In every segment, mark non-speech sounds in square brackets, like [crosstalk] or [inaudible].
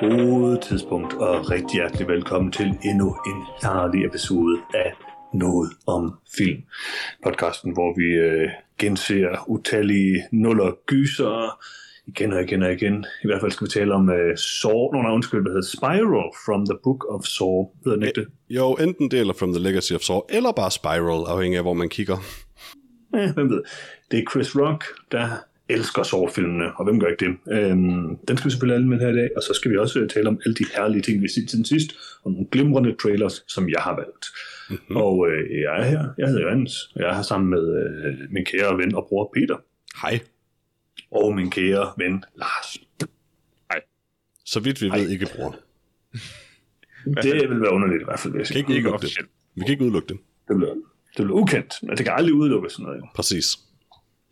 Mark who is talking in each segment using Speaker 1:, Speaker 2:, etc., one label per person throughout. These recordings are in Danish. Speaker 1: Gode tidspunkt, og rigtig hjertelig velkommen til endnu en herlig episode af Noget om Film. Podcasten, hvor vi øh, genser utallige nuller gyser igen og igen og igen. I hvert fald skal vi tale om øh, Saw, no, nej, undskyld, hvad hedder det? Spiral from the Book of Saw, hedder den ikke det?
Speaker 2: Jo, enten det eller From the Legacy of Saw, eller bare Spiral, afhængig af, hvor man kigger.
Speaker 1: Ja, hvem ved. Det er Chris Rock, der elsker Saw-filmene, og hvem gør ikke det? Øhm, den skal vi selvfølgelig alle med her i dag, og så skal vi også øh, tale om alle de herlige ting, vi har set siden sidst, og nogle glimrende trailers, som jeg har valgt. Mm-hmm. Og øh, jeg er her, jeg hedder Jørgens, og jeg er her sammen med øh, min kære ven og bror Peter,
Speaker 2: Hej.
Speaker 1: og min kære ven Lars.
Speaker 2: Så vidt vi ved, ikke bror.
Speaker 1: Det vil være underligt i hvert fald, hvis
Speaker 2: Vi kan ikke udelukke det. Vi kan ikke udelukke det.
Speaker 1: Det bliver, det bliver ukendt, men det kan aldrig udelukkes sådan noget. jo.
Speaker 2: Præcis.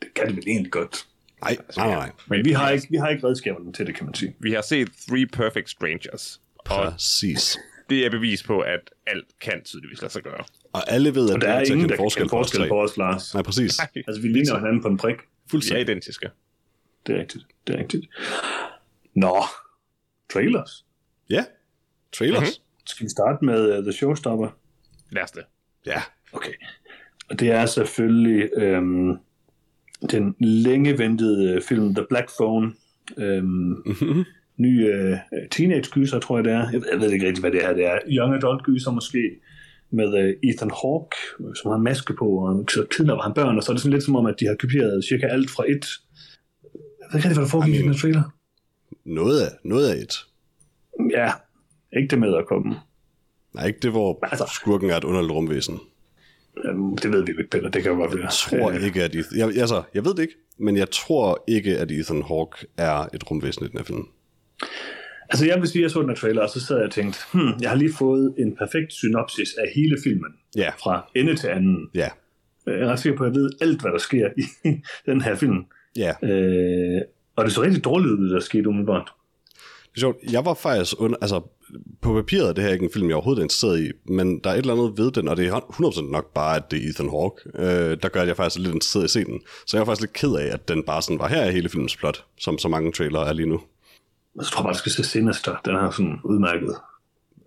Speaker 1: Det kan det vel egentlig godt.
Speaker 2: Nej, nej, nej.
Speaker 1: Men vi har ikke, vi har ikke redskaberne til det, kan man sige.
Speaker 3: Vi har set Three Perfect Strangers, og
Speaker 2: Præcis.
Speaker 3: det er bevis på, at alt kan tydeligvis lade sig gøre.
Speaker 2: Og alle ved, at
Speaker 1: Og der er
Speaker 2: ikke
Speaker 1: ingen,
Speaker 2: kende
Speaker 1: der kan forskel,
Speaker 2: på os
Speaker 1: forskel
Speaker 2: tre.
Speaker 1: på os, Lars.
Speaker 2: Nej, præcis.
Speaker 1: [laughs] Altså, vi ligner hinanden på en prik.
Speaker 3: Ligesom- Vi er identiske.
Speaker 1: Det er rigtigt. Det er rigtigt. Nå, trailers.
Speaker 2: Ja. Trailers.
Speaker 1: Skal vi starte med uh, The Showstopper?
Speaker 3: Lad os det.
Speaker 2: Ja.
Speaker 1: Okay. Og det er selvfølgelig øhm, den længe ventede øh, film The Black Phone. Øhm,
Speaker 2: Mhm.
Speaker 1: ny øh, teenage-gyser, tror jeg det er. Jeg ved, jeg ved ikke rigtig, hvad det her det er. Young adult-gyser måske, med øh, Ethan Hawke, øh, som har en maske på, og så kidnapper han børn, og så er det sådan lidt som om, at de har kopieret cirka alt fra et. Jeg ved ikke rigtig, hvad der foregik i
Speaker 2: Amen.
Speaker 1: den her trailer.
Speaker 2: Noget af, noget af et.
Speaker 1: Ja, ikke det med at komme.
Speaker 2: Nej, ikke det, hvor
Speaker 1: Altså.
Speaker 2: skurken er et underligt rumvæsen.
Speaker 1: Øhm, Det ved vi jo ikke, Peter. Det kan jo godt være. Øh,
Speaker 2: Jeg tror ikke, at Ethan... Jeg, altså, jeg ved det ikke, men jeg tror ikke, at Ethan Hawke er et rumvæsen i den her film.
Speaker 1: Altså jeg vil sige, at jeg så den her trailer, og så sad jeg og tænkte, hmm, jeg har lige fået en perfekt synopsis af hele filmen,
Speaker 2: Ja,
Speaker 1: fra ende til anden.
Speaker 2: ja,
Speaker 1: Øh, Jeg er ret sikker på, at jeg ved alt, hvad der sker i [laughs] den her film.
Speaker 2: ja.
Speaker 1: Øh, og det så rigtig dårligt ud, det der skete umiddelbart.
Speaker 2: Det er sjovt. Jeg var faktisk under, altså, på papiret er det her ikke en film, jeg overhovedet er interesseret i, men der er et eller andet ved den, og det er 100% nok bare, at det er Ethan Hawke, øh, der gør, at jeg faktisk er lidt interesseret i at se den. Så jeg var faktisk lidt ked af, at den bare sådan var her i hele filmens plot, som så mange trailere er lige nu.
Speaker 1: Og så tror jeg bare, det skal se Sinister. Den har sådan udmærket.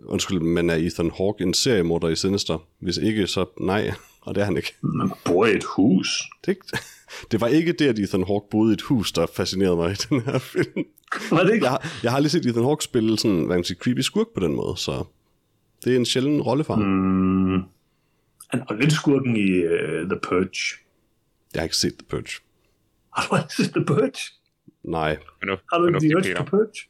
Speaker 2: Undskyld, men er Ethan Hawke en seriemorder i Sinister? Hvis ikke, så nej, [laughs] og det er han ikke.
Speaker 1: Man bor i et hus.
Speaker 2: Det, er ikke- [laughs] det var ikke det, at Ethan Hawke boede i et hus, der fascinerede mig i den her film.
Speaker 1: Var det ikke?
Speaker 2: Jeg har, jeg har lige set Ethan Hawke spille sådan, hvad kan man sige, creepy skurk på den måde, så det er en sjælden rolle for ham. Mm.
Speaker 1: Mm, han var lidt skurken i uh, The Purge.
Speaker 2: Jeg har ikke set The Purge.
Speaker 1: Har du aldrig set The Purge?
Speaker 2: Nej,
Speaker 3: Men nu,
Speaker 1: Har du
Speaker 3: men nu,
Speaker 1: ikke hørt
Speaker 3: Peter.
Speaker 1: The Purge?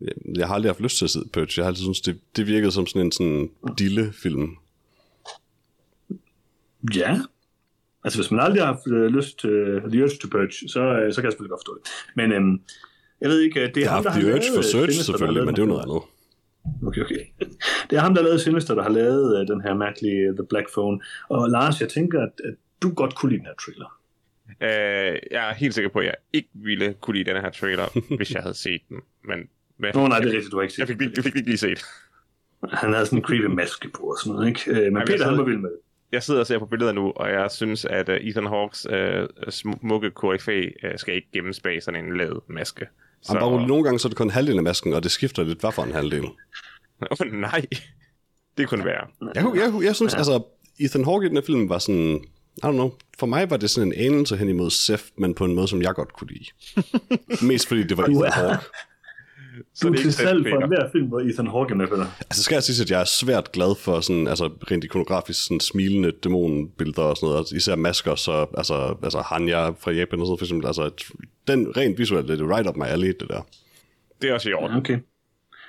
Speaker 2: jeg- jeg har aldrig haft lyst til at se The Purge. Jeg har altid syntes, det, det virkede som sådan en sådan dille film.
Speaker 1: Ja. Altså, hvis man aldrig har haft øh, lyst til uh, The Urge to Purge, så, øh, så kan jeg selvfølgelig godt forstå det. Men øhm, jeg ved ikke, øh, det er
Speaker 2: Jeg har
Speaker 1: ham,
Speaker 2: haft
Speaker 1: der har
Speaker 2: The Urge
Speaker 1: lavet, øh,
Speaker 2: for Search
Speaker 1: Sinister, der har
Speaker 2: selvfølgelig,
Speaker 1: lavet
Speaker 2: men det
Speaker 1: den
Speaker 2: er jo
Speaker 1: her-
Speaker 2: noget andet.
Speaker 1: Okay, okay. [laughs] Det er ham, der har lavet Sinister, der har lavet øh, den her mærkelige øh, The Black Phone. Og Lars, jeg tænker, at, at du godt kunne lide den her trailer.
Speaker 3: Øh, jeg er helt sikker på, at jeg ikke ville kunne lide den her
Speaker 1: [laughs]
Speaker 3: trailer, hvis jeg havde set den. Men, men
Speaker 1: Nå, nej, det er rigtigt, du har ikke
Speaker 3: jeg
Speaker 1: set.
Speaker 3: fik, lige- jeg fik lige set.
Speaker 1: Han havde sådan en creepy maske på og sådan noget, ikke? Øh, Men
Speaker 3: jeg
Speaker 1: Peter, han
Speaker 3: sad-
Speaker 1: var vild med det.
Speaker 3: Jeg sidder og ser på billeder nu, og jeg synes, at øh, Ethan Hawks øh, smukke koryfæ øh, skal ikke gemmes bag sådan en lavet maske.
Speaker 2: Så... Bare rolig, nogle gange så er det kun halvdelen af masken, og det skifter lidt, hvad for en halvdel.
Speaker 3: [laughs] Åh oh, nej, det kunne være.
Speaker 2: Jeg, kunne- jeg, kunne- jeg synes, ja. altså, Ethan Hawke i den her film var sådan, I don't know, for mig var det sådan en anelse hen imod Seth, men på en måde, som jeg godt kunne [laughs] lide. Mest fordi det var
Speaker 1: Du
Speaker 2: Ethan
Speaker 1: er-
Speaker 2: Hawke.
Speaker 3: Så
Speaker 1: Du er
Speaker 3: det er
Speaker 1: til
Speaker 3: ikke
Speaker 1: salg
Speaker 3: Seth
Speaker 1: for
Speaker 3: Baker.
Speaker 1: enhver film, hvor Ethan Hawke er med, Peter.
Speaker 2: Altså skal jeg sige, at jeg er svært glad for sådan, altså rent ikonografisk sådan smilende dæmonbilleder og sådan noget, altså, især masker, så altså, altså Hanya fra Japan og sådan noget, for eksempel, altså den rent visuelt, det er right up my alley, det der.
Speaker 3: Det er også i orden.
Speaker 1: Okay.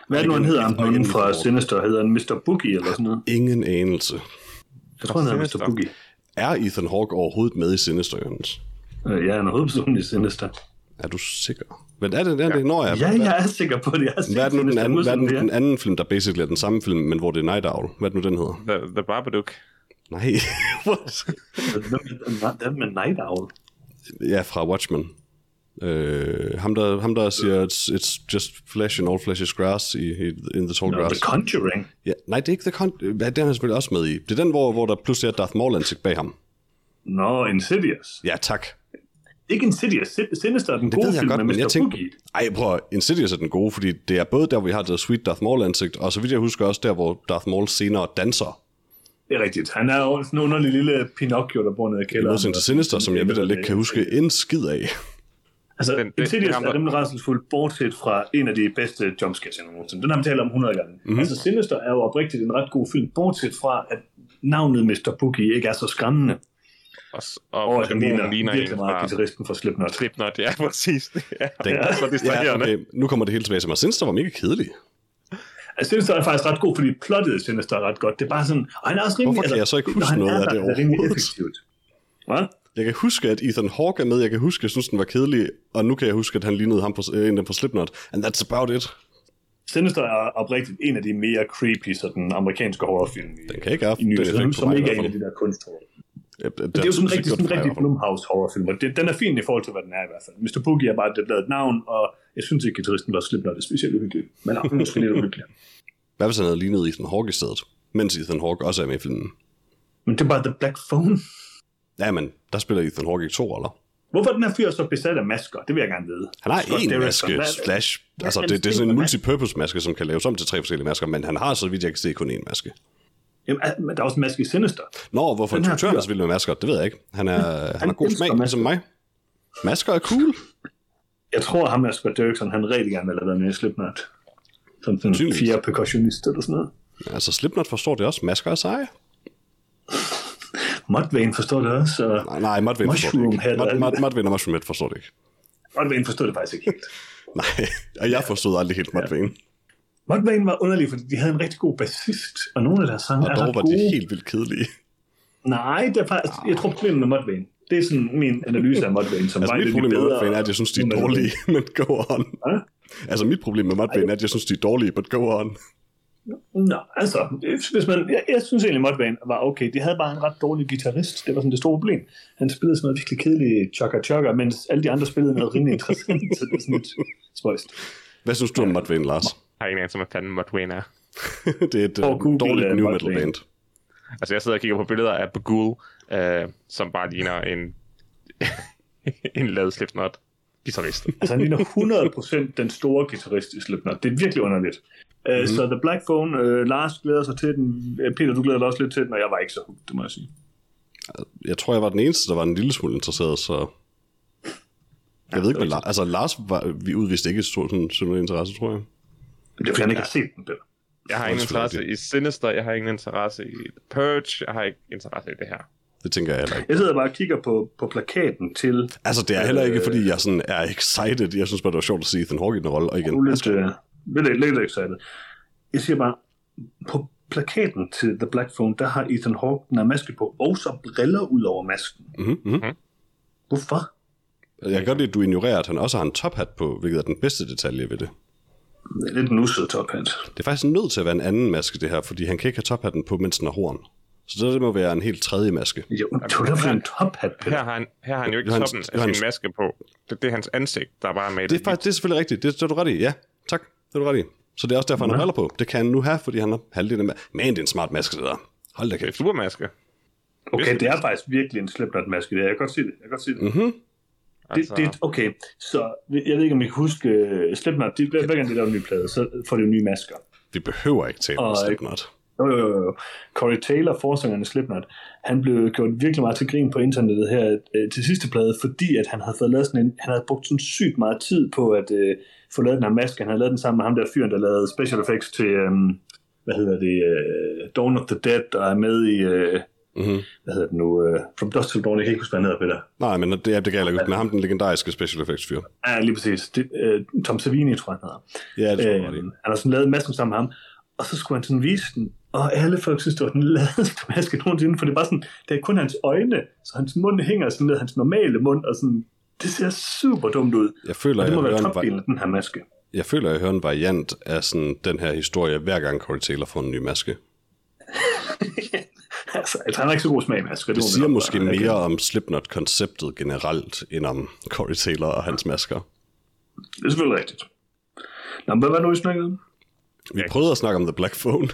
Speaker 1: Hvad er det nu, han hedder? Han
Speaker 2: Og igen
Speaker 1: er fra
Speaker 2: Ethan Hawke.
Speaker 1: Sinister. Hedder han Mr. Boogie eller sådan noget?
Speaker 2: Ingen anelse.
Speaker 1: Jeg tror, han hedder Mr.
Speaker 3: Sinister.
Speaker 1: Boogie.
Speaker 2: Er Ethan Hawke overhovedet med i Sinister, Jørgens?
Speaker 1: Øh, Jeg er en hovedperson i Sinister.
Speaker 2: Er du sikker? Men er det den, ja. det når jeg?
Speaker 1: Ja, jeg er sikker på det. Jeg er
Speaker 2: Hvad er det nu den
Speaker 1: sikker på,
Speaker 2: anden,
Speaker 1: det
Speaker 2: hvad
Speaker 1: er
Speaker 2: er den,
Speaker 1: sådan,
Speaker 2: den
Speaker 1: det
Speaker 2: anden film, der basically er den samme film, men hvor det er Night Owl? Hvad er det nu, den hedder?
Speaker 3: The, the Babadook.
Speaker 2: Nej, [laughs] what?
Speaker 1: er. Hvem er- Hvem er Night Owl?
Speaker 2: Ja, fra Watchmen. Øh, ham, der, ham der siger, it's, it's just flesh and all flesh is grass i, i In the Tall
Speaker 1: Nå,
Speaker 2: Grass.
Speaker 1: The Conjuring.
Speaker 2: Ja, nej, det er ikke The Con- øh, Den er han selvfølgelig også med i. Det er den, hvor, hvor der pludselig er Darth Maul ansigt bag ham.
Speaker 1: Nå, Insidious.
Speaker 2: Ja, tak.
Speaker 1: Ikke Insidious, Sin- Sinister er den
Speaker 2: Det
Speaker 1: gode
Speaker 2: ved jeg
Speaker 1: film
Speaker 2: godt,
Speaker 1: med
Speaker 2: men
Speaker 1: Mr.
Speaker 2: jeg tænkte...
Speaker 1: Boogie.
Speaker 2: Ej, prøv at- Insidious er den gode, fordi det er både der, hvor vi har det Sweet Darth Maul ansigt, og så vidt jeg husker også der, hvor Darth Maul senere danser.
Speaker 1: Det er rigtigt. Han er jo sådan en underlig lille Pinocchio, der bor nede i
Speaker 2: I
Speaker 1: kælderen.
Speaker 2: modsætning til Sinister, som jeg ved, at ikke kan huske en skid af.
Speaker 1: Altså,
Speaker 3: Den-
Speaker 1: den,
Speaker 3: det- det
Speaker 1: Insidious
Speaker 3: ham,
Speaker 1: er
Speaker 3: der-
Speaker 1: rimelig rædselsfuld, bortset fra en af de bedste jumpscares, jeg nogensinde. Den har man talt om 100 gange.
Speaker 2: Mhm.
Speaker 1: Mm-hmm. Altså, Sinister er jo oprigtigt en ret god film, bortset fra, at navnet Mr. Boogie ikke er så skræmmende.
Speaker 3: Og, s- og,
Speaker 1: Og
Speaker 3: og
Speaker 1: at han ligner,
Speaker 3: dæmonen ligner en
Speaker 1: virkelig meget
Speaker 3: fra
Speaker 1: guitaristen fra Slipknot.
Speaker 3: Slipknot. Ja, [laughs] præcis. Ja,
Speaker 2: Den-
Speaker 3: ja. så
Speaker 2: Ja,
Speaker 3: distraherende.
Speaker 2: okay. Nu kommer det hele tilbage til mig. Sinister var mega kedelig.
Speaker 1: Altså, Sinister er faktisk ret god, fordi plottet i Sinister er ret godt. Det er bare sådan... Og han er også rimelig...
Speaker 2: Hvorfor kan
Speaker 1: altså,
Speaker 2: jeg så ikke
Speaker 1: når
Speaker 2: huske
Speaker 1: han er
Speaker 2: noget af
Speaker 1: der,
Speaker 2: det
Speaker 1: er rimelig
Speaker 2: overhovedet?
Speaker 1: effektivt. Hvad?
Speaker 2: Jeg kan huske, at Ethan Hawke er med. Jeg kan huske, at jeg synes, den var kedelig. Og nu kan jeg huske, at han lignede ham på, øh, en af dem på Slipknot. And that's about it.
Speaker 1: Sinister er oprigtigt en af de mere creepy sådan, amerikanske horrorfilm i,
Speaker 2: Den kan ikke have haft
Speaker 1: i nyere
Speaker 2: den effekt
Speaker 1: tid,
Speaker 2: på
Speaker 1: som
Speaker 2: mig i
Speaker 1: ikke er
Speaker 2: hvert
Speaker 1: en
Speaker 2: fald.
Speaker 1: af de der kunsthorror.
Speaker 2: Ja, den-
Speaker 1: Det er jo
Speaker 2: den
Speaker 1: sådan en
Speaker 2: synes jeg
Speaker 1: rigtig,
Speaker 2: gjorde
Speaker 1: sådan
Speaker 2: den
Speaker 1: rigtig
Speaker 2: fejl i hvert fald.
Speaker 1: Blumhouse horrorfilm, og det, den er fin i forhold til, hvad den er i hvert fald. Mr. Boogie er bare det blevet et navn, og jeg synes ikke, at guitaristen var Slipknot er specielt uhyggelig. Men er måske lidt uhyggelig.
Speaker 2: Hvad hvis han havde lignet Ethan Hawke i stedet? Mens Ethan Hawke også er med i filmen.
Speaker 1: Men det er bare The Black Phone.
Speaker 2: Jamen, der spiller Ethan Hawke ikke to roller.
Speaker 1: Hvorfor er den her fyr så besat af masker? Det vil jeg gerne vide.
Speaker 2: Han har
Speaker 1: Scott
Speaker 2: én
Speaker 1: Derrickson.
Speaker 2: maske,
Speaker 1: Hvad-
Speaker 2: Flash.
Speaker 1: hvad
Speaker 2: Altså,
Speaker 1: er
Speaker 2: det, det er
Speaker 1: det
Speaker 2: sådan en
Speaker 1: for
Speaker 2: multipurpose maske, som kan laves om til tre forskellige masker, men han har, så vidt jeg kan se, kun én maske.
Speaker 1: Jamen, er- men der er også en maske i Sinister.
Speaker 2: Nå, hvorfor
Speaker 1: Den her
Speaker 2: instruktøren
Speaker 1: fyr-
Speaker 2: er så vild med masker, det ved jeg ikke. Han er, han har god
Speaker 1: elsker
Speaker 2: smag,
Speaker 1: masker.
Speaker 2: ligesom mig. Masker er cool.
Speaker 1: Jeg tror, ham der Scott Derrickson, han rigtig gerne vil have været med i Slipknot. Som sådan
Speaker 2: Sandsynligvis.
Speaker 1: fire percussionist eller sådan noget.
Speaker 2: Altså, Slipknot forstår det også. Masker er seje.
Speaker 1: Mudvayne forstår det også, og
Speaker 2: Nej, nej, Mudvin forstår det
Speaker 1: Mushroom
Speaker 2: ikke.
Speaker 1: Head og
Speaker 2: Mud-
Speaker 1: alt
Speaker 2: Mud- Mudvin og Mushroom Head forstår det ikke.
Speaker 1: Mudvayne forstod det faktisk ikke helt.
Speaker 2: Nej, og jeg forstod aldrig helt Mudvin.
Speaker 1: Mudvayne var underlig, fordi de havde en rigtig god bassist, og nogle af deres sange
Speaker 2: Og
Speaker 1: er
Speaker 2: dog
Speaker 1: ret
Speaker 2: var
Speaker 1: gode.
Speaker 2: de helt vildt kedelige.
Speaker 1: Nej, det er faktisk, jeg tror problemet med Mudvayne. Det er sådan min analyse af Mudvayne, som
Speaker 2: Altså,
Speaker 1: var
Speaker 2: mit
Speaker 1: lidt
Speaker 2: problem med
Speaker 1: bedre.
Speaker 2: Mudvin er, at jeg synes, de
Speaker 1: end
Speaker 2: er
Speaker 1: Mudvayne.
Speaker 2: dårlige, men go on.
Speaker 1: Hvad?
Speaker 2: Altså, mit problem med Mudvin er, at jeg synes, de er dårlige, but go on.
Speaker 1: Nå, altså, hvis man, jeg, jeg synes egentlig, Mudvayne var okay. De havde bare en ret dårlig guitarist. Det var sådan det store problem. Han spillede sådan noget virkelig kedeligt chaka-chaka, mens alle de andre spillede noget rimelig interessant. så det er sådan lidt spøjst.
Speaker 2: Hvad synes du om Mudvayne, Lars?
Speaker 3: Jeg har ingen anelse om, hvad fanden Mudwayne er.
Speaker 2: [laughs] det er et
Speaker 1: Prøv at
Speaker 2: uh,
Speaker 1: google,
Speaker 2: dårligt
Speaker 1: øh,
Speaker 2: new metal
Speaker 1: Mudvayne.
Speaker 2: band.
Speaker 3: Altså, jeg sidder og kigger på billeder af Bagul, øh, som bare ligner en, [laughs] en lad Slipknot guitarist.
Speaker 1: Altså, han ligner 100% den store guitarist i Slipknot. Det er virkelig underligt. Uh, mm-hmm. Så The Black Phone, uh, Lars glæder sig til den. Øh, Peter, du glæder dig også lidt til den, og jeg var ikke så hooked, det må jeg sige.
Speaker 2: Jeg tror, jeg var den eneste, der var en lille smule interesseret, så... Jeg ved ikke, hvad Lars... Altså, Lars var... Vi udviste ikke stor sådan, sådan en interesse, tror jeg.
Speaker 1: Men det er fordi, han ikke har set den, Peter.
Speaker 3: Jeg har ingen
Speaker 2: Undskyld,
Speaker 3: interesse i Sinister, jeg har ingen interesse i The Purge, jeg har ikke interesse i det her.
Speaker 2: Det tænker jeg heller ikke.
Speaker 1: Jeg sidder bare og kigger på, på plakaten til
Speaker 2: Altså, det er heller
Speaker 1: Øh,
Speaker 2: ikke, fordi jeg sådan er excited. Jeg synes bare, det var sjovt at se Ethan Hawke i den rolle. Og igen,
Speaker 1: Nu er lidt, øh, lidt, lidt excited. Jeg siger bare, på plakaten til The Black Phone, der har Ethan Hawke den her maske på, og så briller ud over masken.
Speaker 2: Mhm, mhm.
Speaker 1: Hvorfor?
Speaker 2: Jeg kan godt lide, at du ignorerer, at han også har en tophat på, hvilket er den bedste detalje ved det.
Speaker 1: Det er lidt en usød tophat.
Speaker 2: Det er faktisk nødt til at være en anden maske, det her, fordi han kan ikke have tophatten på, mens den har horn. Så det, det må være en helt tredje maske.
Speaker 1: Jo, det var derfor en tophat, Peter.
Speaker 3: Her har han, her har han jo ikke
Speaker 2: Johannes-
Speaker 3: toppen af sin
Speaker 2: Johannes-
Speaker 3: maske på. Det, det er hans ansigt, der er bare med i
Speaker 2: Det er, faktisk, det er selvfølgelig rigtigt. Det, det er du ret i. Ja, tak. Det er du ret i. Så det er også derfor, han har briller på. Det kan han nu have, fordi han har halvdelen af ma- Man, det er en smart maske, det der. Hold da
Speaker 3: Det er
Speaker 2: kæft.
Speaker 3: fluermaske.
Speaker 1: Okay, det er faktisk virkelig en Slipknot-maske, det er. Jeg kan godt se det. Jeg kan godt se
Speaker 3: Mhm.
Speaker 1: det.
Speaker 2: Mm-hmm.
Speaker 3: Altså-
Speaker 1: det, det okay, så jeg ved ikke, om I kan huske uh, Slipknot. De, hver gang de laver en ny plade, så får de jo nye masker.
Speaker 2: Vi behøver ikke tale om
Speaker 1: Og-
Speaker 2: Slipknot.
Speaker 1: Jo, jo, jo, jo. Corey Taylor, forsangeren i Slipknot, han blev gjort virkelig meget til grin på internettet her øh, til sidste plade, fordi at han havde fået lavet sådan en, han havde brugt sådan sygt meget tid på at øh, få lavet den her maske. Han havde lavet den sammen med ham der fyren, der lavede special effects til, øh, hvad hedder det, øh, Dawn of the Dead, og er med i, øh,
Speaker 2: Mm-hmm.
Speaker 1: hvad hedder det nu, øh, From Dust Till Dawn, jeg kan ikke huske, hvad han hedder, Peter.
Speaker 2: Nej, men det, ja, det kan jeg ikke huske, men ham den legendariske special effects fyr.
Speaker 1: Ja, lige præcis. Det, øh, Tom Savini, tror jeg, han hedder.
Speaker 2: Ja, det tror jeg,
Speaker 1: Øh,
Speaker 2: du har ret i.
Speaker 1: han har sådan lavet en masse sammen med ham, og så skulle han sådan vise den, og alle folk synes, det var den ladeste maske nogensinde, for det er bare sådan, det er kun hans øjne, så hans mund hænger sådan ned, hans normale mund, og sådan, det ser super dumt ud.
Speaker 2: Jeg føler,
Speaker 1: Og det
Speaker 2: jeg
Speaker 1: må
Speaker 2: hører,
Speaker 1: være
Speaker 2: en,
Speaker 1: topdelen
Speaker 2: va-
Speaker 1: af den her maske. [laughs]
Speaker 2: jeg føler, jeg hører en variant af sådan den her historie, hver gang Corey Taylor får en ny maske.
Speaker 1: Altså, altså, han har ikke så god smag, Mads. skal
Speaker 2: Det
Speaker 1: du
Speaker 2: siger
Speaker 1: nok
Speaker 2: måske
Speaker 1: gøre.
Speaker 2: mere om Slipknot-konceptet generelt, end om Corey Taylor og hans masker.
Speaker 1: Det er selvfølgelig rigtigt. Nå, men hvad var det nu, vi snakkede om?
Speaker 2: Vi prøvede at snakke om The Black Phone.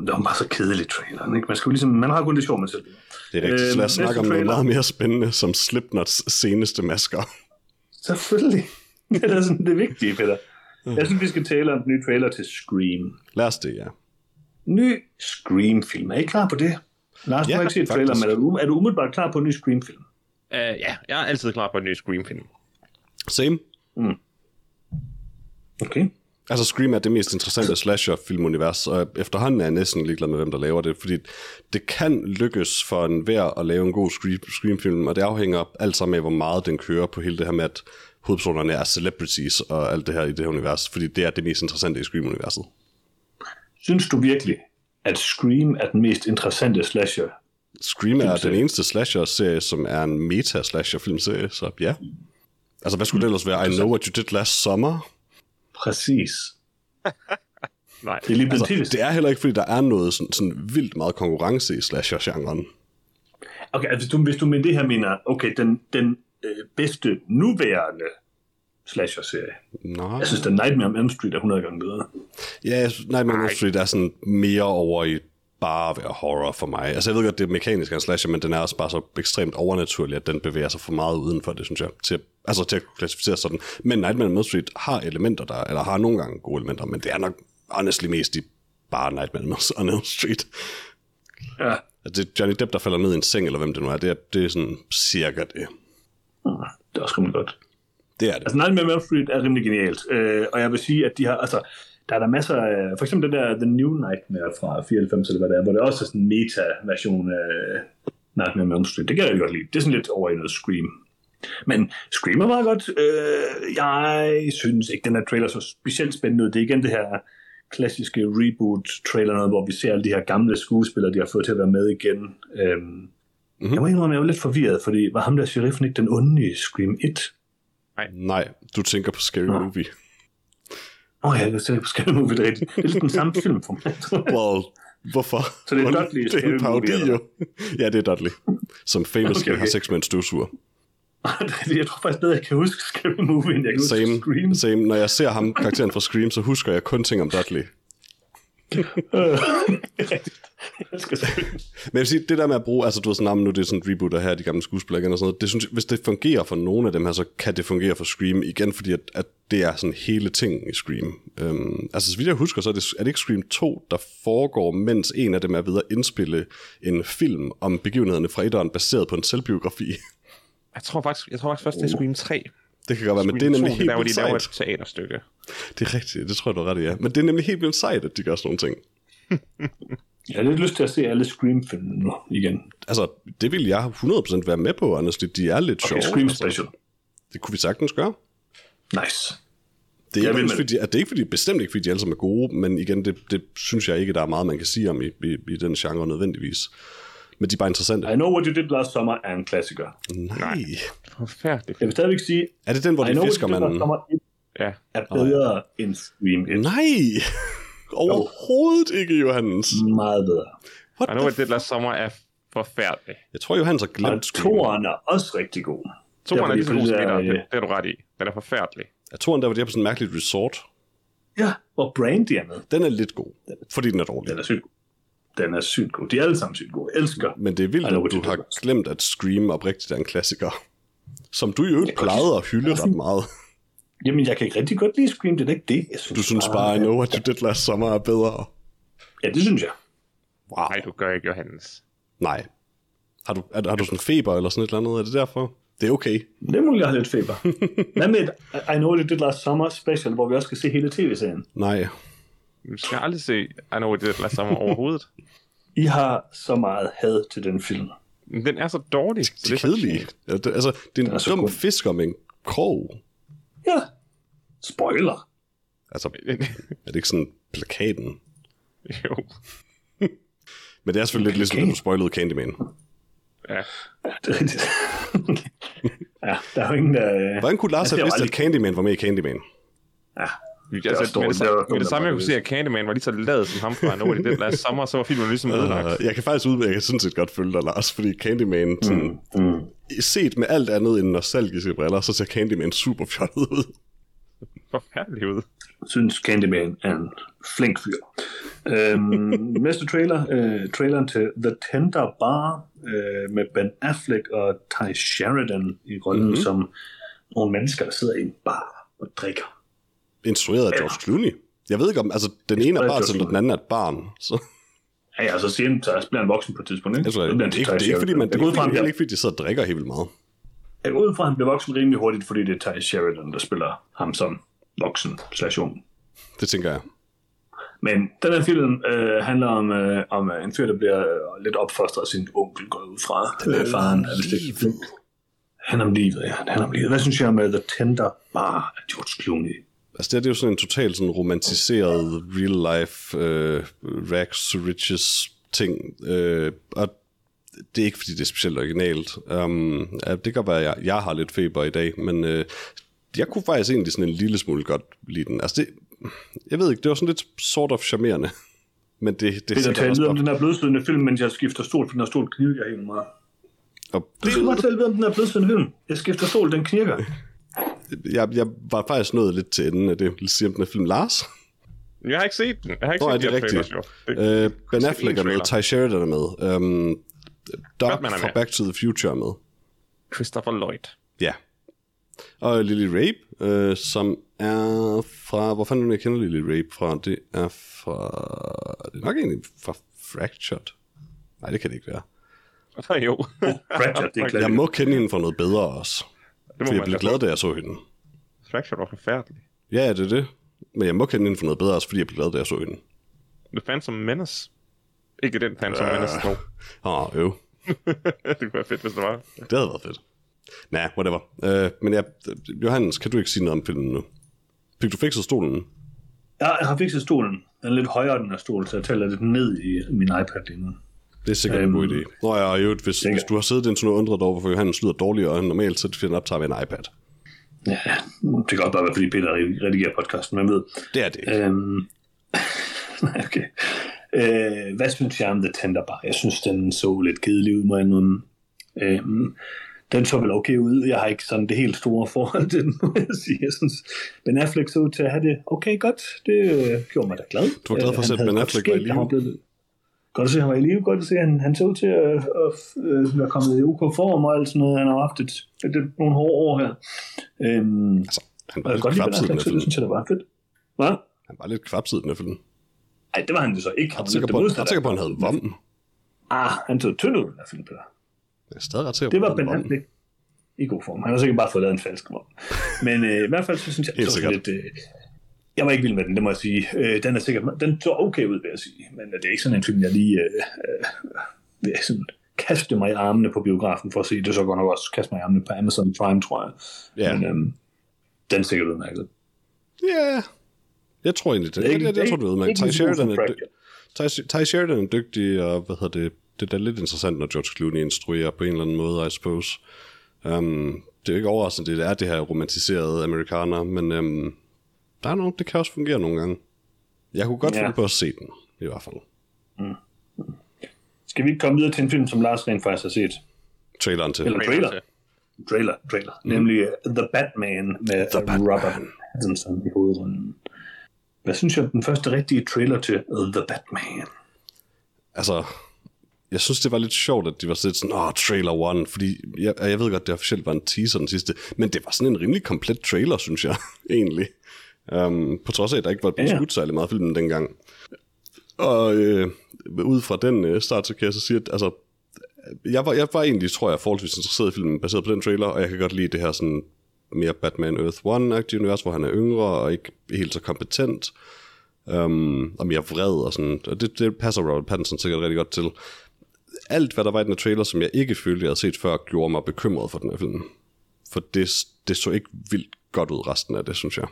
Speaker 1: Det var bare så kedeligt, traileren. Ikke? Man, skal jo ligesom, man har kun det sjovt med selv.
Speaker 2: Det er rigtigt, så
Speaker 1: Øh,
Speaker 2: lad os
Speaker 1: næste
Speaker 2: snakke om noget
Speaker 1: trailer.
Speaker 2: meget mere spændende, som Slipknots seneste masker.
Speaker 1: Selvfølgelig. [laughs] det er da sådan det vigtige, Peter. Jeg synes, vi skal tale om den nye trailer til Scream.
Speaker 2: Lad os det, ja.
Speaker 1: Ny Scream-film. Er I klar på det? Lars, ja, du
Speaker 2: Ja,
Speaker 1: har ikke set
Speaker 2: faktisk.
Speaker 1: trailer, men er du, er du umiddelbart klar på en ny Scream-film?
Speaker 3: Uh, ja, jeg er altid klar på en ny Scream-film.
Speaker 2: Same.
Speaker 1: Okay.
Speaker 2: Altså Scream er det mest interessante slasher-filmunivers, og efterhånden er jeg næsten ligeglad med, hvem der laver det, fordi det kan lykkes for en hver at lave en god Scream- Scream-film, og det afhænger alt sammen af, hvor meget den kører på hele det her med, at hovedpersonerne er celebrities og alt det her i det her univers, fordi det er det mest interessante i Scream-universet.
Speaker 1: Synes du virkelig, at Scream er den mest interessante slasher?
Speaker 2: Scream er den
Speaker 1: Filmserie.
Speaker 2: eneste slasher-serie, som er en meta-slasher-filmserie, så ja. Altså, hvad skulle det ellers være? I Know What You Did Last Summer?
Speaker 1: Præcis.
Speaker 3: Nej.
Speaker 1: Det er lige blevet altså,
Speaker 2: Det er heller ikke, fordi der er noget sådan, sådan vildt meget konkurrence i slasher-genren.
Speaker 1: Okay, altså, hvis du, hvis du med det her mener, okay, den, den øh, bedste nuværende slasher-serie.
Speaker 2: Nej.
Speaker 1: Jeg synes, den Nightmare on Elm Street er 100 gange bedre.
Speaker 2: Ja, Nightmare on Elm Street er sådan mere over i bare at være horror for mig. Altså jeg ved godt, det er mekanisk af en slasher, men den er også bare så ekstremt overnaturlig, at den bevæger sig for meget udenfor det, synes jeg, til, altså til at kunne klassificere sådan. Men Nightmare on Elm Street har elementer der, eller har nogle gange gode elementer, men det er nok honestly mest i bare Nightmare on Elm [laughs] Street.
Speaker 1: Ja,
Speaker 2: At Det er Johnny Depp, der falder ned i en seng, eller hvem det nu er, det er, det er sådan cirka det.
Speaker 1: mm, det er også rimelig godt.
Speaker 2: Det er det.
Speaker 1: Altså, Nightmare on Elm Street er rimelig genialt. Øh, og jeg vil sige, at de har, altså, der er der masser af, for eksempel den der The New Nightmare fra 94, eller hvad det er, hvor det også er sådan en meta-version af Nightmare on Elm Street. Det kan jeg godt lide. Det er sådan lidt over i noget Scream. Men Scream er meget godt. Øh, jeg synes ikke, den her trailer så specielt spændende ud. Det er igen det her klassiske reboot-trailer, noget, hvor vi ser alle de her gamle skuespillere, de har fået til at være med igen. Øhm, mm-hmm. Jeg må indrømme, jeg var lidt forvirret, fordi var ham der sheriffen ikke den onde i Scream 1?
Speaker 2: Nej, du tænker på Scary Movie.
Speaker 1: Åh oh, ja, jeg ser på Scary Movie, det er rigtigt. Det er lidt den samme film for mig. [laughs] tror jeg.
Speaker 2: Well, hvorfor?
Speaker 1: Så det er
Speaker 2: Hvordan-
Speaker 1: Dudley i
Speaker 2: Det er
Speaker 1: Scary
Speaker 2: en
Speaker 1: Movie,
Speaker 2: parodi
Speaker 1: eller?
Speaker 2: jo. [laughs] Ja, det er Dudley. Som famously
Speaker 1: Okay,
Speaker 2: okay,
Speaker 1: okay.
Speaker 2: okay. har sex med en støvsuger.
Speaker 1: jeg tror faktisk bedre, jeg kan huske Scary Movie, end jeg kan huske
Speaker 2: Same,
Speaker 1: Scream.
Speaker 2: same. Når jeg ser ham, karakteren fra Scream, så husker jeg kun ting om Dudley.
Speaker 1: Øh, [laughs] det er rigtigt. Jeg elsker Scream.
Speaker 2: Men jeg vil sige, det der med at bruge, altså du ved sådan, "Nå, men nu er det sådan en reboot, og her er de gamle skuespillere igen og sådan noget, det synes jeg, hvis det fungerer for nogen af dem her, så kan det fungere for Scream igen, fordi at, at det er sådan hele ting i Scream. Øhm, altså så vidt jeg husker, så er det, er det ikke Scream 2, der foregår, mens en af dem er ved at indspille en film om begivenhederne fra etteren, baseret på en selvbiografi.
Speaker 3: Jeg tror faktisk, jeg tror faktisk først, det er Scream 3.
Speaker 2: Det kan godt være, men det er
Speaker 3: Scream 2,
Speaker 2: nemlig
Speaker 3: det
Speaker 2: helt
Speaker 3: er der, hvor de
Speaker 2: vildt
Speaker 3: laver
Speaker 2: sejt.
Speaker 3: et teaterstykke.
Speaker 2: Det er rigtigt, det tror jeg, du er ret i, ja. Men det er nemlig helt vildt sejt, at de gør sådan nogle ting.
Speaker 1: Jeg har lidt lyst til at se alle Scream-film nu igen.
Speaker 2: Altså, det ville jeg 100% være med på, honestly. De er lidt
Speaker 1: Okay,
Speaker 2: sjove.
Speaker 1: Scream
Speaker 2: altså.
Speaker 1: Special.
Speaker 2: Det kunne vi sagtens gøre.
Speaker 1: Nice.
Speaker 2: Det
Speaker 1: Jeg
Speaker 2: er, ikke,
Speaker 1: vil
Speaker 2: også
Speaker 1: med
Speaker 2: fordi, at det er ikke fordi, bestemt ikke fordi, de alle sammen er gode, men igen, det, det synes jeg ikke, der er meget, man kan sige om i, i, i den genre nødvendigvis. Men de er bare interessante.
Speaker 1: I Know What You Did Last Summer er en klassiker.
Speaker 2: Nej.
Speaker 3: Forfærdeligt.
Speaker 1: Jeg vil stadigvæk sige,
Speaker 2: Er det den, hvor
Speaker 1: I
Speaker 2: de
Speaker 1: Know What
Speaker 2: fisker
Speaker 1: You Did Last
Speaker 2: manden?
Speaker 1: Summer 1
Speaker 3: Ja.
Speaker 1: er bedre end Scream 1.
Speaker 2: Nej! Overhovedet ikke, Johannes.
Speaker 1: Meget bedre.
Speaker 2: What
Speaker 3: Og nu er
Speaker 2: the
Speaker 3: det last sommer er forfærdeligt.
Speaker 2: f- Jeg tror, Johannes har
Speaker 1: Og
Speaker 2: glemt Scream.
Speaker 1: toeren er også rigtig god.
Speaker 3: To
Speaker 1: Der,
Speaker 3: er
Speaker 1: hvor
Speaker 3: lige så
Speaker 1: de
Speaker 3: god som
Speaker 1: følger,
Speaker 3: etteren.
Speaker 1: øh,
Speaker 3: Det, det er du ret i. Den er forfærdelig.
Speaker 2: Er toeren der, hvor de er på sådan en mærkelig resort?
Speaker 1: øh, Ja, hvor Brandy er med.
Speaker 2: Den er lidt god, fordi den er dårlig.
Speaker 1: Den er sygt god. Den er sygt god. De er alle sammen sygt gode. Jeg elsker.
Speaker 2: Men det er vildt,
Speaker 1: Ej, nu er
Speaker 2: at
Speaker 1: det
Speaker 2: du
Speaker 1: det
Speaker 2: har
Speaker 1: også.
Speaker 2: glemt, at Scream oprigtigt er en klassiker. [laughs] Som du i øvrigt plejede at hylde ret meget.
Speaker 1: Jamen, jeg kan ikke rigtig godt lide Scream, det er da ikke det. Jeg synes
Speaker 2: Du synes bare, I know what you did last summer er bedre.
Speaker 1: Ja, det synes jeg.
Speaker 2: Wow.
Speaker 3: Nej, du gør ikke, Johannes.
Speaker 2: Nej. Har du, er, har du sådan feber eller sådan et eller andet? Er det derfor? Det er okay.
Speaker 1: Det er muligt, jeg har lidt
Speaker 2: [laughs]
Speaker 1: feber. Hvad med et I Know What You Did Last Summer special, hvor vi også skal se hele tv-serien?
Speaker 2: Nej.
Speaker 3: Du skal aldrig se I Know What You Did Last Summer overhovedet.
Speaker 1: I har så meget had til den film.
Speaker 3: Men Den er så dårlig. så
Speaker 2: Det er
Speaker 3: så
Speaker 2: kedeligt. Ja, det, altså, det er en
Speaker 1: er så
Speaker 2: dum
Speaker 1: god.
Speaker 2: fisker med en krog.
Speaker 1: Ja. Spoiler.
Speaker 2: Altså,
Speaker 3: fint.
Speaker 2: er det ikke sådan plakaten?
Speaker 3: [laughs] jo.
Speaker 2: Men det er selvfølgelig lidt ligesom, da du spoilede Candyman.
Speaker 3: Ja.
Speaker 1: Ja, det er rigtigt. [laughs] ja, der er jo ingen, øh, der...
Speaker 2: Hvordan kunne Lars
Speaker 1: Jeg ser
Speaker 2: have
Speaker 1: jo
Speaker 2: vidst, at
Speaker 1: aldrig-
Speaker 2: Candyman var med i Candyman?
Speaker 1: Ja,
Speaker 3: Altså,
Speaker 1: er også
Speaker 3: med,
Speaker 1: dårligt
Speaker 3: det, samme-
Speaker 1: lavet,
Speaker 3: med det
Speaker 1: den
Speaker 3: samme,
Speaker 1: der
Speaker 3: jeg kunne se, at Candyman var lige så lavet som ham fra Nord i den last sommer, så var filmen ligesom ødelagt.
Speaker 2: Uh, jeg kan faktisk udmærke, jeg kan sådan set godt følge dig, Lars, fordi Candyman, sådan, mm, mm. set med alt andet end nostalgiske briller, så ser Candyman super fjollet ud.
Speaker 3: Forfærdelig ud.
Speaker 1: synes Candyman er en flink fyr.
Speaker 2: [laughs]
Speaker 1: Øhm, næste trailer, øh, traileren til The Tender Bar øh, med Ben Affleck og Ty Sheridan i rollen
Speaker 2: Mhm.
Speaker 1: mm-hmm. som nogle mennesker, der sidder i en bar og drikker.
Speaker 2: Instrueret af George Clooney. Jeg ved ikke om, altså den ene er
Speaker 1: George
Speaker 2: bartender,
Speaker 1: Clooney.
Speaker 2: den anden er et barn. Så.
Speaker 1: Ja, ja, så siger han, så bliver han voksen på et tidspunkt, ikke?
Speaker 2: Jeg tror,
Speaker 1: Så
Speaker 2: det,
Speaker 1: bliver han
Speaker 2: det, det,
Speaker 1: til
Speaker 2: ikke,
Speaker 1: Ty
Speaker 2: det er ikke, fordi
Speaker 1: Sheridan.
Speaker 2: man, det
Speaker 1: Jeg går
Speaker 2: er
Speaker 1: ud fra,
Speaker 2: ikke,
Speaker 1: han
Speaker 2: heller
Speaker 1: bliver-
Speaker 2: ikke, fordi de sidder og drikker helt vildt meget.
Speaker 1: jeg går ud fra, at han bliver voksen rimelig hurtigt, fordi det er Ty Sheridan, der spiller ham som voksen slash ung.
Speaker 2: Det tænker jeg.
Speaker 1: Men den her film øh, handler om, øh, om øh, en fyr, der bliver øh, lidt opfostret af sin onkel, går jeg ud fra øh, faren. Er det ikke?
Speaker 2: Livet.
Speaker 1: Han om livet, ja. Han om livet. Hvad synes jeg om uh, The Tender Bar af George Clooney?
Speaker 2: Altså det, her, det er jo sådan en totalt sådan romantiseret real life øh, rags to riches ting. Øh, og det er ikke, fordi det er specielt originalt. Um, ja, det kan godt være, at jeg, jeg har lidt feber i dag, men øh, jeg kunne faktisk egentlig sådan en lille smule godt lide den. Altså det, jeg ved ikke, det var sådan lidt sort of charmerende. Men det, det,
Speaker 1: Det er
Speaker 2: sikkert
Speaker 1: tale
Speaker 2: også
Speaker 1: videre om
Speaker 2: bare-
Speaker 1: den her blødsødende film, mens jeg skifter stol, for den her stol knirker helt meget.
Speaker 2: og
Speaker 1: Du skal bare tale videre om den her blødsødende film. Jeg skifter stol, den knirker.
Speaker 2: jeg, jeg var faktisk nået lidt til enden af det, jeg ville sige om den her film. Lars?
Speaker 3: Men Jeg har ikke set den. Jeg har ikke
Speaker 2: Nå, er
Speaker 3: set de
Speaker 2: det
Speaker 3: her
Speaker 2: rigtigt?
Speaker 3: trailers, jo. Det-
Speaker 2: Øh, ben
Speaker 3: se
Speaker 2: Affleck
Speaker 3: en
Speaker 2: er med,
Speaker 3: trailer.
Speaker 2: Ty Sheridan er med, øhm, Doc
Speaker 3: Batman er
Speaker 2: fra
Speaker 3: med.
Speaker 2: Back to the Future er med.
Speaker 3: Christopher Lloyd. [laughs]
Speaker 2: Ja. Og Lily Rabe, øh, som er fra... Hvor fanden er det, jeg kender Lily Rabe fra? Det er fra... Det er nok egentlig fra Fractured. Nej, det kan det ikke være.
Speaker 3: Nå, jo.
Speaker 1: Fracture, det er klart.
Speaker 2: Jeg må kende hende fra noget bedre også.
Speaker 3: det altså
Speaker 2: For jeg blev glad, da jeg så hende.
Speaker 3: Fracture var forfærdelig.
Speaker 2: Ja, ja, det er det. Men jeg må kende hende for noget bedre også, fordi jeg blev glad, da jeg så hende.
Speaker 3: The Phantom Menace. Ikke den Phantom
Speaker 2: Øh.
Speaker 3: Menace, no. [laughs]
Speaker 2: Åh, øv.
Speaker 3: det kunne være fedt, hvis det var.
Speaker 2: Det havde været fedt. Nah, whatever. Øh, men ja, Johannes, kan du ikke sige noget om filmen nu? Fik du fikset stolen?
Speaker 1: Ja, jeg har fikset stolen. Den er lidt højere, den her stol, så jeg tæller lidt ned i min iPad lige nu.
Speaker 2: Det er sikkert en
Speaker 1: Øhm,
Speaker 2: god idé. Nå ja, og i øvrigt, hvis,
Speaker 1: tænker-
Speaker 2: hvis du har siddet indtil nu og undret dig over, hvorfor Johannes lyder dårligere end normalt, så er det fordi, han optager med en iPad.
Speaker 1: Ja, det kan godt bare være, fordi Peter redigerer podcasten, man ved.
Speaker 2: Det er det ikke.
Speaker 1: Øhm, [laughs] nej, okay. Øh, hvad synes jeg om The Tender Bar? Jeg synes, den så lidt kedelig ud, må jeg indrømme. Øhm, den så vel okay ud. Jeg har ikke sådan det helt store forhold til den, [laughs] må jeg sige. Jeg synes, Ben Affleck så ud til at have det okay godt. Det øh, gjorde mig da glad. Øh,
Speaker 2: Du var glad for at se,
Speaker 1: han havde
Speaker 2: at Ben
Speaker 1: godt
Speaker 2: Affleck var i
Speaker 1: skæg, da
Speaker 2: live.
Speaker 1: han blevet- Godt at se, at han var i live. Godt at se, at han, han så ud til at, at, at være kommet i OK form og alt sådan noget. Han har haft et, et, et, nogle hårde år her. Øhm,
Speaker 2: Altså, han
Speaker 1: og
Speaker 2: var
Speaker 1: jeg kan godt
Speaker 2: lidt
Speaker 1: lide Ben Affleck,
Speaker 2: kvapset i den her
Speaker 1: så det
Speaker 2: film.
Speaker 1: synes jeg, det var fedt. Hvad?
Speaker 2: Han var lidt kvapset i den her film.
Speaker 1: Nej, det var han jo så ikke.
Speaker 2: Jeg
Speaker 1: Han
Speaker 2: er
Speaker 1: var
Speaker 2: sikker
Speaker 1: lidt
Speaker 2: på,
Speaker 1: det
Speaker 2: at- jeg
Speaker 1: modsatte.
Speaker 2: er sikker på, at han havde vom.
Speaker 1: Ah, han så tynd ud, i hvert fald, Peter.
Speaker 2: Jeg er stadig ret sikker på,
Speaker 1: Det var
Speaker 2: at han
Speaker 1: Ben
Speaker 2: havde vom.
Speaker 1: Affleck i god form. Han har sikkert bare fået lavet en falsk vorm. Men øh, i hvert fald, så synes jeg,
Speaker 2: Helt
Speaker 1: det var sådan
Speaker 2: sikkert.
Speaker 1: lidt... Øh, jeg var ikke vild med den, det må jeg sige. Øh, den er sikkert... Den så okay ud, vil jeg sige. Men øh, det er ikke sådan en film, jeg lige... Øh, øh, vil sådan kaste mig i armene på biografen for at se det, så går nok også kaste mig i armene på Amazon Prime, tror jeg.
Speaker 2: Ja.
Speaker 1: Men øhm, den er sikkert udmærket.
Speaker 2: Ja, jeg tror egentlig det. Jeg, jeg, jeg tror, du ved, man. Ty Sheridan er dy- Ty- Ty Sheridan er dygtig, og hvad hedder det, det er da lidt interessant, når George Clooney instruerer på en eller anden måde, I suppose. Um, det er jo ikke overraskende, det er det her romantiserede amerikaner, men um, der er nogen, det kan også fungere nogle gange. Jeg kunne godt
Speaker 1: Ja.
Speaker 2: ja. finde på at se den, i hvert fald.
Speaker 1: Skal vi ikke komme videre til en film, som Lars rent faktisk har set?
Speaker 2: Traileren til.
Speaker 1: Eller trailer. trailer, trailer. Mm. Nemlig uh, The Batman med The
Speaker 2: Batman.
Speaker 1: Robert Pattinson i hovedrunden. Hvad synes jeg om den første rigtige trailer til øh, The Batman?
Speaker 2: altså, jeg synes, det var lidt sjovt, at de var sådan, åh, trailer one, fordi jeg, jeg ved godt, det officielt var en teaser den sidste, men det var sådan en rimelig komplet trailer, synes jeg, [laughs] egentlig. Um, på trods af, at der ikke var blevet
Speaker 1: Ja.
Speaker 2: skudt særlig meget af filmen dengang. Og øh, ud fra den øh, start, så kan jeg så sige, at altså, jeg, var, jeg var egentlig, tror jeg, forholdsvis interesseret i filmen, baseret på den trailer, og jeg kan godt lide det her sådan mere Batman Earth One-agtige univers, hvor han er yngre og ikke helt så kompetent øhm, og mere vred og sådan. Og det, det passer Robert Pattinson sikkert rigtig godt til. Alt, hvad der var i den her trailer, som jeg ikke følte, jeg havde set før, gjorde mig bekymret for den her film. For det, det så ikke vildt godt ud resten af det, synes jeg.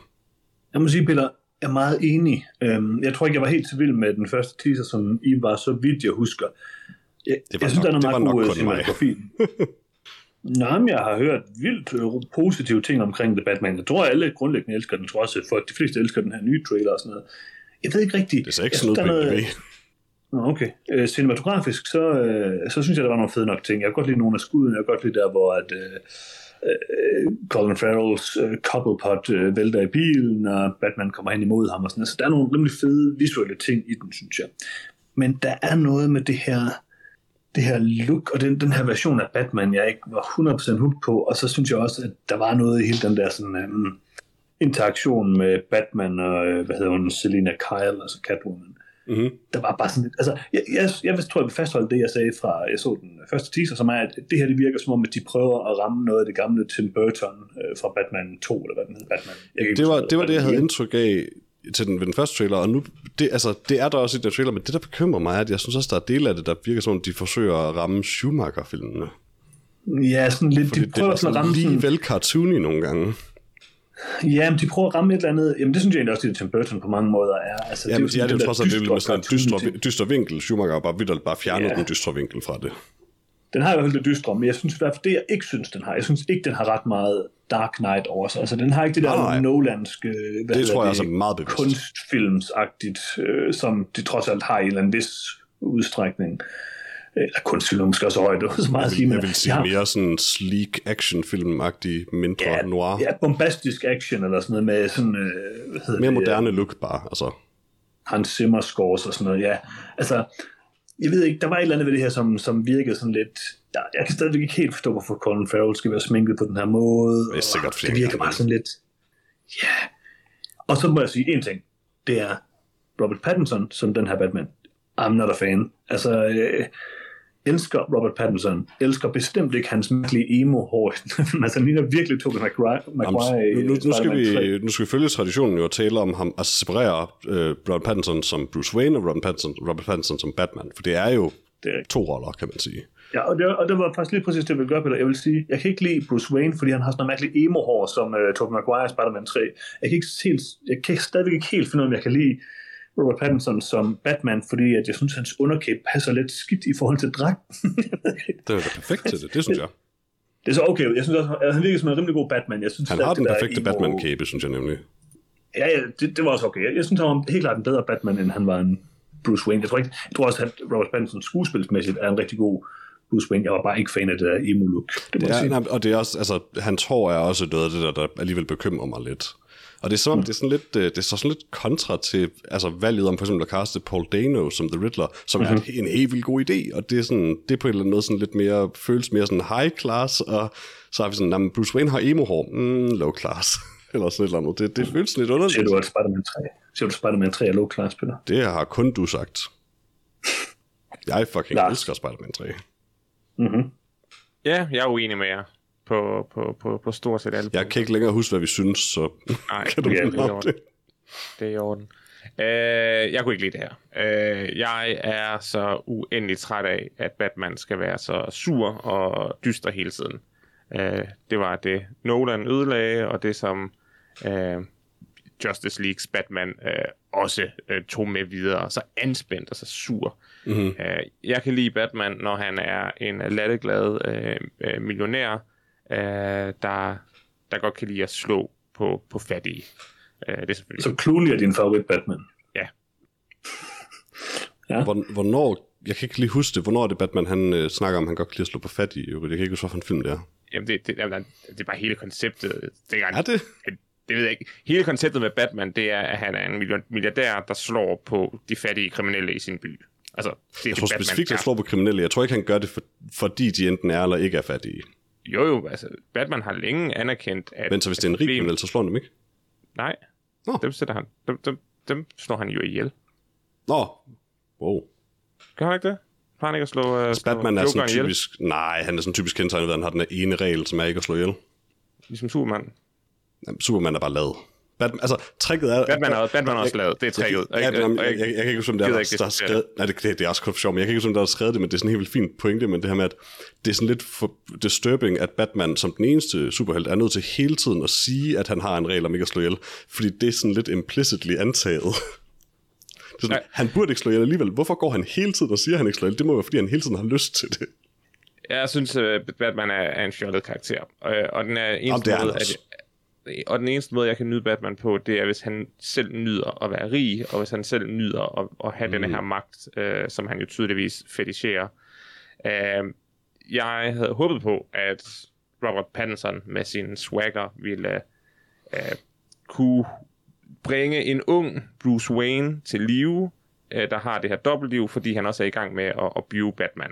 Speaker 1: Jeg må sige, Peter, jeg er meget enig. Øhm, jeg tror ikke, jeg var helt så vild med den første teaser, som I var, så vidt jeg husker. Jeg,
Speaker 2: Det var
Speaker 1: jeg synes,
Speaker 2: nok-
Speaker 1: der er
Speaker 2: det var
Speaker 1: noget meget
Speaker 2: nok
Speaker 1: god øh,
Speaker 2: [laughs] kun mig.
Speaker 1: cinematografi. Nej, men jeg har hørt vildt øh, positive ting omkring The Batman. Jeg tror, alle grundlæggende elsker den. Jeg tror også, at folk, de fleste elsker den her nye trailer og sådan noget. Jeg ved ikke rigtigt.
Speaker 2: Det ser ikke
Speaker 1: Jeg
Speaker 2: sådan
Speaker 1: synes, der
Speaker 2: ud på
Speaker 1: er
Speaker 2: IMDb.
Speaker 1: Nå, okay. Øh, cinematografisk, så, øh, så synes jeg, der var nogle fede nok ting. Jeg kan godt lide nogle af skuddene. Jeg kan godt lide der, hvor at, øh, øh, Colin Farrells øh, cobblepot øh, vælter i bilen, og Batman kommer hen imod ham og sådan noget. Så der er nogle rimelig fede visuelle ting i den, synes jeg. Men der er noget med det her det her look og den, den her version af Batman, jeg ikke var 100% hooked på, og så synes jeg også, at der var noget i hele den der sådan, øhm, interaktion med Batman og, øh, hvad hedder hun, Selina Kyle, altså Catwoman
Speaker 2: Mm-hmm.
Speaker 1: der var bare sådan lidt, altså, jeg, jeg, jeg tror, jeg vil fastholde det, jeg sagde fra, jeg så den første teaser, som er, at det her, det virker som om, at de prøver at ramme noget af det gamle Tim Burton øh, fra Batman 2, eller hvad den hedder, Batman. Jeg kan ikke
Speaker 2: Det var,
Speaker 1: huske,
Speaker 2: det var det, jeg havde
Speaker 1: Batman
Speaker 2: indtryk af til den, ved den første trailer, og nu, det, altså, det er der også i den trailer, men det, der bekymrer mig, er, at jeg synes også, der er dele af det, der virker som om, de forsøger at ramme Schumacher-filmene.
Speaker 1: 1. Ja, sådan lidt,
Speaker 2: Fordi
Speaker 1: de prøver
Speaker 2: det er
Speaker 1: sådan at ramme
Speaker 2: sådan
Speaker 1: sådan,
Speaker 2: lige vel cartoony nogle gange.
Speaker 1: ja, men de prøver at ramme et eller andet, jamen det synes jeg egentlig også, at Tim Burton på mange måder er. Altså,
Speaker 2: Ja, men det er
Speaker 1: sådan
Speaker 2: det jo
Speaker 1: den
Speaker 2: trods
Speaker 1: der
Speaker 2: alt, det
Speaker 1: dystre
Speaker 2: er med sådan en
Speaker 1: cartoon
Speaker 2: dyster,
Speaker 1: ting.
Speaker 2: dyster vinkel. Schumacher har bare, vildt bare fjernet
Speaker 1: Ja.
Speaker 2: den dystre vinkel fra det.
Speaker 1: Den har jo helt det dystre, men jeg synes i hvert fald, det jeg ikke synes, den har. Jeg synes ikke, den har ret meget Dark Knight over sig. Altså, den har ikke det der
Speaker 2: Nej, nej.
Speaker 1: Nolanske... hvad hedder
Speaker 2: Det tror jeg altså også er meget bevidst.
Speaker 1: kunstfilmsagtigt, øh, som de trods alt har i en eller anden vis udstrækning. Øh, Eller kunstfilm er måske også højt, det var så meget at sige. men
Speaker 2: Jeg vil sige
Speaker 1: de har-
Speaker 2: mere sådan sleek actionfilm-agtig, mindre
Speaker 1: ja,
Speaker 2: noir.
Speaker 1: Ja, bombastisk action eller sådan noget med sådan, øh, hvad hedder
Speaker 2: Mere
Speaker 1: det,
Speaker 2: moderne look bare, altså.
Speaker 1: Hans Zimmer scores og sådan noget, ja. Altså, jeg ved ikke, der var et eller andet ved det her, som, som virkede sådan lidt... Jeg, jeg kan stadigvæk ikke helt forstå, hvorfor Colin Farrell skal være sminket på den her måde.
Speaker 2: Det er sikkert, fordi
Speaker 1: Det
Speaker 2: han
Speaker 1: virker
Speaker 2: gerne
Speaker 1: bare
Speaker 2: vil.
Speaker 1: sådan lidt... Ja. Yeah. Og så må jeg sige en ting. Det er Robert Pattinson som den her Batman. I'm not a fan. Altså, øh, elsker Robert Pattinson. Elsker bestemt ikke hans mærkelige emo-hår. [laughs] altså, han ligner virkelig Tobey Maguire. Maguire i
Speaker 2: Jamen, nu, nu, nu, skal
Speaker 1: Spider-Man 3.
Speaker 2: vi, nu skal vi følge traditionen jo og tale om ham, altså separere øh, Robert Pattinson som Bruce Wayne og Robert Pattinson, Robert Pattinson som Batman, for det er jo
Speaker 1: Det er-
Speaker 2: to roller, kan man sige.
Speaker 1: Ja, og det, og det var faktisk lige præcis det, jeg ville gøre, Peter. Jeg vil sige, jeg kan ikke lide Bruce Wayne, fordi han har sådan noget mærkeligt emo-hår, som uh, Tobey Maguire i Spider-Man 3. Jeg kan, ikke helt, jeg kan stadigvæk ikke helt finde ud af, om jeg kan lide Robert Pattinson som Batman, fordi at jeg synes, hans underkæb passer lidt skidt i forhold til dragten. [laughs]
Speaker 2: Det er da perfekt til det, det synes jeg.
Speaker 1: det er så okay. Jeg synes også, at han virker som en rimelig god Batman. Jeg synes,
Speaker 2: Han
Speaker 1: at
Speaker 2: har
Speaker 1: det
Speaker 2: den
Speaker 1: der
Speaker 2: perfekte
Speaker 1: emo-
Speaker 2: Batman-kæbe, synes jeg nemlig.
Speaker 1: Ja, ja det, det, var også okay. Jeg, jeg synes, han var helt klart en bedre Batman, end han var en Bruce Wayne. Jeg tror, ikke, jeg tror også, at Robert Pattinson skuespilsmæssigt er en rigtig god Bruce Wayne. Jeg var bare ikke fan af det der emo-look. Det må jeg
Speaker 2: Ja,
Speaker 1: sige.
Speaker 2: nej, og det er også, altså, hans hår er også noget af det, der, der alligevel bekymrer mig lidt. Og det er som om, det er sådan lidt, øh, det står sådan lidt kontra til altså, valget om for eksempel at kaste Paul Dano som The Riddler, som mm-hmm. er en helt vildt god idé, og det er, sådan, det er på en eller anden måde sådan lidt mere, føles mere sådan high class, og så har vi sådan, "Nå, men Bruce Wayne har emo-hår, mm, low class, [laughs] eller sådan et eller andet. Det, det føles sådan lidt
Speaker 1: Siger
Speaker 2: underligt.
Speaker 1: du, at Spider-Man 3, siger du Spider-Man 3 er low class, Peter?
Speaker 2: Det har kun du sagt. Jeg fucking
Speaker 1: Lars.
Speaker 2: elsker Spider-Man 3.
Speaker 1: Mhm.
Speaker 3: Ja, jeg er uenig med jer på, på, på, på stort set alle
Speaker 2: Jeg kan ikke længere huske, hvad vi synes, så [laughs]
Speaker 3: Nej,
Speaker 2: kan du
Speaker 3: det er
Speaker 2: minde
Speaker 3: i
Speaker 2: om
Speaker 3: orden.
Speaker 2: det?
Speaker 3: Det er i orden. Øh, jeg kunne ikke lide det her. Øh, jeg er så uendelig træt af, at Batman skal være så sur og dyster hele tiden. Øh, det var det, Nolan ødelagde, og det som øh, Justice Leagues Batman øh, også øh, tog med videre. Så anspændt og så sur.
Speaker 2: Mm-hmm.
Speaker 3: Øh, jeg kan lide Batman, når han er en latteglad øh, øh, millionær, øh, der, der godt kan lide at slå på, på fattige. Øh, det er selvfølgelig...
Speaker 1: Så Clooney er din favorit Batman.
Speaker 2: Hvor, hvornår, jeg kan ikke lige huske det, hvornår er det Batman, han øh, snakker om, han godt kan lide at slå på fat i, jeg kan ikke huske, hvilken film det er.
Speaker 3: Jamen, det, det, jamen, det er bare hele konceptet. Det,
Speaker 2: Er det?
Speaker 3: det ved jeg ikke. Hele konceptet med Batman, det er, at han er en million- milliardær, der slår på de fattige kriminelle i sin by. Altså, det er
Speaker 2: Jeg
Speaker 3: det,
Speaker 2: tror
Speaker 3: Batman
Speaker 2: specifikt, at
Speaker 3: er.
Speaker 2: han slår på kriminelle. Jeg tror ikke, han gør det, for, fordi de enten er eller ikke er fattige.
Speaker 3: Jo, jo, altså, Batman har længe anerkendt, at...
Speaker 2: Men så hvis det er en rig kriminel, så slår han dem ikke.
Speaker 3: Nej,
Speaker 2: Nå.
Speaker 3: dem, sætter han, dem, dem, dem slår han jo ihjel.
Speaker 2: Nå, wow.
Speaker 3: Gør han ikke det? Har han ikke at slå, uh, slå
Speaker 2: Altså, Batman er sådan
Speaker 3: Joker'en ihjel?
Speaker 2: typisk... Nej, han er sådan typisk kendetegnet ved, at han har den der ene regel, som er ikke at slå ihjel.
Speaker 3: Ligesom Superman.
Speaker 2: Jamen, Superman er bare lavet. Batman, altså, tricket er...
Speaker 3: Batman har, Batman har også
Speaker 2: Jeg-
Speaker 3: lavet. Det er
Speaker 2: Jeg,
Speaker 3: tricket.
Speaker 2: jeg, jeg, jeg, jeg, jeg, jeg kan ikke huske, om det er,
Speaker 3: gider
Speaker 2: der,
Speaker 3: ikke
Speaker 2: der er
Speaker 3: diskutere
Speaker 2: skrevet... Nej, det, det, det er også kun for sjov, men jeg kan ikke huske, om der er skrevet det, men det er sådan en helt vildt fin pointe, men det her med, at det er sådan lidt for disturbing, at Batman som den eneste superhelt er nødt til hele tiden at sige, at han har en regel om ikke at slå ihjel, fordi det er sådan lidt implicitly antaget. Det er sådan,
Speaker 3: Nej.
Speaker 2: han burde ikke slå ihjel alligevel. Hvorfor går han hele tiden og siger, at han ikke slår ihjel? Det må være, fordi han hele tiden har lyst til det.
Speaker 3: jeg synes, øh, Batman er, er en fjollet karakter. Og, og den er
Speaker 2: Jamen, det
Speaker 3: eneste
Speaker 2: er han
Speaker 3: måde,
Speaker 2: også.
Speaker 3: at, og den eneste måde, jeg kan nyde Batman på, det er, hvis han selv nyder at være rig, og hvis han selv nyder at, at have mm. denne her magt, øh, som han jo tydeligvis fetisherer. Øh, jeg havde håbet på, at Robert Pattinson med sin swagger ville øh, kunne bringe en ung Bruce Wayne til live, øh, der har det her dobbeltliv, fordi han også er i gang med at, at blive Batman.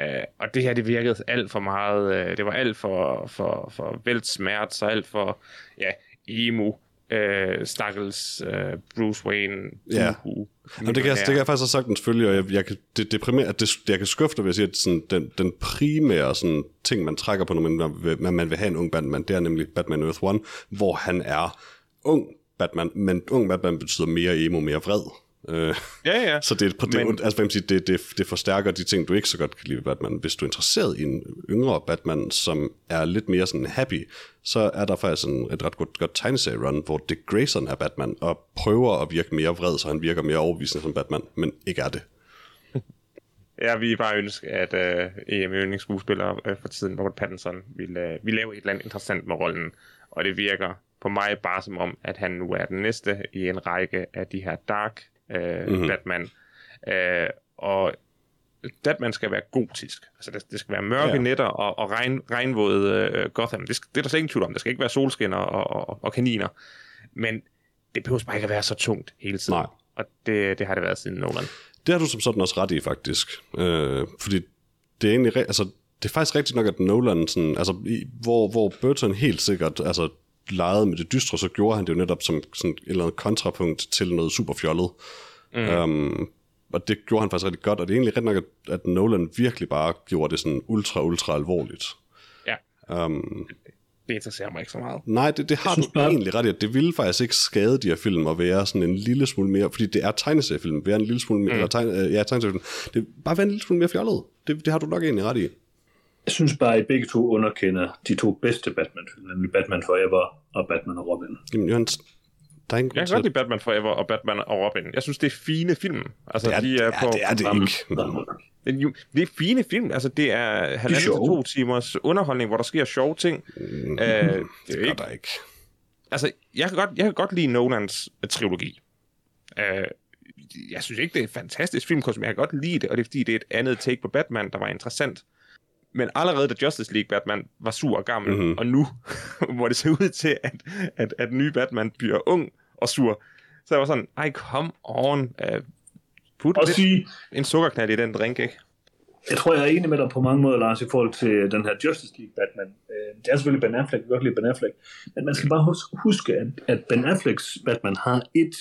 Speaker 3: Øh, og det her, det virkede alt for meget, øh, det var alt for, for, for væltsmert, og alt for, ja, emo, øh, stakkels øh, Bruce Wayne.
Speaker 2: Ja.
Speaker 3: uhu,
Speaker 2: Jamen, det, kan jeg, det kan jeg faktisk også sagtens følge, og jeg, jeg, kan, det, det, primære, det, jeg kan skuffe dig ved at sige, at sådan, den, den primære sådan, ting, man trækker på, når man, vil- når man vil have en ung Batman, det er nemlig Batman Earth One, hvor han er ung Batman, men ung Batman betyder mere emo, mere vred. Øh,
Speaker 3: Ja, ja.
Speaker 2: Så det, er på det,
Speaker 3: Men-
Speaker 2: men, altså, hvad man siger, det, det, det forstærker de ting, du ikke så godt kan lide ved Batman. Hvis du er interesseret i en yngre Batman, som er lidt mere sådan happy, så er der faktisk en, et ret godt, godt tegneserie-run, hvor Dick Grayson er Batman, og prøver at virke mere vred, så han virker mere overbevisende som Batman, men ikke er det.
Speaker 3: Jeg ville bare ønske, at øh, em yndlingsskuespiller øh, for tiden, Robert Pattinson, ville, øh, ville lave et eller andet interessant med rollen. Og det virker på mig bare som om, at han nu er den næste i en række af de her dark øh,
Speaker 2: Mhm.
Speaker 3: mm-hmm. Batman. Øh, og Batman skal være gotisk. Altså, det, det skal være mørke
Speaker 2: Ja.
Speaker 3: ja. nætter og, og regn, regnvåde øh, Gotham. Det, skal, det er der slet ingen tvivl om. Der skal ikke være solskinner og, og, og kaniner. Men det behøver bare ikke at være så tungt hele tiden.
Speaker 2: Nej.
Speaker 3: Og det, det har det været siden Nolan.
Speaker 2: Det har du som sådan også ret i, faktisk. Øh, fordi det er egentlig... re- Altså, det er faktisk rigtigt nok, at Nolan... Sådan, altså, i, hvor, hvor Burton helt sikkert altså, legede med det dystre, så gjorde han det jo netop som sådan et eller andet kontrapunkt til noget super fjollet. Mm. Um, og det gjorde han faktisk rigtig godt, og det er egentlig ret nok, at, at Nolan virkelig bare gjorde det sådan ultra, ultra alvorligt.
Speaker 3: Ja,
Speaker 2: Um,
Speaker 3: det interesserer mig ikke så meget.
Speaker 2: nej, det, det har du
Speaker 1: synes bare-
Speaker 2: egentlig ret i, at det ville faktisk ikke skade de her film at være sådan en lille smule mere, fordi det er tegneseriefilm, være en lille smule mere, mm. eller tegne, øh, ja, tegneseriefilm, det bare være en lille smule mere fjollet. Det, det har du nok egentlig ret i.
Speaker 1: Jeg synes bare, at I begge to underkender de to bedste Batman-film, nemlig Batman Forever og Batman og Robin.
Speaker 2: Jamen, Jørgens, der er ingen grund
Speaker 3: Jeg
Speaker 2: til
Speaker 3: kan godt
Speaker 2: at...
Speaker 3: lide Batman Forever og Batman og Robin. Jeg synes, det er fine film. Altså,
Speaker 2: Ja,
Speaker 3: de er
Speaker 2: ja,
Speaker 3: på,
Speaker 2: det er det ikke.
Speaker 1: Sammen.
Speaker 3: det, er... det er fine film. Altså, det er halvanden til
Speaker 1: sjove.
Speaker 3: to timers underholdning, hvor der sker sjove ting. Mm. Øh, det er
Speaker 2: Det gør
Speaker 3: ikke...
Speaker 2: der ikke.
Speaker 3: Altså, jeg kan, godt, jeg kan godt lide Nolans øh, trilogi. Øh, jeg synes ikke, det er et fantastisk filmkunst, men jeg kan godt lide det, og det er fordi, det er et andet take på Batman, der var interessant. Men allerede da Justice League Batman var sur og gammel,
Speaker 2: Mhm.
Speaker 3: mm-hmm. og nu, [laughs] hvor det ser ud til, at, at, at den nye Batman bliver ung og sur, så jeg var sådan, ej, come on, uh, put
Speaker 1: Og
Speaker 3: lidt,
Speaker 1: sige,
Speaker 3: en sukkerknald i den drink, ikke?
Speaker 1: jeg tror, jeg er enig med dig på mange måder, Lars, i forhold til den her Justice League Batman. Øh, Det er selvfølgelig Ben Affleck, jeg kan godt lide Ben Affleck. Men man skal bare hus- huske, at, at Ben Afflecks Batman har et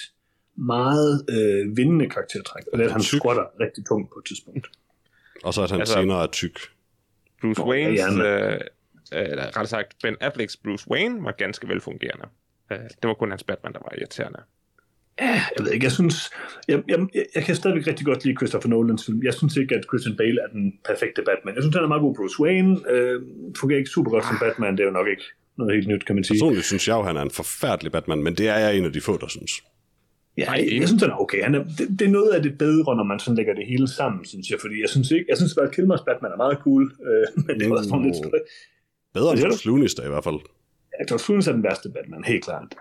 Speaker 1: meget øh, vindende karaktertræk, og det er, at han
Speaker 2: Tyk.
Speaker 1: squatter rigtig tungt på et tidspunkt.
Speaker 2: Og så at han altså,
Speaker 3: Altså-
Speaker 2: senere er tyk.
Speaker 3: Bruce
Speaker 1: Nå, ja,
Speaker 3: Waynes,
Speaker 1: ja, men-
Speaker 3: øh, øh, eller rettere sagt, Ben Afflecks Bruce Wayne var ganske velfungerende. Øh, det var kun hans Batman, der var irriterende.
Speaker 1: Jeg ved ikke, jeg synes... Jeg, jeg, jeg- jeg kan stadigvæk rigtig godt lide Christopher Nolans film. Jeg synes ikke, at Christian Bale er den perfekte Batman. Jeg synes, han er meget god Bruce Wayne. Øh, fungerer ikke super godt som Batman. Det er jo nok ikke noget helt nyt, kan man sige.
Speaker 2: Personligt synes Ah. jeg jo, han er en forfærdelig Batman, men det er jeg en af de få, der synes.
Speaker 1: Ja, jeg, jeg synes, han er okay. Han er, det, det, er noget af det bedre, når man sådan lægger det hele sammen, synes jeg. Fordi jeg synes ikke... Jeg synes, at Kilmers Batman er meget cool. Øh, men det er også sådan lidt...
Speaker 2: Mm. Bedre end
Speaker 1: Ja.
Speaker 2: George Clooney's der i hvert fald.
Speaker 1: Ja, George Clooney er den værste Batman, helt klart.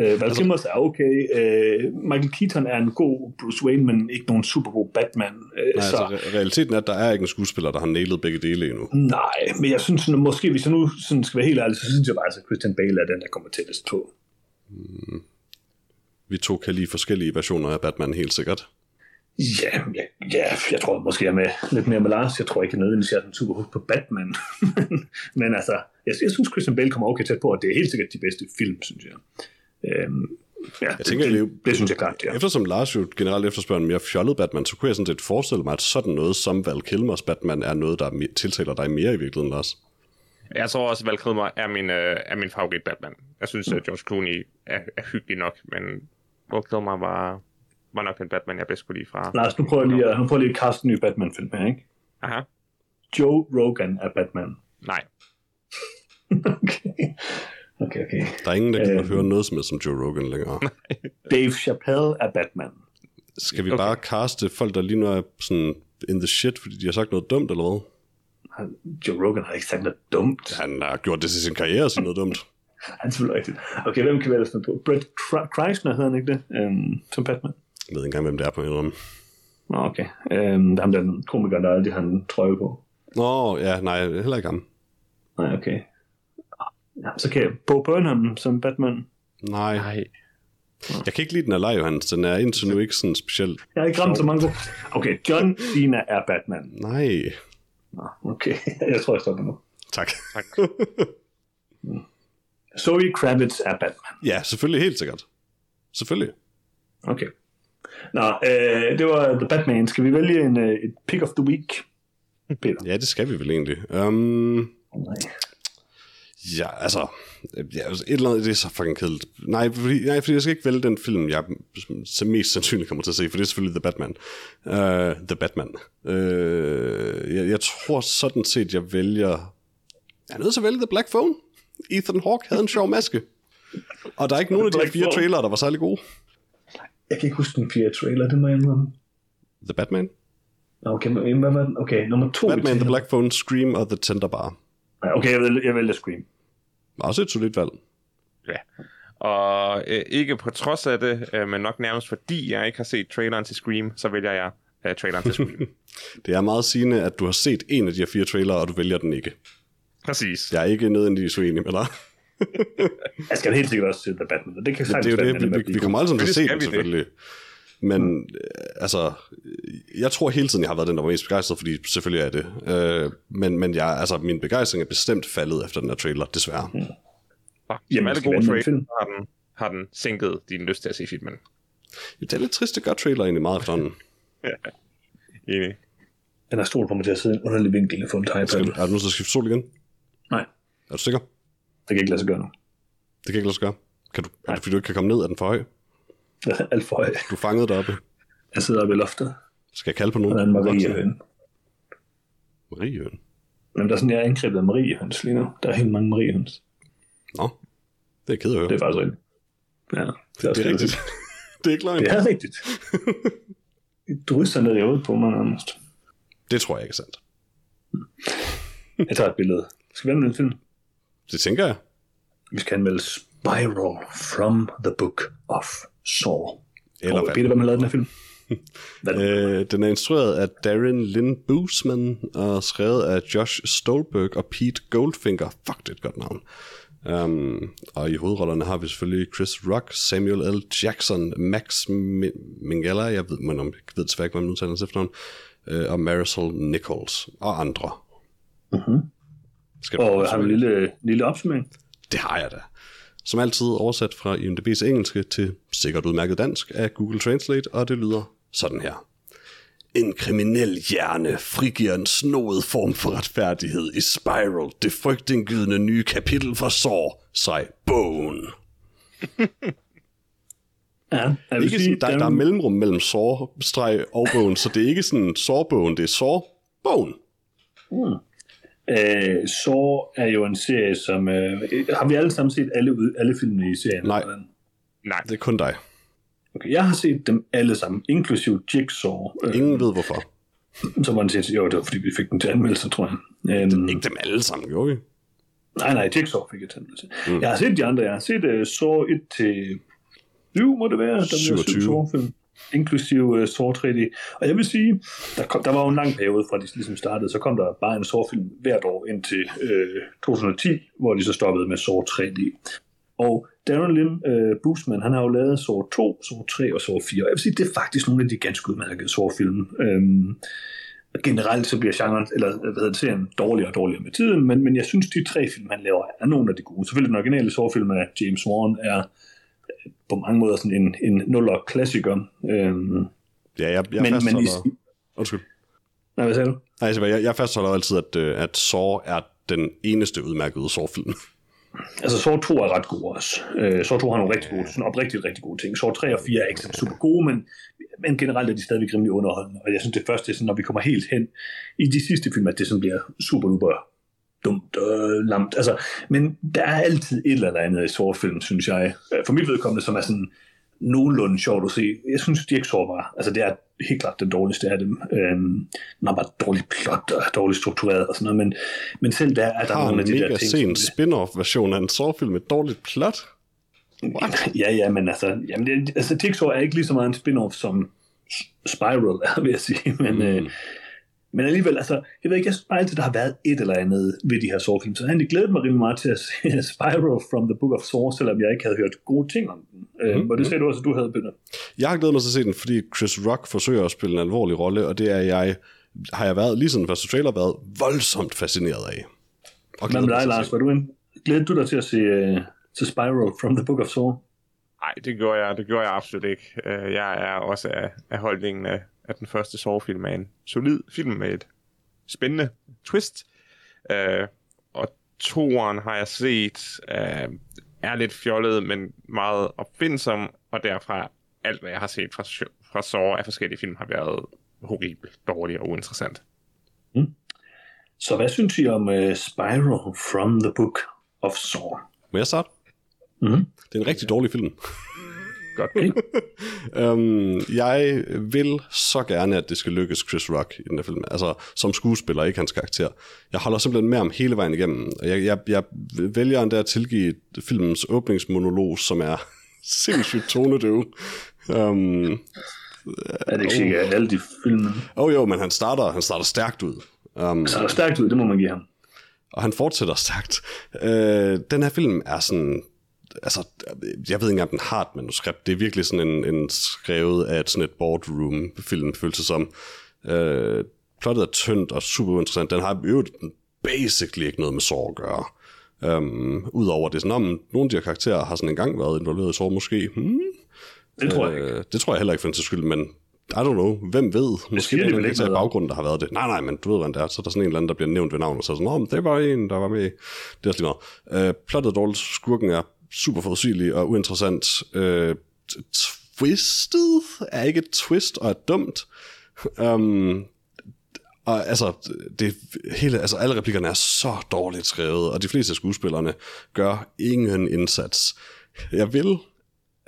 Speaker 1: Øh,
Speaker 2: Altså-
Speaker 1: Val Kilmer er okay. Øh, Michael Keaton er en god Bruce Wayne, men ikke nogen super god Batman. Øh,
Speaker 2: Nej, altså, re- realiteten er, at der er ikke en skuespiller, der har nailet begge dele endnu.
Speaker 1: Nej, men jeg synes, sådan, måske hvis jeg nu sådan skal være helt ærlig, så synes jeg bare, at Christian Bale er den, der kommer tættest på.
Speaker 2: Vi to kan lide forskellige versioner af Batman helt sikkert.
Speaker 1: Ja, ja, ja jeg tror måske, jeg er med lidt mere med Lars. Jeg tror ikke, jeg nødvendigvis jeg er sådan super hooked på Batman. [laughs] men altså, jeg, jeg synes, Christian Bale kommer okay tæt på, og det er helt sikkert de bedste film, synes jeg. Øhm, ja, jeg
Speaker 2: tænker,
Speaker 1: det, det,
Speaker 2: det-
Speaker 1: det, det, synes jeg klart, ja.
Speaker 2: Ja. Eftersom Lars jo generelt efterspørger en mere fjollet Batman, så kunne jeg sådan set forestille mig, at sådan noget som Val Kilmers Batman er noget, der me- tiltaler dig mere i virkeligheden, Lars.
Speaker 3: Jeg tror også, at Val Kilmer er min, øh, er min favorit Batman. Jeg synes, at George Clooney er, er hyggelig nok, men Val Kilmer var, var nok den Batman, jeg bedst kunne lide fra.
Speaker 1: Lars, nu prøver jeg lige at, nu prøver jeg lige at kaste en ny Batman-film her, ikke?
Speaker 3: Aha,
Speaker 1: Joe Rogan er Batman. [laughs]
Speaker 3: nej.
Speaker 1: okay. Okay, okay.
Speaker 2: Der er ingen, der kan
Speaker 1: Øhm.
Speaker 2: høre noget som helst som Joe Rogan længere.
Speaker 1: Dave Chappelle er Batman.
Speaker 2: Skal vi
Speaker 3: Okay.
Speaker 2: bare kaste folk, der lige nu er sådan in the shit, fordi de har sagt noget dumt, eller hvad?
Speaker 1: Han, Joe Rogan har ikke sagt noget dumt.
Speaker 2: Han har gjort det til sin karriere, sådan noget dumt.
Speaker 1: Han er selvfølgelig rigtigt. Okay, hvem kan vi ellers finde på? Brett Kr- Kreisner hedder han ikke det? Øhm, som Batman?
Speaker 2: Jeg ved ikke engang, hvem det er på en
Speaker 1: Nå, okay. Øhm, der er ham der den komiker, der aldrig har en trøje på.
Speaker 2: Nå, ja, nej, heller ikke ham.
Speaker 1: Nej, okay. Ja, så kan jeg Bo Burnham som Batman.
Speaker 2: Nej.
Speaker 3: Nej.
Speaker 2: Jeg kan ikke lide den af leje, Hans. Den er indtil nu ikke sådan specielt.
Speaker 1: Jeg har ikke ramt så mange gode. Okay, John Cena er Batman.
Speaker 2: Nej.
Speaker 1: Nå, okay. [laughs] Jeg tror, jeg stopper nu.
Speaker 2: Tak.
Speaker 3: Tak.
Speaker 1: Zoe Kravitz er Batman.
Speaker 2: [laughs] Ja, selvfølgelig, helt sikkert. Selvfølgelig.
Speaker 1: Okay. Nå, øh, det var The Batman. Skal vi vælge en, øh, et pick of the week? Peter?
Speaker 2: Ja, det skal vi vel egentlig. Um,
Speaker 1: Nej.
Speaker 2: ja, altså... Ja, altså, et eller andet, det er så fucking kedeligt. Nej fordi, nej, fordi jeg skal ikke vælge den film, jeg så mest sandsynligt kommer til at se, for det er selvfølgelig The Batman. Uh, The Batman. Uh, jeg, jeg tror sådan set, jeg vælger... Jeg er nødt til at vælge The Black Phone. Ethan Hawke havde en sjov maske. Og der er ikke nogen af de her
Speaker 1: Black
Speaker 2: fire
Speaker 1: Phone.
Speaker 2: trailere, der var særlig gode.
Speaker 1: Jeg kan ikke huske den fjerde trailer, det må jeg indrømme.
Speaker 2: The Batman.
Speaker 1: Nå, Okay, men hvad var den? Okay, nummer to.
Speaker 2: Batman, The Black Phone, Scream og The Tender Bar.
Speaker 1: Nej, Okay, jeg vælger, jeg vælger Scream.
Speaker 2: Også et solidt valg.
Speaker 3: Ja. Og øh, ikke på trods af det, øh, men nok nærmest fordi jeg ikke har set traileren til Scream, så vælger jeg øh, traileren til [laughs] Scream.
Speaker 2: Det er meget sigende, at du har set en af de her fire trailere, og du vælger den ikke.
Speaker 3: Præcis.
Speaker 2: Jeg er ikke nødvendigvis uenig med dig.
Speaker 1: Jeg skal helt sikkert også se The Batman, og det kan
Speaker 2: Det
Speaker 1: sagtens
Speaker 2: er jo
Speaker 1: være,
Speaker 2: det,
Speaker 1: den
Speaker 2: vi,
Speaker 1: ender med
Speaker 2: vi, vi
Speaker 1: at blive
Speaker 2: kommer alle sammen til at se den
Speaker 3: Selvfølgelig skal vi
Speaker 2: selvfølgelig. Men øh, altså, jeg tror hele tiden, jeg har været den, der var mest begejstret, fordi selvfølgelig er jeg det. Øh, men men jeg, altså, min begejstring er bestemt faldet efter den her trailer, desværre.
Speaker 3: Fuck,
Speaker 1: Jamen,
Speaker 3: Jamen, alle
Speaker 1: det skal
Speaker 3: gode
Speaker 1: være en
Speaker 3: trailere
Speaker 1: film.
Speaker 3: har den, har den sænket din lyst til at se filmen.
Speaker 2: Det er lidt trist, det gør trailer egentlig meget efterhånden.
Speaker 3: Enig.
Speaker 1: god. Den her stol kommer til at sidde i en underlig vinkel og få en
Speaker 2: Skal,
Speaker 1: tegepad.
Speaker 2: er du nødt til at skifte sol igen?
Speaker 1: Nej,
Speaker 2: Er du sikker?
Speaker 1: det kan ikke lade sig gøre nu.
Speaker 2: Det kan ikke lade sig gøre. Kan du, er det fordi, du ikke kan komme ned? Er den for høj?
Speaker 1: Jeg er alt for høj.
Speaker 2: Du er fanget deroppe.
Speaker 1: Jeg sidder oppe i loftet,
Speaker 2: Skal jeg kalde på
Speaker 1: og
Speaker 2: nogen?
Speaker 1: der er en Marie høn.
Speaker 2: Marie Høn.
Speaker 1: Men der er sådan, jeg er angrebet af Marie høns lige nu. Der er helt mange Marie høns.
Speaker 2: Nå, det er jeg ked af at høre.
Speaker 1: Det er faktisk rigtigt. Ja, det,
Speaker 2: det er rigtigt. [laughs] det er ikke løgn.
Speaker 1: Det
Speaker 2: Ja.
Speaker 1: er
Speaker 2: [laughs]
Speaker 1: rigtigt. Du rysser ned i hovedet på mig nærmest.
Speaker 2: Det tror jeg ikke er sandt.
Speaker 1: Jeg tager et billede. Skal vi anmelde en film?
Speaker 2: Det tænker jeg.
Speaker 1: Vi skal anmelde Spiral from the Book of Saw.
Speaker 2: Eller
Speaker 1: Eller
Speaker 2: hvad?
Speaker 1: Peter, hvem har lavet den her film? Hvad er det?
Speaker 2: Øh, den er instrueret af Darren Lynn Boosman og skrevet af Josh Stolberg og Pete Goldfinger. Fuck, det er et godt navn. Um, og i hovedrollerne har vi selvfølgelig Chris Rock, Samuel L. Jackson, Max Mi- Minghella, jeg ved, man, om- jeg ved desværre ikke, hvordan man udtaler hans efternavn, øh, og Marisol Nichols og andre. Mm-hmm. Skal du
Speaker 1: Og har vi en lille, lille opsummering?
Speaker 2: Det har jeg da. Som altid oversat fra IMDb's engelske til sikkert udmærket dansk af Google Translate, og det lyder sådan her. En kriminel hjerne frigiver en snoet form for retfærdighed i Spiral, det frygtindgydende nye kapitel for sår, sig bogen.
Speaker 1: Ja, jeg vil
Speaker 2: Ikke
Speaker 1: sige,
Speaker 2: sådan, der, der er
Speaker 1: den-
Speaker 2: mellemrum mellem sårstreg og bogen, så det er ikke sådan sårbogen, det er sårbogen.
Speaker 1: Øh, Saw er jo en serie, som... Øh, har vi alle sammen set alle, ud- alle filmene i serien?
Speaker 2: Nej.
Speaker 1: Eller hvordan?
Speaker 3: Nej,
Speaker 2: Det er kun dig.
Speaker 1: Okay, jeg har set dem alle sammen, inklusiv Jigsaw, øh,
Speaker 2: Ingen ved hvorfor.
Speaker 1: som var en serie... Jo, det var fordi, vi fik den til anmeldelse, tror jeg. Øhm,
Speaker 2: Ikke dem alle sammen, gjorde vi?
Speaker 1: nej, nej, Jigsaw fik jeg til anmeldelse. Mm. Jeg har set de andre. Jeg har set øh, Saw 1 til 7, må det være. Der
Speaker 2: 27.
Speaker 1: Saw-film, inklusiv øh, Saw 3D. Og jeg vil sige, der, kom, der var jo en lang periode fra de ligesom startede, så kom der bare en Saw-film hvert år indtil øh, 2010, hvor de så stoppede med Saw 3D. Og Darren Lynn øh, Boosman, han har jo lavet Saw 2, Saw 3 og Saw 4. Og jeg vil sige, det er faktisk nogle af de ganske udmærkede Saw-film. Øhm, generelt så bliver genren, eller hvad hedder det, serien dårligere og dårligere med tiden, men, men jeg synes, de tre film, han laver, er nogle af de gode. Selvfølgelig den originale Saw-film af James Warren er øh, på mange måder sådan en, en nuller-klassiker. Øhm,
Speaker 2: Ja, jeg,
Speaker 1: Men-
Speaker 2: jeg
Speaker 1: men i-
Speaker 2: fastholder... Undskyld.
Speaker 1: nej, hvad sagde du?
Speaker 2: Nej, Sebastian, jeg, jeg fastholder altid, at, øh, at Saw er den eneste udmærkede Saw-film.
Speaker 1: Altså, Saw 2 er ret god også. Øh, Saw 2 har nogle rigtig gode, sådan oprigtigt rigtig gode ting. Saw 3 og 4 er ikke sådan super gode, men, men generelt er de stadigvæk rimelig underholdende. Og jeg synes, det første er sådan, når vi kommer helt hen i de sidste film, at det sådan bliver super duper dumt og lamt. Altså, men der er altid et eller andet i Saw-film, synes jeg. Øh, For mit vedkommende, som er sådan nogenlunde sjovt at se. Jeg synes, de er ikke sårbare. Altså, det er helt klart den dårligste af dem. Øhm, den har bare dårligt plot og dårligt struktureret og sådan noget, men, men selv der er der
Speaker 2: Har en
Speaker 1: nogle af de der
Speaker 2: mega
Speaker 1: ting.
Speaker 2: sen spin-off-version af en sårfilm med et dårligt plot.
Speaker 1: What? [laughs] Ja, ja, men altså, jamen, det, altså Jigsaw er ikke lige så meget en spin-off som S- Spiral er, vil jeg sige, men, mm. øh, men alligevel, altså, jeg ved ikke, jeg synes bare altid, der har været et eller andet ved de her Saw-film, så jeg har egentlig glædet mig rimelig meget til at se [laughs] Spiral from the Book of Saw, selvom jeg ikke havde hørt gode ting om den, øh, mm. og det sagde du også, at du havde begyndt.
Speaker 2: Jeg har glædet mig til at se den, fordi Chris Rock forsøger at spille en alvorlig rolle, og det er jeg, har jeg været, ligesom lige siden første trailer, været voldsomt fascineret af. Og
Speaker 1: Hvad med
Speaker 2: glæder mig
Speaker 1: dig,
Speaker 2: til at
Speaker 1: Lars,
Speaker 2: se.
Speaker 1: var du ind? Glædede du dig til at se, øh, til Spiral from the Book of Saw?
Speaker 3: Nej, det gjorde jeg, det gjorde jeg absolut ikke. Øh, jeg er også af, af holdningen af, af den første sovefilm af en solid film med et spændende twist. Øh, og toeren har jeg set, øh, er lidt fjollet, men meget opfindsom, og derfra alt, hvad jeg har set fra, sj- fra Saw af forskellige film, har været horribelt dårligt og uinteressant.
Speaker 1: Så hvad synes I om øh, Spiral from the Book of Saw?
Speaker 2: Må jeg starte?
Speaker 1: Mhm.
Speaker 2: Det er en rigtig dårlig film.
Speaker 3: Godt.
Speaker 2: Øhm, jeg vil så gerne, at det skal lykkes Chris Rock i den her film. Altså, som skuespiller, ikke hans karakter. Jeg holder simpelthen med om hele vejen igennem. Og Jeg, jeg, jeg vælger endda at tilgive filmens åbningsmonolog, som er [laughs] sindssygt tonedøv. Øhm,
Speaker 1: Er det ikke sikkert, at alle de film,
Speaker 2: oh jo, men han starter, han starter stærkt ud. Um,
Speaker 1: så er der stærkt ud, det må man give ham.
Speaker 2: og han fortsætter stærkt. Øh, den her film er sådan, altså, jeg ved ikke engang, om den har et manuskript. Det er virkelig sådan en, en skrevet af et, sådan et boardroom-film, føles det som. Øh, plottet er tyndt og super interessant. Den har i øvrigt basically ikke noget med sorg at gøre. Øhm, Udover det sådan, om nogle af de her karakterer har sådan engang været involveret i sorg måske. Hmm?
Speaker 1: Det tror jeg ikke.
Speaker 2: Øh, det tror jeg heller ikke for en sags skyld, men I don't know, hvem ved? Måske
Speaker 1: siger
Speaker 2: det
Speaker 1: de
Speaker 2: er
Speaker 1: vel
Speaker 2: det
Speaker 1: ikke
Speaker 2: ikke i
Speaker 1: noget om.
Speaker 2: baggrunden, der har været det. Nej, nej, men du ved, hvordan det er. Så er der sådan en eller anden, der bliver nævnt ved navn, og så er sådan, om det var en, der var med. i." Det er også lige meget. Øh, plottet er dårligt, skurken er super forudsigelig og uinteressant. Øh, t- twistet er ikke et twist og er dumt. um, og altså, det hele, altså, alle replikkerne er så dårligt skrevet, og de fleste af skuespillerne gør ingen indsats. Jeg vil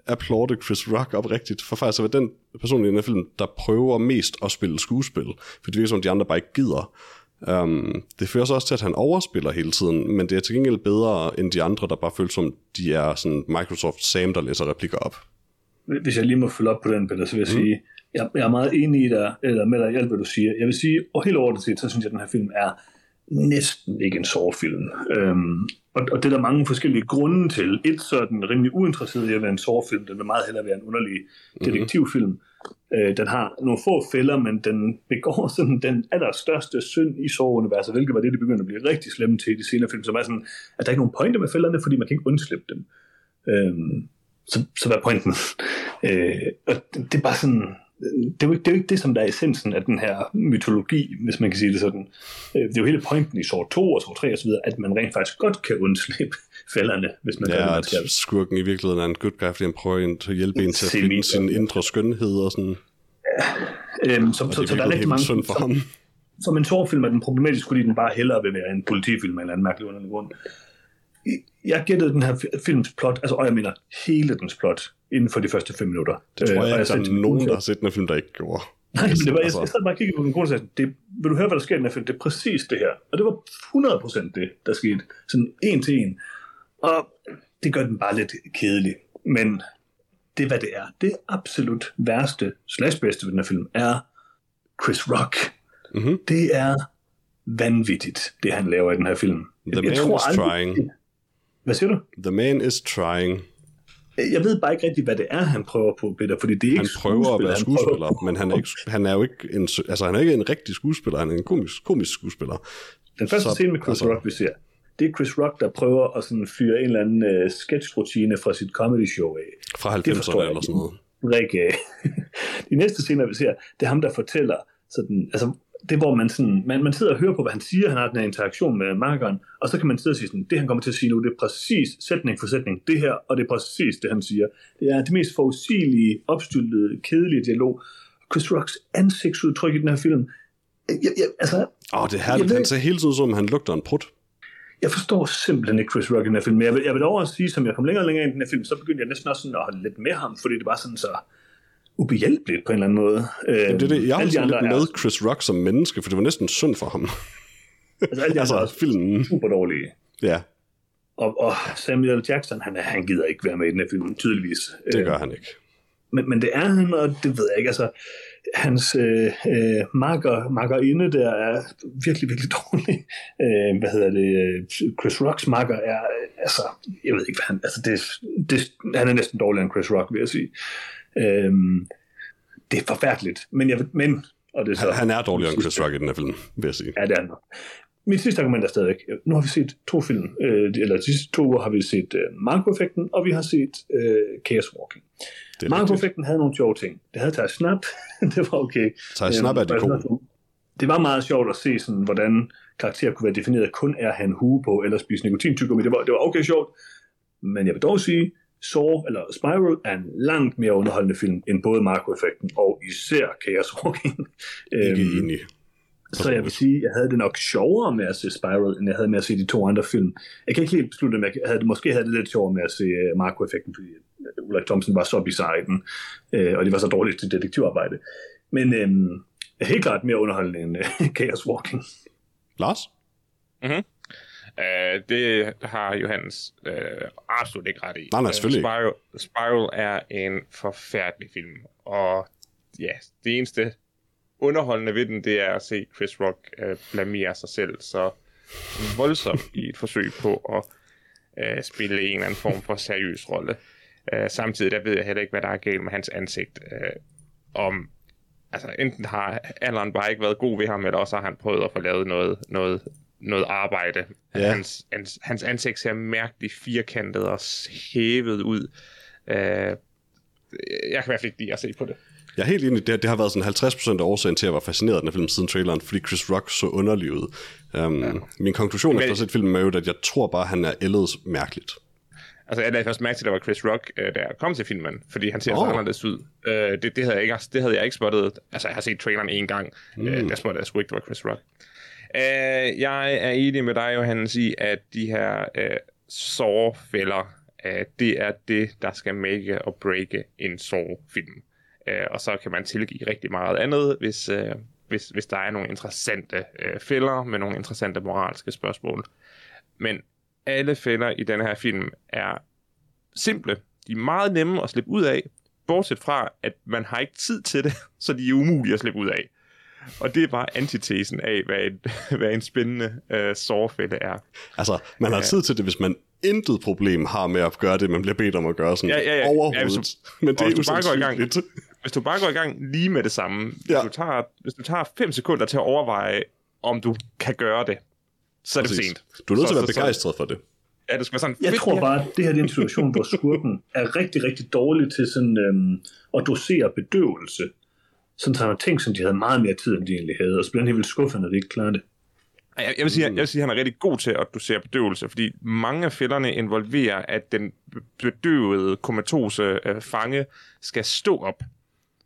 Speaker 2: applaude Chris Rock oprigtigt, for faktisk at være den person i den her film, der prøver mest at spille skuespil, for det virker som, om de andre bare ikke gider. Um, det fører så også til, at han overspiller hele tiden, men det er til gengæld bedre end de andre, der bare føles som, de er sådan Microsoft Sam, der læser replikker op.
Speaker 1: hvis jeg lige må følge op på den, Peter, så vil jeg mm. sige, jeg, jeg er meget enig i dig, eller med dig i alt, hvad du siger. Jeg vil sige, og helt overordnet set, så synes jeg, at den her film er næsten ikke en sårfilm. Øhm, og, og det er der mange forskellige grunde til. Et, så er den rimelig uinteresseret i at være en sårfilm. Den vil meget hellere være en underlig Mm-hmm. detektivfilm. Øh, den har nogle få fælder, men den begår sådan den allerstørste synd i såruniverset, hvilket var det, de begyndte at blive rigtig slemme til i de senere film, som er sådan, at der ikke er nogen pointe med fælderne, fordi man kan ikke undslippe dem. Øhm, så, så hvad er pointen? [laughs] Øh, og det, det er bare sådan, det er, jo ikke, det er jo ikke det, som der er essensen af den her mytologi, hvis man kan sige det sådan. Øh, det er jo hele pointen i sort 2 og sort 3 osv., at man rent faktisk godt kan undslippe [laughs] fælderne, hvis man gør det,
Speaker 2: Ja,
Speaker 1: man skal.
Speaker 2: at skurken i virkeligheden er en good guy, fordi han prøver en- at hjælpe en til at
Speaker 1: Se
Speaker 2: finde
Speaker 1: min-
Speaker 2: sin indre skønhed og sådan.
Speaker 1: Øhm, så,
Speaker 2: Og
Speaker 1: så,
Speaker 2: det
Speaker 1: så der er
Speaker 2: virkede
Speaker 1: rigtig
Speaker 2: helt
Speaker 1: mange...
Speaker 2: synd for ham.
Speaker 1: som en sårfilm er den problematisk, fordi den bare hellere vil være en politifilm af en eller anden mærkelig underlig grund. Jeg gættede den her fi- films plot, altså, og jeg mener hele dens plot, inden for de første fem minutter.
Speaker 2: Det tror
Speaker 1: Øh, og
Speaker 2: jeg, at
Speaker 1: sagde
Speaker 2: der
Speaker 1: til
Speaker 2: er
Speaker 1: min
Speaker 2: nogen,
Speaker 1: kone,
Speaker 2: der har set den her film, der ikke gjorde.
Speaker 1: [laughs] Nej, men det var, jeg,
Speaker 2: Altså,
Speaker 1: jeg sad bare og kiggede på min kone og sagde, det, vil du høre, hvad der sker i den her film? Det er præcis det her. Og det var 100% det, der skete. Sådan en til en. Og det gør den bare lidt kedelig. Men det er, hvad det er. Det absolut værste, slash bedste ved den her film, er Chris Rock.
Speaker 2: Mhm.
Speaker 1: Det er vanvittigt, det han laver i den her film.
Speaker 2: The man is trying.
Speaker 1: Hvad siger du?
Speaker 2: The man is trying.
Speaker 1: Jeg ved bare ikke rigtig, hvad det er, han prøver på, Peter, fordi det er ikke
Speaker 2: Han prøver at
Speaker 1: skuespil,
Speaker 2: være
Speaker 1: han prøver
Speaker 2: skuespiller,
Speaker 1: på.
Speaker 2: men han er, ikke, han er jo ikke en, sø- altså, han er ikke en rigtig skuespiller, han er en komisk, komisk skuespiller.
Speaker 1: Den første
Speaker 2: Så-
Speaker 1: så, scene med Chris
Speaker 2: altså-
Speaker 1: altså, Rock, vi ser, det er Chris Rock, der prøver at sådan fyre en eller anden øh, sketchrutine fra sit comedy show af.
Speaker 2: Fra
Speaker 1: Det forstår
Speaker 2: 90'erne
Speaker 1: jeg
Speaker 2: eller
Speaker 1: ikke.
Speaker 2: sådan noget.
Speaker 1: Rik af. [laughs] De næste scener, vi ser, det er ham, der fortæller sådan, altså, det er, hvor man, sådan, man, man sidder og hører på, hvad han siger, han har den her interaktion med markeren, og så kan man sidde og sige sådan, det han kommer til at sige nu, det er præcis sætning for sætning, det her, og det er præcis det, han siger. Det er det mest forudsigelige, opstyltede, kedelige dialog. Chris Rocks ansigtsudtryk i den her film, jeg, jeg, altså,
Speaker 2: Åh, det er herligt.
Speaker 1: Jeg ved- Øhm,
Speaker 2: Han ser hele tiden ud, som om han lugter en prut.
Speaker 1: Jeg forstår simpelthen ikke Chris Rock i den her film, men jeg vil, jeg vil dog også sige, som jeg kom længere og længere ind i den her film, så begyndte jeg næsten også sådan at holde lidt med ham, fordi det var sådan så ubehjælpeligt på en eller anden måde. Øhm,
Speaker 2: Jamen, det er det. Jeg har
Speaker 1: Alle de
Speaker 2: sådan
Speaker 1: andre
Speaker 2: lidt
Speaker 1: er-
Speaker 2: med Chris Rock som menneske, for det var næsten synd for ham.
Speaker 1: Altså,
Speaker 2: [laughs]
Speaker 1: alle de andre
Speaker 2: altså,
Speaker 1: er også
Speaker 2: filmen.
Speaker 1: super dårlige.
Speaker 2: Ja,
Speaker 1: Og, og Samuel Jackson, han, er- han gider ikke være med i den her film, tydeligvis.
Speaker 2: det
Speaker 1: Øh,
Speaker 2: gør han ikke.
Speaker 1: men, men det er han, og det ved jeg ikke. Altså, hans øh, øh, marker, markerinde der er virkelig, virkelig [laughs] dårlig. Øh, hvad hedder det? øh, Chris Rocks marker er, øh, altså, jeg ved ikke, hvad han, altså, det, det, han er næsten dårligere end Chris Rock, vil jeg sige. Øh, det er forfærdeligt, men jeg vil, men, og det er så,
Speaker 2: Han, han er dårligere end Chris Rock i den her film, vil jeg sige.
Speaker 1: Ja, det er han nok. Mit sidste argument er stadigvæk, nu har vi set to film, øh, eller de sidste to uger har vi set øh, Marco-effekten, og vi har set øh, Chaos Walking.
Speaker 2: Det er rigtigt.
Speaker 1: Marco-effekten havde nogle sjove ting. Det havde taget snap, [laughs] det var okay.
Speaker 2: Thaj Snap er
Speaker 1: Øhm,
Speaker 2: de gode.
Speaker 1: Det var meget sjovt at se, sådan, hvordan karakterer kunne være defineret kun er han hue på, eller spise nikotintyggegummi. Det var, det var okay sjovt, men jeg vil dog sige, Saw eller Spiral er en langt mere underholdende film end både Marco-effekten og især Chaos Walking.
Speaker 2: Ikke
Speaker 1: Øhm,
Speaker 2: enig.
Speaker 1: så jeg vil sige, at jeg havde det nok sjovere med at se Spiral, end jeg havde med at se de to andre film. Jeg kan ikke helt beslutte, om jeg havde det, måske havde det lidt sjovere med at se øh, Marco-effekten, fordi øh, Ulrik Thomsen var så bizarre i den, øh, og det var så dårligt til detektivarbejde. Men øh, helt klart mere underholdende end øh, [laughs] Chaos Walking.
Speaker 2: Lars?
Speaker 3: Øh, det har Johannes øh, absolut ikke ret i.
Speaker 2: Nej, nej,
Speaker 3: Øh,
Speaker 2: selvfølgelig ikke.
Speaker 3: Spiral, Spiral er en forfærdelig film, og ja, det eneste underholdende ved den, det er at se Chris Rock øh, blamere sig selv så voldsomt i et forsøg på at øh, spille en eller anden form for seriøs rolle. Øh, samtidig der ved jeg heller ikke, hvad der er galt med hans ansigt. Øh, om altså enten har alderen bare ikke været god ved ham, eller også har han prøvet at få lavet noget, noget, noget arbejde.
Speaker 2: Ja.
Speaker 3: Ja. Hans, hans, hans ansigt ser mærkeligt firkantet og hævet ud. Øh, jeg kan i hvert fald ikke lide at se på det.
Speaker 2: Jeg er helt enig, det, det har været sådan 50% af årsagen til, at jeg var fascineret af den her film siden traileren, fordi Chris Rock så underlig ud. Um, ja. Min konklusion efter at have set filmen er jo, at jeg tror bare, han er ældet mærkeligt.
Speaker 3: Altså, jeg lagde først mærke til, at det var Chris Rock, øh, der kom til filmen, fordi han ser oh.
Speaker 2: Åh.
Speaker 3: så anderledes ud. Øh, det, det, havde jeg ikke, det havde jeg ikke spottet. Altså, jeg har set traileren en gang. Mm. Øh, der spottede jeg sgu ikke, det var Chris Rock. Øh, jeg er enig med dig, Johannes, i, at de her øh, sårfælder, øh, det er det, der skal make og breake en sårfilm. Øh, og så kan man tilgive rigtig meget andet, hvis, øh, hvis, hvis der er nogle interessante øh, fælder med nogle interessante moralske spørgsmål. Men alle fælder i den her film er simple. De er meget nemme at slippe ud af, bortset fra, at man har ikke tid til det, [laughs] så de er umulige at slippe ud af. Og det er bare antitesen af, hvad en, [laughs] hvad en spændende øh, sårfælde er.
Speaker 2: Altså, man har ja. tid til det, hvis man intet problem har med at gøre det, man bliver bedt om at gøre sådan
Speaker 3: Ja, ja, ja. Ja,
Speaker 2: overhovedet.
Speaker 3: hvis
Speaker 2: Ja,
Speaker 3: du-
Speaker 2: Men det
Speaker 3: og
Speaker 2: er
Speaker 3: hvis du bare går i gang.
Speaker 2: usandsynligt.
Speaker 3: Hvis du bare går i gang lige med det samme, hvis,
Speaker 2: Ja.
Speaker 3: du tager, hvis du tager fem sekunder til at overveje, om du kan gøre det, så er det for
Speaker 2: Præcis.
Speaker 3: sent.
Speaker 2: Du er nødt til at
Speaker 3: Så-
Speaker 2: være
Speaker 3: så- så-
Speaker 2: begejstret for det.
Speaker 3: Ja, det skal være sådan,
Speaker 1: Jeg
Speaker 3: fedt,
Speaker 1: tror bare, at det her det er en situation, hvor skurken er rigtig, rigtig dårlig til sådan, øhm, at dosere bedøvelse. Sådan så han har tænkt, som de havde meget mere tid, end de egentlig havde, og så bliver han helt vildt skuffet, når de ikke klarer det.
Speaker 3: Ej, Jeg, jeg, vil sige, jeg, jeg vil sige, at han er rigtig god til at dosere bedøvelse, fordi mange af fælderne involverer, at den bedøvede komatose øh, fange skal stå op,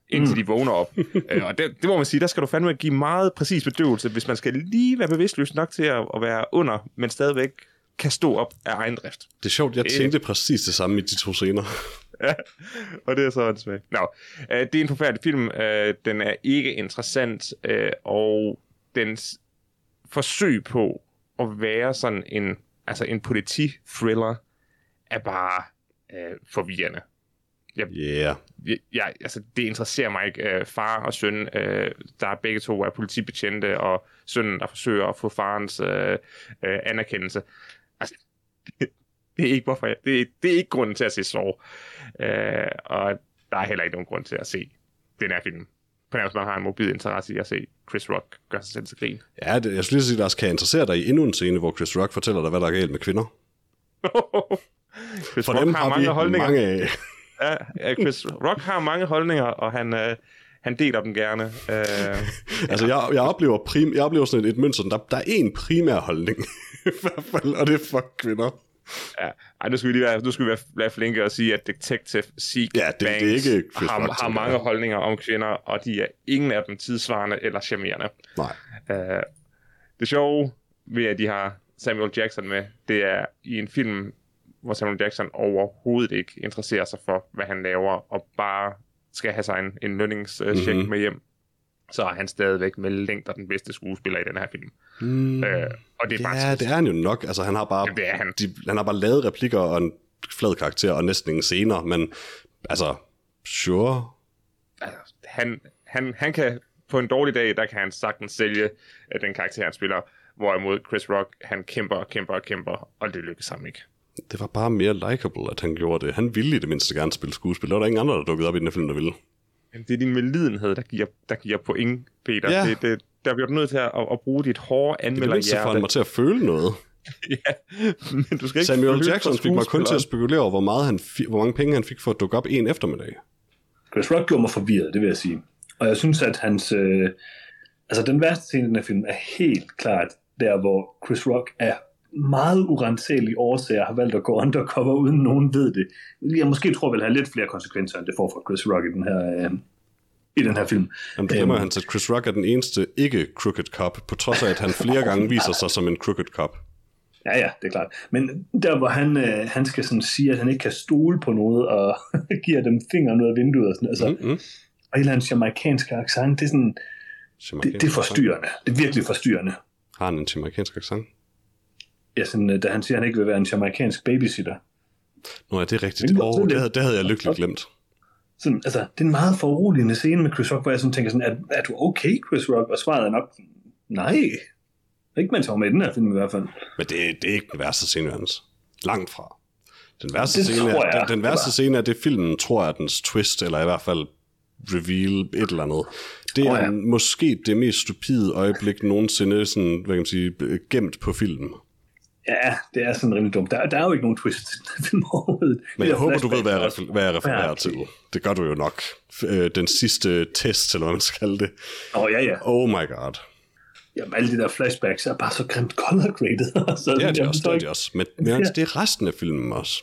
Speaker 3: indtil mm. de vågner op. øh, og det, det må man sige, der skal du fandme give meget præcis bedøvelse, hvis man skal lige være bevidstløs nok til at, at være under, men stadigvæk kan stå op af egen drift.
Speaker 2: Det er sjovt, jeg tænkte præcis det samme i de to scener.
Speaker 3: Ja, og det er så åndssvagt. Nå, øh, det er en forfærdelig film. Øh, den er ikke interessant, øh, og dens forsøg på at være sådan en, altså en politi-thriller er bare øh, forvirrende.
Speaker 2: Yeah.
Speaker 3: Jeg, jeg, altså, det interesserer mig ikke. Øh, far og søn, øh, der er begge to er politibetjente, og sønnen, der forsøger at få farens øh, øh, anerkendelse. Altså, [laughs] det er ikke hvorfor jeg, det, er, det er ikke grunden til at se Saw. Øh, og der er heller ikke nogen grund til at se den her film. På nærmest man har en mobil interesse i at se Chris Rock gøre sig selv til grin. [laughs]
Speaker 2: Ja, det, jeg skulle lige sige, Lars, kan jeg interessere dig i endnu en scene, hvor Chris Rock fortæller dig, hvad der er galt med kvinder?
Speaker 3: Chris
Speaker 2: For
Speaker 3: Rock
Speaker 2: dem
Speaker 3: har,
Speaker 2: har vi
Speaker 3: mange holdninger.
Speaker 2: mange af.
Speaker 3: Ja, ja, Chris Rock har mange holdninger, og han, øh, han deler dem gerne. Øh,
Speaker 2: [laughs] Altså, jeg, jeg, oplever prim, jeg oplever sådan et, et mønster, der, der er en primær holdning, [laughs] i hvert fald, og det er fuck kvinder.
Speaker 3: Ja. Ej, nu skal vi lige være, nu skal vi være, være flinke og sige, at Detective Seek
Speaker 2: Ja, det- det er
Speaker 3: Banks
Speaker 2: ikke Chris
Speaker 3: har,
Speaker 2: Rock,
Speaker 3: har
Speaker 2: tænker jeg.
Speaker 3: mange holdninger om kvinder, og de er ingen af dem tidsvarende eller charmerende.
Speaker 2: Nej.
Speaker 3: Uh, det sjove Øh, ved, at de har Samuel Jackson med, det er i en film, hvor Samuel Jackson overhovedet ikke interesserer sig for, hvad han laver, og bare skal have sig en, en lønningscheck
Speaker 2: Mhm.
Speaker 3: mm-hmm. med hjem, så er han stadigvæk med længder den bedste skuespiller i den her film.
Speaker 2: Mm.
Speaker 3: Øh, og det er bare
Speaker 2: Ja, det er han jo nok. Altså, han har bare,
Speaker 3: Jamen, det er han.
Speaker 2: De, han har bare lavet replikker og en flad karakter og næsten ingen scener, men altså, sure.
Speaker 3: altså, han, han, han kan på en dårlig dag, der kan han sagtens sælge øh, den karakter, han spiller. Hvorimod Chris Rock, han kæmper og kæmper og kæmper, og det lykkes ham ikke.
Speaker 2: Det var bare mere likable, at han gjorde det. Han ville i det mindste gerne spille skuespil. Der var der ingen andre, der dukkede op i den her film, der ville.
Speaker 3: Jamen, Det er din medlidenhed, der giver, der giver point, Peter.
Speaker 2: Ja.
Speaker 3: Det, det, der bliver du nødt til at, at, at bruge dit hårde
Speaker 2: Det mindste får
Speaker 3: [laughs] anmelderhjerte.
Speaker 2: han mig til at føle noget.
Speaker 3: ja, men du skal ikke
Speaker 2: Samuel
Speaker 3: føle for
Speaker 2: Jackson fik mig kun til
Speaker 3: skuespilleren.
Speaker 2: at spekulere over, hvor, meget han fi- hvor mange penge han fik for at dukke op en eftermiddag.
Speaker 1: Chris Rock gjorde mig forvirret, det vil jeg sige. Og jeg synes, at hans... Øh, altså, den værste scene i den her film er helt klart der, hvor Chris Rock er meget urenselige årsager har valgt at gå undercover, uden nogen ved det. Jeg måske tror, vil have lidt flere konsekvenser, end det får for Chris Rock i den her, øh, i den her film. Øhm,
Speaker 2: Jamen, du glemmer, hans, at Chris Rock er den eneste ikke-crooked cop, på trods af, at han flere
Speaker 1: [laughs]
Speaker 2: gange viser sig som en crooked cop.
Speaker 1: Ja, ja, det er klart. Men der, hvor han, øh, han skal sådan sige, at han ikke kan stole på noget, og [laughs] giver dem fingeren ud af vinduet, og sådan, altså, mm.
Speaker 2: Mm-hmm.
Speaker 1: og en eller anden jamaikansk accent, det er sådan, det, det er forstyrrende. Det er virkelig forstyrrende.
Speaker 2: Har han en jamaikansk accent?
Speaker 1: Ja, sådan, øh, da han siger, at han ikke vil være en jamaikansk babysitter.
Speaker 2: Nå, ja, det er rigtigt.
Speaker 1: Men det-
Speaker 2: Åh, oh, det, havde, det havde jeg lykkeligt glemt.
Speaker 1: Sådan, altså, det er en meget foruroligende scene med Chris Rock, hvor jeg sådan tænker sådan, er, er du okay, Chris Rock? Og svaret er nok, nej. Ikke mens han var med i den her film i hvert fald.
Speaker 2: Men det, det er ikke den værste scene, Hans. Langt fra. Den værste,
Speaker 1: Det
Speaker 2: scene,
Speaker 1: tror
Speaker 2: er,
Speaker 1: jeg,
Speaker 2: den, den
Speaker 1: det
Speaker 2: værste
Speaker 1: var.
Speaker 2: scene er det, filmen tror er dens twist, eller i hvert fald reveal et eller andet. Det er
Speaker 1: Tror
Speaker 2: oh,
Speaker 1: jeg.
Speaker 2: ja. måske det mest stupide øjeblik nogensinde, sådan, hvad kan man sige, gemt på filmen.
Speaker 1: Ja, det er sådan rimelig dumt. Der, der er jo ikke nogen twist i den her film overhovedet.
Speaker 2: Men
Speaker 1: De
Speaker 2: jeg
Speaker 1: der
Speaker 2: håber, du ved, hvad jeg,
Speaker 1: flashbacks er
Speaker 2: refer- hvad jeg refererer til.
Speaker 1: forfærdelige.
Speaker 2: Det gør du jo nok. F- øh, Den sidste test, eller hvad man skal kalde det.
Speaker 1: Åh, oh, ja, ja.
Speaker 2: Oh my god.
Speaker 1: Jamen, alle de der flashbacks er bare så grimt color graded. [laughs] så
Speaker 2: Det er
Speaker 1: jeg
Speaker 2: det også,
Speaker 1: forstår
Speaker 2: det er
Speaker 1: ikke-
Speaker 2: det også. Men, men Hans, det er resten af filmen også.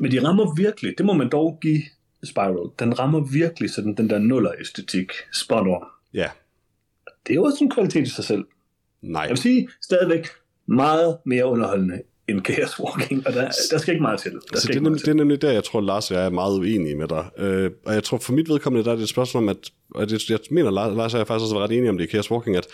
Speaker 1: Men de rammer virkelig, det må man dog give Spiral, den rammer virkelig sådan den der nuller-æstetik spot on.
Speaker 2: Ja,
Speaker 1: Det er jo også en kvalitet i sig selv.
Speaker 2: nej.
Speaker 1: Jeg vil sige, stadigvæk meget mere underholdende end Chaos Walking, og der, der skal ikke meget til. Der
Speaker 2: Så
Speaker 1: skal
Speaker 2: Altså, det, er
Speaker 1: ikke meget
Speaker 2: nemlig, det
Speaker 1: til.
Speaker 2: er nemlig der, jeg tror, Lars og jeg er meget uenige med dig. Øh, og jeg tror, for mit vedkommende, der er det et spørgsmål om, at, og det, jeg mener, Lars Lars og jeg faktisk også var ret enige om det i Chaos Walking, at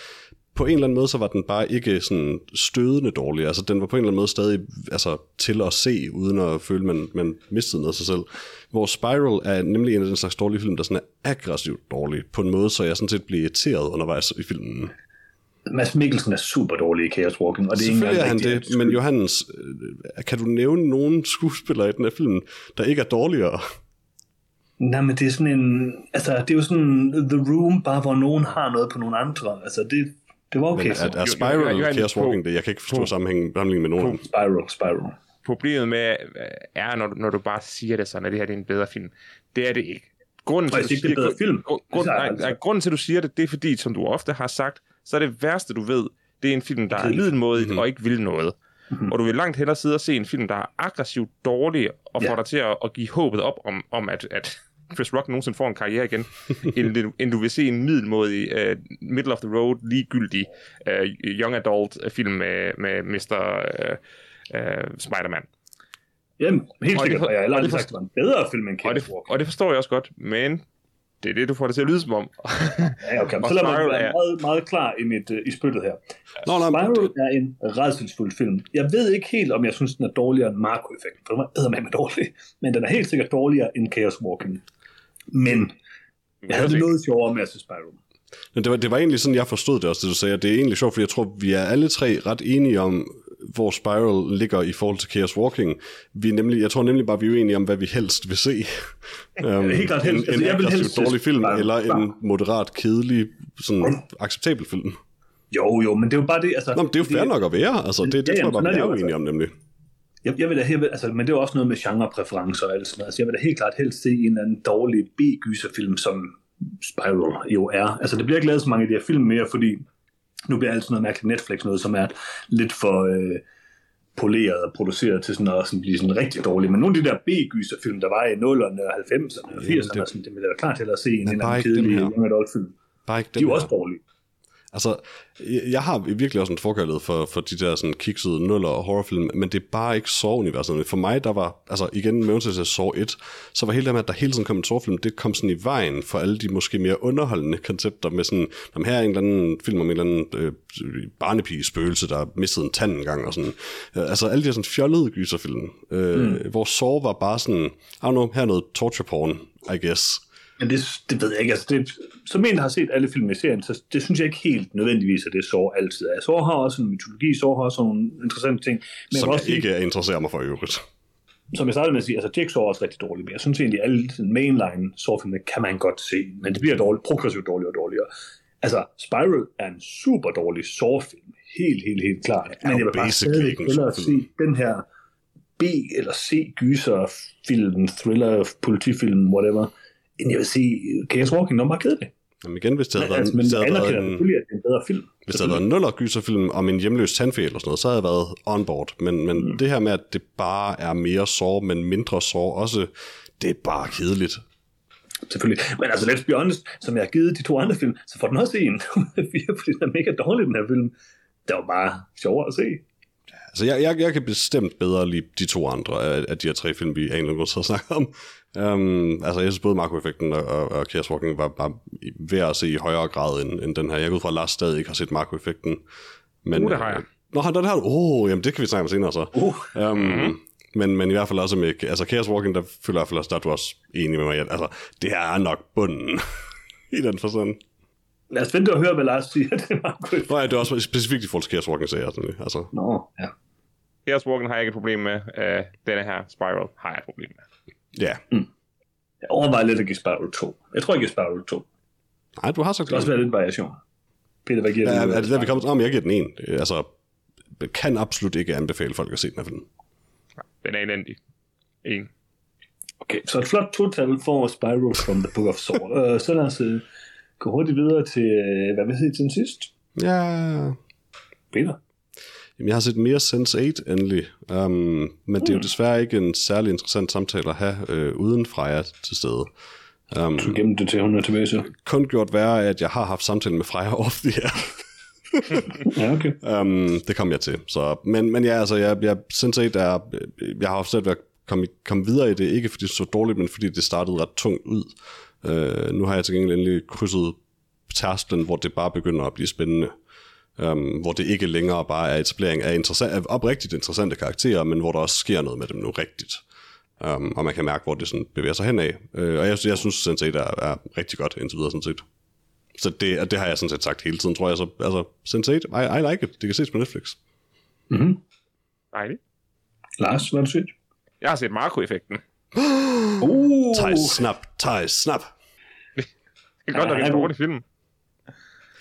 Speaker 2: på en eller anden måde, så var den bare ikke sådan stødende dårlig. Altså, den var på en eller anden måde stadig altså, til at se, uden at føle, man, man mistede noget af sig selv. Hvor Spiral er nemlig en af den slags dårlige film, der sådan er aggressivt dårlig, på en måde, så jeg sådan set bliver irriteret undervejs i filmen.
Speaker 1: Mads Mikkelsen er super dårlig i Chaos Walking, og det er ikke
Speaker 2: Selvfølgelig er
Speaker 1: engang
Speaker 2: han
Speaker 1: rigtig...
Speaker 2: det, men Johannes, øh, kan du nævne nogen skuespillere i den her film, der ikke er dårligere?
Speaker 1: Nej, men det er sådan en... Altså, det er jo sådan The Room, bare hvor nogen har noget på nogle andre. Altså, det, det var okay.
Speaker 2: Men er,
Speaker 1: for
Speaker 2: er
Speaker 1: mig.
Speaker 2: Spiral
Speaker 3: jo, jo,
Speaker 2: og
Speaker 3: Johannes,
Speaker 2: Chaos
Speaker 3: på-
Speaker 2: Walking det? Jeg kan ikke forstå sammenhængen, sammenligningen med nogen.
Speaker 1: Spiral, Spiral.
Speaker 3: problemet med øh, er, når du, når du bare siger det sådan, at det her det er en bedre film. Det er det ikke. Grunden
Speaker 1: Og jeg siger ikke, det er en bedre film.
Speaker 3: Grund,
Speaker 1: Det
Speaker 3: grund,
Speaker 1: siger jeg
Speaker 3: nej,
Speaker 1: altså.
Speaker 3: nej, grunden til, at du siger det, det er fordi, som du ofte har sagt, så er det værste, du ved, det er en film, der er
Speaker 1: Kedelig.
Speaker 3: middelmådig mm-hmm. og ikke vil noget. Mm-hmm. Og du vil langt hellere sidde og se en film, der er aggressivt dårlig, og får
Speaker 1: Ja.
Speaker 3: dig til at, at give håbet op om, om at, at Chris Rock nogensinde får en karriere [laughs] igen, end, du- end du vil se en middelmådig, uh, middle of the road, ligegyldig uh, young adult øh, film med, med Mr. Uh, uh, Spider-Man.
Speaker 1: Jamen, helt
Speaker 3: Og det
Speaker 1: sikkert,
Speaker 3: for-
Speaker 1: og jeg har heller
Speaker 3: og det
Speaker 1: aldrig
Speaker 3: for-
Speaker 1: sagt, at det var en bedre film end
Speaker 3: Og
Speaker 1: Chaos
Speaker 3: det,
Speaker 1: Walking.
Speaker 3: og det forstår jeg også godt, men det er det, du får det til at lyde som [laughs] om.
Speaker 1: Ja, okay.
Speaker 3: Og
Speaker 1: Så lad mig
Speaker 3: Spiral
Speaker 1: være
Speaker 3: er-
Speaker 1: meget, meget klar i, mit, øh, i spyttet her.
Speaker 2: Nå, nej, men
Speaker 1: Spiral
Speaker 2: det-
Speaker 1: er en redselsfuld film. Jeg ved ikke helt, om jeg synes, den er dårligere end Marco-effekten, for den var eddermame dårlig, men den er helt sikkert dårligere end Chaos Walking. Men jeg havde det noget sjovere med at se Spiral.
Speaker 2: Men det, var, det var egentlig sådan, jeg forstod det også, det du sagde. og Det er egentlig sjovt, fordi jeg tror, vi er alle tre ret enige om, hvor Spiral ligger i forhold til Chaos Walking. Vi er nemlig, jeg tror nemlig bare, vi er uenige om, hvad vi helst
Speaker 1: [laughs]
Speaker 2: vil se. um,
Speaker 1: Helt klart helst.
Speaker 2: En,
Speaker 1: Altså,
Speaker 2: en
Speaker 1: jeg vil helst
Speaker 2: aggressivt
Speaker 1: se
Speaker 2: dårlig film,
Speaker 1: Spiral.
Speaker 2: eller
Speaker 1: Klar.
Speaker 2: en moderat, kedelig, sådan acceptabel film.
Speaker 1: Jo, jo, men det er jo bare det, altså...
Speaker 2: Nå, men det er jo
Speaker 1: fordi-
Speaker 2: fair nok at være. Altså, det, det,
Speaker 1: Ja,
Speaker 2: det tror jeg
Speaker 1: jamen,
Speaker 2: bare,
Speaker 1: sådan
Speaker 2: vi
Speaker 1: er
Speaker 2: er
Speaker 1: det jo,
Speaker 2: uenige om, nemlig.
Speaker 1: Jeg, jeg vil da helt, altså, men det er jo også noget med genrepræferencer og alt sådan noget. Altså, jeg vil da helt klart helst se en eller anden dårlig B-gyserfilm, som Spiral jo er. Altså, det bliver ikke lavet så mange af de her film mere, fordi nu bliver alt sådan noget mærkeligt Netflix noget, som er lidt for øh, poleret og produceret til sådan at sådan blive sådan rigtig dårlig. Men nogle af de der B-gyserfilm, der var i 0'erne og 90'erne og 80'erne,
Speaker 2: det-
Speaker 1: og sådan, det bliver da klart til at se en
Speaker 2: Men
Speaker 1: eller
Speaker 2: bare
Speaker 1: anden
Speaker 2: ikke dem
Speaker 1: kedelig
Speaker 2: her.
Speaker 1: young adult film.
Speaker 2: Bare ikke
Speaker 1: De er jo
Speaker 2: den
Speaker 1: også dårlige.
Speaker 2: Altså, jeg, jeg har virkelig også en forkærlighed for, for de der sådan kiksede nuller og horrorfilm, men det er bare ikke Saw-universet. For mig, der var, altså igen, med undtagelse af Saw 1, så var hele det med, at der hele tiden kom en Saw-film, det kom sådan i vejen for alle de måske mere underholdende koncepter med sådan, jamen her er en eller anden film om en eller anden øh, barnepige-spøgelse, der mistede en tand engang, og sådan. Øh, Altså alle de der sådan fjollede gyserfilm, øh, mm. hvor Saw var bare sådan, I don't know, her er noget torture porn, I guess.
Speaker 1: Men det, det ved jeg ikke. Altså, det, som en, der har set alle film i serien, så det synes jeg ikke helt nødvendigvis, at det Saw altid er. Saw har også en mytologi, Saw har også nogle interessante ting. Men
Speaker 2: som
Speaker 1: vil
Speaker 2: jeg
Speaker 1: også sige-
Speaker 2: ikke interesserer mig for i øvrigt.
Speaker 1: som jeg startede med at sige, altså Jigsaw er også rigtig dårlig, men jeg synes egentlig, at alle sådan mainline sårfilmene kan man godt se, men det bliver dårligt, progressivt dårligere og dårligere. Altså, Spiral er en super dårlig sårfilm, helt, helt, helt klart.
Speaker 2: er
Speaker 1: Men
Speaker 2: jo
Speaker 1: jeg vil bare
Speaker 2: basically
Speaker 1: stadig
Speaker 2: ikke en
Speaker 1: hellere se
Speaker 2: Saw-film.
Speaker 1: den her B- eller C-gyserfilm, thriller, politifilm, whatever, end jeg vil se Chaos Walking, når man bare kede det.
Speaker 2: Jamen igen, hvis det havde
Speaker 1: Men, altså,
Speaker 2: været, en-
Speaker 1: men
Speaker 2: hvis det
Speaker 1: jeg
Speaker 2: havde
Speaker 1: anerkender
Speaker 2: været en,
Speaker 1: selvfølgelig, at det er en bedre film.
Speaker 2: Hvis der havde været en nuller gyserfilm om en hjemløs tandfæl eller sådan noget, så havde jeg været on board. Men, men mm. det her med, at det bare er mere sår, men mindre sår også, det er bare kedeligt.
Speaker 1: selvfølgelig. Men altså, let's be honest, som jeg har givet de to andre film, så får den også en [laughs] ud af fire, fordi den er mega dårlig, den her film. Det var bare sjovere at se.
Speaker 2: Altså, jeg, jeg, jeg kan bestemt bedre lide de to andre af, af de her tre film, vi af en eller anden grund sidder og snakker om. Um, altså, jeg synes både Marco-effekten og, og, og Chaos Walking var, var værd at se i højere grad end, end den her. Jeg går ud fra, at Lars stadig ikke har set Marco-effekten. Men,
Speaker 3: Uh, det har jeg.
Speaker 2: Nå, har- den har du. Oh, jamen, det kan vi snakke om senere så.
Speaker 1: Uh,
Speaker 2: Um, mm-hmm. men, men i hvert fald også med, altså Chaos Walking, der føler jeg i hvert fald også, der er du også enig med mig, at altså, det her er nok bunden [laughs] i den forstand.
Speaker 1: lad os vente og høre, hvad Lars siger. [laughs] Det var godt.
Speaker 2: Nå ja, det er også specifikt i forhold til Chaos Walking, sagde jeg sådan, altså.
Speaker 1: Nå, ja.
Speaker 3: Here's Walken har jeg ikke et problem med. Øh, denne her Spiral har jeg et problem med.
Speaker 2: Ja.
Speaker 1: Jeg overvejer lidt at give Spiral 2. Jeg tror, jeg giver Spiral 2. Det
Speaker 2: Nej, du har sagt
Speaker 1: kan også være lidt variation. Peter, hvad giver
Speaker 2: Ja,
Speaker 1: du?
Speaker 2: er det der, vi kommer til? Nå, men jeg giver den en. Øh, Altså, kan absolut ikke anbefale folk at se den her film.
Speaker 3: Den er elendig. En.
Speaker 1: Okay, så et flot total for Spiral from the Book of Saw. uh, så lad os uh, gå hurtigt videre til, uh, hvad vi hedder til den sidste.
Speaker 2: Ja.
Speaker 1: Peter.
Speaker 2: Jamen, jeg har set mere Sense8 endelig, um, men det er jo
Speaker 1: Mm.
Speaker 2: desværre ikke en særlig interessant samtale at have øh, uden Freja til stede. Um,
Speaker 1: Du gemte det til, hun er tilbage så.
Speaker 2: kun gjort værre, at jeg har haft samtalen med Freja off the air.
Speaker 1: Ja, okay.
Speaker 2: Um, det kom jeg til. Så, men, men ja, altså, jeg, jeg, sådan set er, øh, jeg har haft svært ved at komme, i- komme videre i det, ikke fordi det så dårligt, men fordi det startede ret tungt ud. Uh, nu har jeg til gengæld endelig krydset tærsklen, hvor det bare begynder at blive spændende. Um, hvor det ikke længere bare er etablering af, interessant, af oprigtigt interessante karakterer, men hvor der også sker noget med dem nu rigtigt. Um, og man kan mærke, hvor det sådan bevæger sig henad. Uh, og jeg, jeg synes sådan set er, er rigtig godt indtil videre sådan set. Så det, og det har jeg sådan set sagt hele tiden, tror jeg. Så, altså, Sense8, I, I like it. Det kan ses på Netflix.
Speaker 1: Mm-hmm.
Speaker 3: Dejligt.
Speaker 1: Lars, hvad har du set?
Speaker 3: Jeg har set Marco-effekten.
Speaker 1: Uh,
Speaker 2: Thijs, snap, Thijs, snap.
Speaker 3: Det er godt nok
Speaker 1: Ja,
Speaker 3: en
Speaker 1: du-
Speaker 3: dårlig film.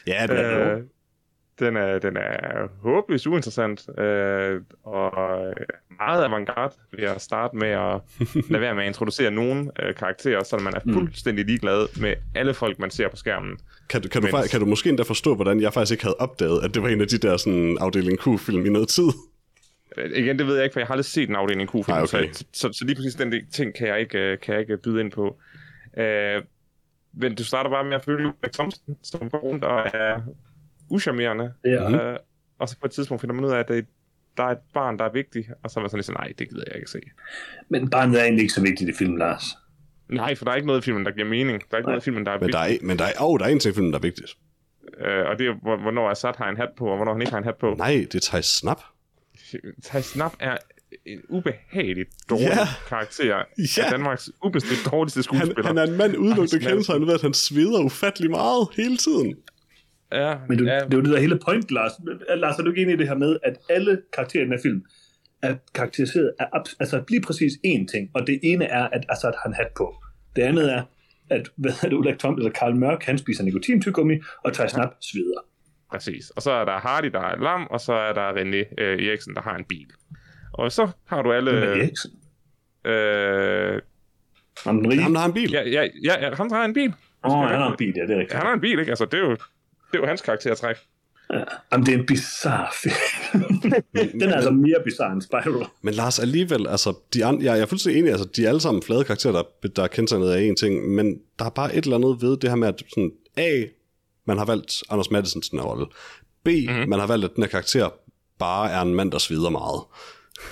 Speaker 2: Ja, det er det.
Speaker 3: Øh, den, er, den er håbløst uinteressant, øh, og meget avantgarde ved at starte med at lade være med at introducere nogle øh, karakterer, så man
Speaker 2: Mm.
Speaker 3: er fuldstændig ligeglad med alle folk, man ser på skærmen.
Speaker 2: Kan, du- kan, du,
Speaker 3: men-
Speaker 2: fa- kan du måske endda forstå, hvordan jeg faktisk ikke havde opdaget, at det var en af de der sådan, afdeling Q-film i noget tid?
Speaker 3: Øh, igen, det ved jeg ikke, for jeg har aldrig set en afdeling Q-film,
Speaker 2: Nej, okay.
Speaker 3: så, så, så lige præcis den del- ting kan jeg ikke, øh, kan jeg ikke byde ind på. Øh, men du starter bare med at følge Ulrik Thomsen, som går rundt og er uschammerende.
Speaker 1: Ja.
Speaker 2: Mhm.
Speaker 3: Øh, og så på et tidspunkt finder man ud af, at det, der er et barn, der er vigtigt, og så er man sådan lidt sådan, nej, det gider jeg ikke se.
Speaker 1: Men barnet er egentlig ikke så vigtigt i filmen, Lars.
Speaker 3: Nej, for der er ikke noget i filmen, der giver mening. Der er ikke
Speaker 1: Nej.
Speaker 3: noget i filmen, der er
Speaker 2: Men der
Speaker 3: vigtigt.
Speaker 2: er, men der er, oh, der er en ting i filmen, der er vigtigt.
Speaker 3: Øh, og det er, hvor- hvornår Assad har en hat på, og hvornår han ikke har en hat på.
Speaker 2: Nej, det er Thijs Snap.
Speaker 3: Thijs Snap er en ubehageligt dårlig
Speaker 2: Ja.
Speaker 3: karakter
Speaker 2: Ja.
Speaker 3: af Danmarks ubestemt dårligste
Speaker 2: Han,
Speaker 3: skuespiller.
Speaker 2: han er en mand udelukkende
Speaker 3: Thijs
Speaker 2: kendetegnet ved, at han sveder ufattelig meget hele tiden.
Speaker 3: Ja,
Speaker 1: Men du,
Speaker 3: ja,
Speaker 1: det er jo det der hele point, Lars. Er- Lars, er du ikke enig i det her med, at alle karaktererne i den her film er karakteriseret af abs- altså lige præcis én ting, og det ene er, at Assad har en hat på. Det andet er, at hvad hedder det, Ulrik Tom, eller Karl Mørk, han spiser nikotintygummi, og Thijs Snap sveder.
Speaker 3: præcis. Og så er der Hardy, der er lam, og så er der René øh, Eriksen, der har en bil. Og så har du alle...
Speaker 1: Øh. Eriksen.
Speaker 3: Øh,
Speaker 1: Om den rige.
Speaker 2: Ham, der har en bil.
Speaker 3: ja, ja, ja, ja, ham der har en bil.
Speaker 1: Åh, oh, han har en bil, ja, det er rigtigt.
Speaker 3: Han har en bil, ikke? Altså, det er jo, det er jo hans karaktertræk.
Speaker 1: Jamen, det er en bizarre film. den er altså mere bizarre end Spiral.
Speaker 2: Men Lars, alligevel, altså, de andre, jeg, jeg er fuldstændig enig, altså, de er alle sammen flade karakterer, der, der er kendt sig af én ting, men der er bare et eller andet ved det her med, at sådan, A, man har valgt Anders Madsen til den her rolle. B,
Speaker 3: Mhm.
Speaker 2: mm-hmm. man har valgt, at den her karakter bare er en mand, der svider meget. [laughs]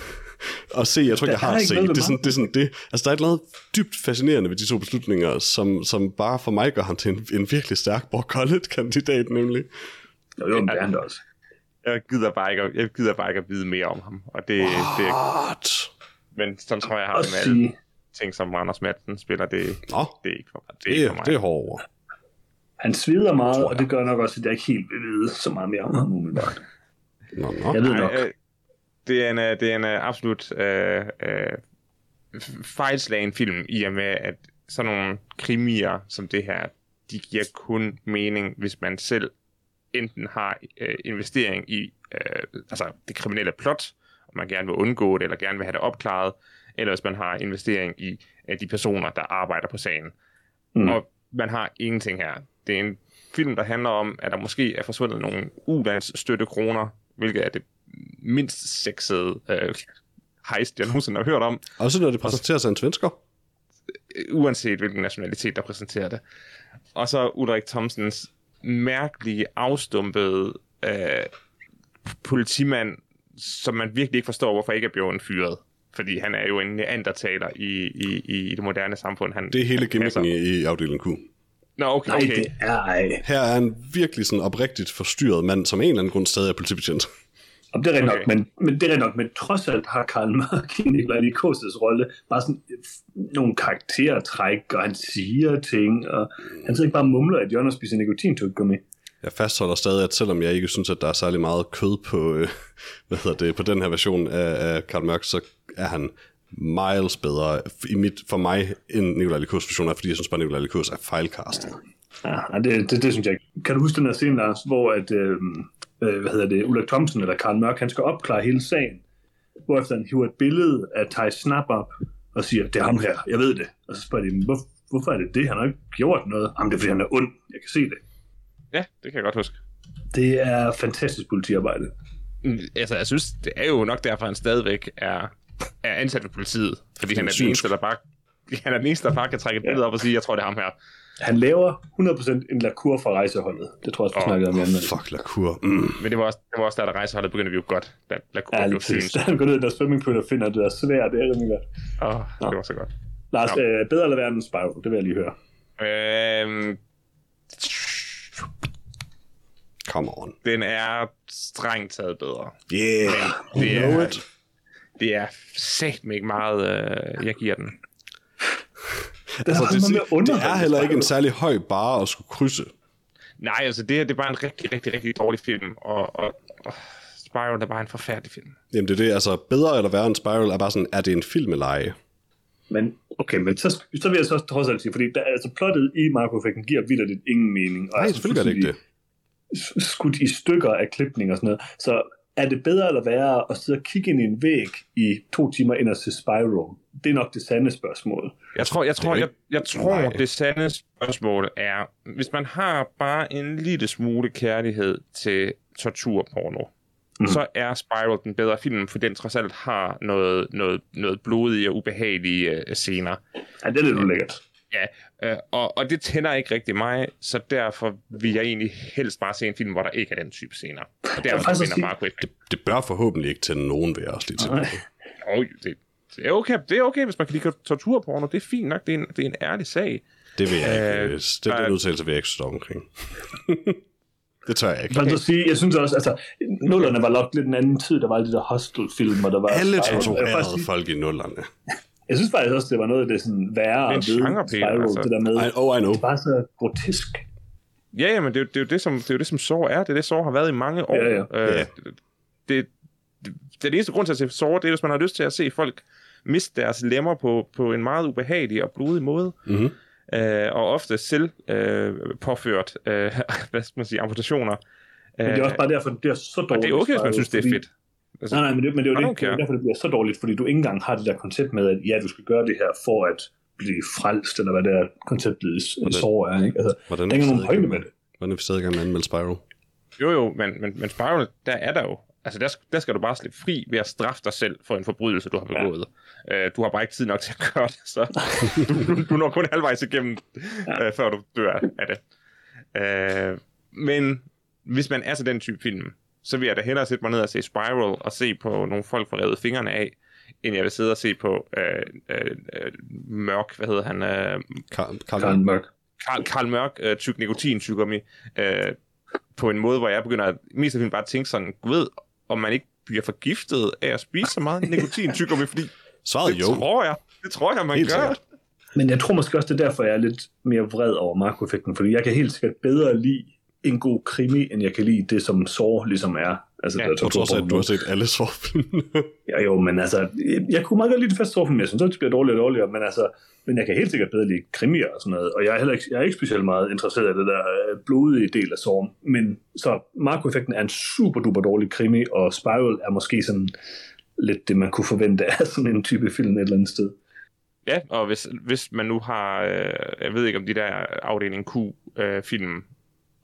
Speaker 2: og C, jeg tror ikke, jeg
Speaker 1: Der er
Speaker 2: har
Speaker 1: ikke
Speaker 2: C.
Speaker 1: noget ved
Speaker 2: Det er, sådan, det er sådan det. Altså, der er et eller andet dybt fascinerende ved de to beslutninger, som, som bare for mig gør ham til en, en virkelig stærk Borg College-kandidat, nemlig.
Speaker 1: Jo, jo, men det er han da også.
Speaker 3: Jeg gider bare ikke, at- jeg gider bare ikke at vide mere om ham. Og det, det,
Speaker 2: What?
Speaker 3: men sådan tror jeg, jeg har
Speaker 1: Og
Speaker 3: det med alle
Speaker 1: sige,
Speaker 3: ting, som Anders Madsen spiller. Det,
Speaker 2: Nå,
Speaker 3: det er ikke for, det er
Speaker 2: det,
Speaker 3: ikke
Speaker 2: er,
Speaker 3: for mig.
Speaker 2: det er hårdt ord.
Speaker 1: han svider meget,
Speaker 2: Tror
Speaker 1: og det gør nok også, at jeg ikke helt vil vide så meget mere om ham umiddelbart.
Speaker 2: Nå, nå.
Speaker 1: Jeg ved nok.
Speaker 3: Nej, øh, det er en, øh, det er en øh, absolut øh, øh, f- fejlslagen film, i og med, at sådan nogle krimier som det her, de giver kun mening, hvis man selv enten har øh, investering i øh, altså det kriminelle plot, og man gerne vil undgå det, eller gerne vil have det opklaret, eller hvis man har investering i øh, de personer, der arbejder på sagen.
Speaker 1: Mm.
Speaker 3: Mm. Og man har ingenting her. Det er en film, der handler om, at der måske er forsvundet nogle ulandsstøttekroner, hvilket er det mindst sexede øh, heist, jeg nogensinde har hørt om,
Speaker 2: Også når det præsenteres af en svensker.
Speaker 3: øh, uanset hvilken nationalitet, der præsenterer det. Og så Ulrik Thomsens mærkelige, afstumpede øh, politimand, som man virkelig ikke forstår, hvorfor ikke er blevet fyret. Fordi han er jo en neandertaler i, i, i i det moderne samfund. Han,
Speaker 2: Det er hele
Speaker 3: han passer.
Speaker 2: gimmicken i, i afdelingen Q.
Speaker 3: Nå, okay,
Speaker 1: Nej,
Speaker 3: okay.
Speaker 1: det er ej.
Speaker 2: Her er en virkelig sådan oprigtigt forstyrret mand, som af en eller anden grund stadig er politibetjent.
Speaker 1: Jamen, det er rigtig okay. nok,
Speaker 3: Okay.
Speaker 1: men, men det er rigtig nok, men trods alt har Karl Mark i Nikolaj Likoses rolle bare sådan øh, f- nogle karaktertræk, og han siger ting, og han sidder ikke bare og mumler i et hjørne og spiser nikotintuggummi.
Speaker 2: Jeg fastholder stadig, at selvom jeg ikke synes, at der er særlig meget kød på, øh, [laughs] hvad hedder det, på den her version af, af Karl Mørk, så er han miles bedre i mit, for mig end Nikolaj Likos version er, fordi jeg synes bare, at Nikolaj Likos er fejlcastet.
Speaker 1: Ja, nej, det, det, det, synes jeg ikke. Kan du huske den her scene, Lars, hvor at, øh, øh, hvad hedder det, Ulrik Thomsen eller Karl Mørk, han skal opklare hele sagen, hvorefter han hiver et billede af Thijs Snap op og siger, det er ham her, jeg ved det. Og så spørger de, Hvor, hvorfor er det det? Han har ikke gjort noget. Jamen, det er, fordi han er ond. Jeg kan se det.
Speaker 3: Ja, det kan jeg godt huske.
Speaker 1: Det er fantastisk politiarbejde.
Speaker 3: Mm, Altså, jeg synes, det er jo nok derfor, han stadigvæk er, er ansat ved politiet. Fordi han er, den
Speaker 2: Synsk.
Speaker 3: eneste, der bare, [laughs] han er den eneste, der bare kan trække et billede op og sige, jeg tror, det er ham her.
Speaker 1: Han laver 100% en lakur fra rejseholdet. Det tror jeg også, vi
Speaker 3: Åh,
Speaker 1: snakkede om i anden
Speaker 2: Fuck, Lacour. Mm.
Speaker 3: Men det var også, det var også der, der rejseholdet begyndte vi jo godt. Da, da kunne
Speaker 1: Ja,
Speaker 3: ja,
Speaker 1: lige
Speaker 3: blive
Speaker 1: præcis.
Speaker 3: synes.
Speaker 1: Da han går ned i deres swimmingpool og finder det der svært, det er rimelig godt.
Speaker 3: Åh, det var så godt.
Speaker 1: Lars,
Speaker 3: Ja.
Speaker 1: øh, bedre eller værre end Spyro, det vil jeg lige høre.
Speaker 2: Altså,
Speaker 3: Øhm,
Speaker 2: Come on.
Speaker 3: den er strengt taget bedre.
Speaker 2: Yeah.
Speaker 3: Det
Speaker 2: Know
Speaker 3: er,
Speaker 2: it.
Speaker 3: det er satme ikke meget, øh, jeg giver den.
Speaker 1: Den altså,
Speaker 2: det,
Speaker 1: er
Speaker 2: det, det er heller ikke en særlig høj bare at skulle krydse.
Speaker 3: Nej, altså det her, det er bare en rigtig, rigtig, rigtig dårlig film. Og, og, og Spiral er bare en forfærdelig film.
Speaker 2: Jamen det er det, altså bedre eller værre end Spiral er bare sådan, er det en film eller ej?
Speaker 1: Men okay, men så, så vil jeg så også trods alt sige, fordi der, altså plottet i Marco Effekten giver vidderligt ingen mening. Og
Speaker 2: Nej,
Speaker 1: er
Speaker 2: selvfølgelig gør det ikke det.
Speaker 1: fuldstændig Skudt i stykker af klipning og sådan noget. Så er det bedre eller værre at sidde og kigge ind i en væg i to timer end at se Spyro? Det er nok det sande spørgsmål.
Speaker 3: Jeg tror, jeg
Speaker 2: er
Speaker 3: tror,
Speaker 2: jo
Speaker 3: jeg,
Speaker 2: ikke-
Speaker 3: jeg tror
Speaker 2: Nej.
Speaker 3: det sande spørgsmål er, hvis man har bare en lille smule kærlighed til torturporno,
Speaker 1: Mhm.
Speaker 3: mm. så er Spiral den bedre film, for den trods alt har noget, noget, noget blodige og ubehagelige øh, scener.
Speaker 1: Ja, det er lidt ulækkert.
Speaker 3: Øh, og, og det tænder ikke rigtig mig, så derfor vil jeg egentlig helst bare se en film, hvor der ikke er den type scener. Og
Speaker 1: Jeg vil faktisk
Speaker 3: derfor vinder
Speaker 1: sige-
Speaker 3: Marco ikke.
Speaker 2: Det bør forhåbentlig ikke til nogen, vil jeg også lige til.
Speaker 1: Nej.
Speaker 3: Jo, det, det, er okay, det er okay, hvis man kan lide torturporno. Det er fint nok, det er en, det er en ærlig sag.
Speaker 2: Det vil jeg ikke.
Speaker 3: Øh,
Speaker 2: Øh, det er
Speaker 3: der-
Speaker 2: den udtalelse, vil jeg ikke stå omkring. [laughs] det tør jeg ikke.
Speaker 1: Okay. så sige, jeg synes også, altså, nullerne var nok lidt en anden tid, der var alle de der hostel-film, og der var...
Speaker 2: Alle
Speaker 1: Spyro. jeg, vil faktisk
Speaker 2: torturerede
Speaker 1: sige-
Speaker 2: folk i nullerne.
Speaker 1: jeg synes faktisk også, det var noget af det sådan værre
Speaker 3: Det er en
Speaker 1: at vide
Speaker 3: genrepæl,
Speaker 1: Spyro,
Speaker 3: altså.
Speaker 1: det der med,
Speaker 2: I, oh, I know.
Speaker 1: det var så grotesk.
Speaker 3: Ja, ja, men det er, jo- det er jo det, som, det er jo det, som sår er. Det er det, sår har været i mange år.
Speaker 1: Ja, ja.
Speaker 3: Øh,
Speaker 2: Ja.
Speaker 3: Det, det, det, den eneste grund til at se sår, det er, hvis man har lyst til at se folk miste deres lemmer på, på en meget ubehagelig og blodig måde.
Speaker 2: Mhm.
Speaker 3: Øh, og ofte selv øh, påført, øh, [laughs] hvad skal man sige, amputationer.
Speaker 1: Men det er også bare derfor, det bliver så
Speaker 3: Øh, og
Speaker 1: dårligt.
Speaker 3: det er okay, hvis
Speaker 1: Spyro,
Speaker 3: man synes, det er
Speaker 1: fordi-
Speaker 3: fedt. Altså,
Speaker 1: Nej, nej, men det, men det er jo
Speaker 3: I
Speaker 1: det,
Speaker 3: don't
Speaker 1: det er jo
Speaker 3: care.
Speaker 1: derfor, det bliver så dårligt, fordi du ikke engang har det der koncept med, at ja, du skal gøre det her for at blive frelst, eller hvad det er, konceptet i
Speaker 2: Hvordan-
Speaker 1: sår er, ikke? Altså,
Speaker 2: Hvordan
Speaker 1: der er
Speaker 2: vi
Speaker 1: ikke nogen
Speaker 2: stadig
Speaker 1: højde
Speaker 2: i
Speaker 1: med
Speaker 2: gang-
Speaker 1: det.
Speaker 2: Hvordan er vi stadig i gang med at anmelde Spyro?
Speaker 3: Jo, jo, men, men, men Spiral, der er der jo. Altså, der, sk- der skal du bare slippe fri ved at straffe dig selv for en forbrydelse, du har
Speaker 1: Ja.
Speaker 3: begået. Ja. Øh, du har bare ikke tid nok til at gøre det, så du, du når kun halvvejs igennem, ja. øh, før du dør af det. Øh, Men hvis man er til den type film, så vil jeg da hellere sætte mig ned og se Spiral og se på nogle folk få revet fingrene af, end jeg vil sidde og se på øh, øh, øh, Mørk, hvad hedder han? Øh,
Speaker 2: Karl,
Speaker 1: Karl
Speaker 2: Karl,
Speaker 1: Mørk.
Speaker 3: Karl, Karl Mørk, øh, tyk nikotin, tykkermi, øh, på en måde, hvor jeg begynder at, mest af tiden bare at tænke sådan, Gud ved, om man ikke bliver forgiftet af at spise
Speaker 1: [laughs]
Speaker 3: så meget nikotin, tykkermi, fordi
Speaker 2: svaret
Speaker 3: det
Speaker 2: jo.
Speaker 3: tror jeg, det tror jeg, man
Speaker 2: Helt
Speaker 3: Helt gør.
Speaker 2: sikkert.
Speaker 1: Men jeg tror måske også, det er derfor, jeg er lidt mere vred over makroeffekten, fordi jeg kan helt sikkert bedre lide en god krimi, end jeg kan lide det, som sår ligesom er. Altså,
Speaker 3: Ja,
Speaker 1: der er
Speaker 2: Jeg tror også, at du har
Speaker 1: torturporno.
Speaker 2: set alle svarfilmene.
Speaker 1: Ja, jo, men altså, jeg, jeg kunne meget godt lide det første storfilm, men jeg synes også, det bliver dårligere og dårligere, men altså, men jeg kan helt sikkert bedre lide krimier og sådan noget, og jeg er heller ikke, jeg er ikke specielt meget interesseret i det der øh, blodige del af sorgen, men så Marco-effekten er en super duper dårlig krimi, og Spiral er måske sådan lidt det, man kunne forvente af sådan en type film et eller andet sted.
Speaker 3: Ja, og hvis, hvis man nu har, øh, jeg ved ikke om de der afdeling Q-film,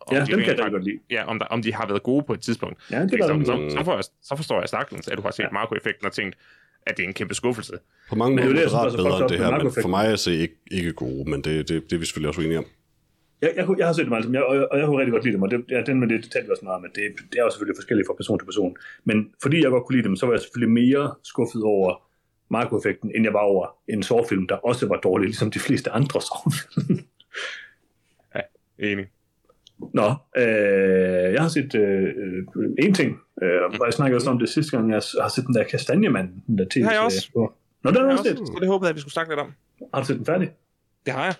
Speaker 3: om
Speaker 1: Ja,
Speaker 3: de
Speaker 1: dem kan jeg
Speaker 3: rent
Speaker 1: da
Speaker 3: fakt-
Speaker 1: godt lide.
Speaker 3: ja, om, der, om de har været gode på et tidspunkt.
Speaker 1: Ja, det
Speaker 3: Det
Speaker 1: var
Speaker 3: så,
Speaker 1: dem.
Speaker 3: så, så, får jeg, så forstår jeg sagtens, at du har set ja. Marco-effekten og tænkt, at det er en kæmpe skuffelse.
Speaker 2: [laughs] På mange
Speaker 1: Men det er
Speaker 2: måder
Speaker 1: jo
Speaker 2: er
Speaker 1: det, jeg
Speaker 2: det
Speaker 1: synes,
Speaker 2: ret
Speaker 1: der er så
Speaker 2: bedre
Speaker 1: fucked up
Speaker 2: end det
Speaker 1: med
Speaker 2: her, men for
Speaker 1: narkoeffekten.
Speaker 2: mig er det ikke, ikke gode, men det, det, det er vi selvfølgelig også enige om.
Speaker 1: Jeg, jeg, kunne- jeg har set dem alle sammen, jeg- og, jeg- og jeg kunne rigtig godt lide dem, og det, ja, den med det, det talte vi også meget om, at det, det er jo selvfølgelig forskelligt fra person til person. Men fordi jeg godt kunne lide dem, så var jeg selvfølgelig mere skuffet over Marco-effekten, end jeg var over en sårfilm, der også var dårlig, ligesom de fleste andre [laughs] sårfilm.
Speaker 3: Enig.
Speaker 1: Nå, øh, jeg har set øh, øh, en ting, øh, og jeg snakkede også om det sidste gang, jeg s- har set den der Kastanjemand, den der tv
Speaker 3: har jeg også.
Speaker 1: Nå, den har
Speaker 3: Jeg
Speaker 1: jeg
Speaker 3: har
Speaker 1: også set.
Speaker 3: også, så det håbede jeg, at vi skulle snakke lidt om.
Speaker 1: Har du set den færdig?
Speaker 3: Det har jeg.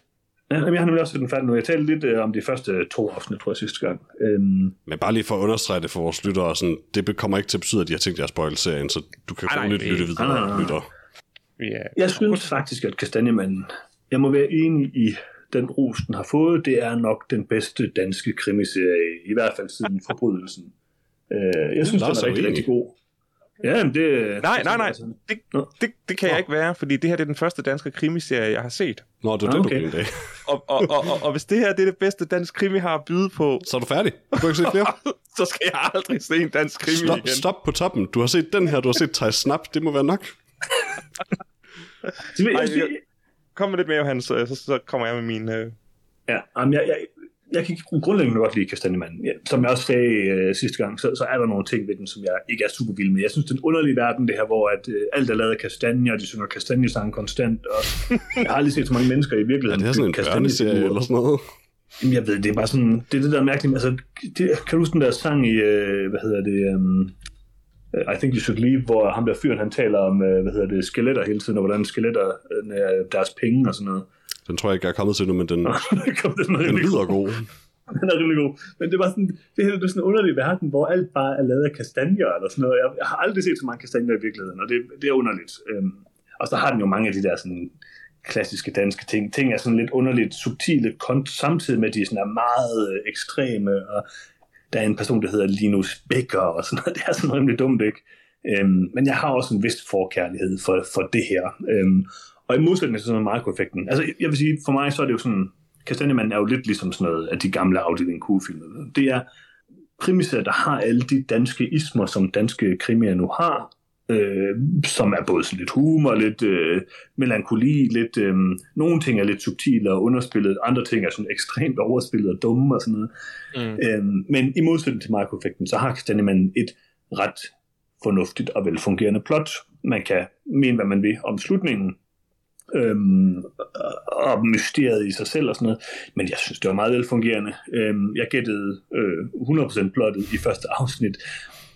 Speaker 1: Ja, jamen, jeg har nemlig også set den færdig nu. Jeg talte lidt øh, om de første to afsnit, tror jeg, sidste gang. Øhm,
Speaker 2: Men bare lige for at understrege det for vores lyttere, sådan, det kommer ikke til at betyde, at de har tænkt jer at spoil serien, så du kan
Speaker 3: Ej, nej,
Speaker 2: roligt
Speaker 3: det-
Speaker 2: lytte
Speaker 1: nej, Ah, nej,
Speaker 2: videre,
Speaker 1: nej.
Speaker 2: lytter.
Speaker 3: Vi er
Speaker 1: Jeg synes faktisk, at Kastanjemanden, jeg må være enig i den rus, den har fået, det er nok den bedste danske krimiserie, i hvert fald siden forbrydelsen. Øh, jeg synes, den
Speaker 2: Lars
Speaker 1: er
Speaker 2: er
Speaker 1: rigtig,
Speaker 2: uenig.
Speaker 1: rigtig god. Ja, men det...
Speaker 3: Nej, nej, nej.
Speaker 1: Altså,
Speaker 3: Det,
Speaker 1: Nå.
Speaker 3: det, det kan jeg ikke være, fordi det her det er den første danske krimiserie, jeg har set.
Speaker 2: Nå, det er
Speaker 1: Ah,
Speaker 2: det, du
Speaker 1: okay.
Speaker 2: mente af.
Speaker 3: Og, og, og, og, og hvis det her det er det bedste dansk krimi har at byde på,
Speaker 2: Så er du færdig. Du kan ikke se flere.
Speaker 3: så skal jeg aldrig se en dansk [laughs] krimi
Speaker 2: Stop,
Speaker 3: igen.
Speaker 2: stop på toppen. Du har set den her, du har set Thijs Snap. Det må være nok.
Speaker 1: det,
Speaker 3: Ej,
Speaker 1: jeg, jeg,
Speaker 3: jeg- Kom med lidt mere, Johannes, øh, så, så, så kommer jeg med min... Øh...
Speaker 1: ja, jamen, jeg, jeg, jeg kan grundlæggende godt lide Kastanjemanden. Ja, som jeg også sagde øh, sidste gang, så, så er der nogle ting ved den, som jeg ikke er super vild med. Jeg synes, det er en underlig verden, det her, hvor at, øh, alt er lavet af kastanje, og de synger kastanjesange konstant, og [laughs] jeg har aldrig set så mange mennesker i
Speaker 2: Er
Speaker 1: virkeligheden.
Speaker 2: det her sådan en
Speaker 1: bygge
Speaker 2: børneserie
Speaker 1: kastanjefigurer.
Speaker 2: eller sådan noget?
Speaker 1: Jamen, jeg ved, det er bare sådan, det er det der mærkeligt, altså, det, kan du huske den der sang i, øh, hvad hedder det, um, I Think You Should Leave, hvor ham der fyren, han taler om, øh, hvad hedder det, skeletter hele tiden, og hvordan skeletter, øh, er deres penge og sådan noget. [laughs]
Speaker 2: Den tror jeg ikke, jeg er kommet til nu, men
Speaker 3: [laughs]
Speaker 2: den,
Speaker 1: Kom, den, er
Speaker 2: den
Speaker 1: rimelig,
Speaker 2: lyder god.
Speaker 1: den er rimelig god. Men det var sådan, det her det er sådan en underlig verden, hvor alt bare er lavet af kastanjer eller sådan noget. Jeg, jeg har aldrig set så mange kastanjer i virkeligheden, og det, det er underligt. Øhm, og så har den jo mange af de der sådan klassiske danske ting. Ting er sådan lidt underligt subtile, kont- samtidig med, at de sådan er meget øh, ekstreme, og der er en person, der hedder Linus Becker og sådan noget. [laughs] Det er sådan rimelig dumt, ikke? Øhm, men jeg har også en vis forkærlighed for, for det her. Øhm, og i modsætning til sådan noget Marco-effekten. Altså, jeg vil sige, for mig så er det jo sådan, Kastanjemanden er jo lidt ligesom sådan noget af de gamle afdeling Q-filmer. Det er krimiserier, der har alle de danske ismer, som danske krimier nu har, øh, som er både sådan lidt humor, lidt øh, melankoli, lidt, øh, nogle ting er lidt subtile og underspillet, andre ting er sådan ekstremt overspillet og dumme og sådan noget. [laughs]
Speaker 3: Mm.
Speaker 1: Øhm, men i modsætning til Marco-effekten, så har Kastanjemanden et ret fornuftigt og velfungerende plot. Man kan mene, hvad man vil om slutningen, øhm, og mysteriet i sig selv og sådan noget, men jeg synes, det var meget velfungerende. Øhm, jeg gættede øh, 100% plottet i første afsnit,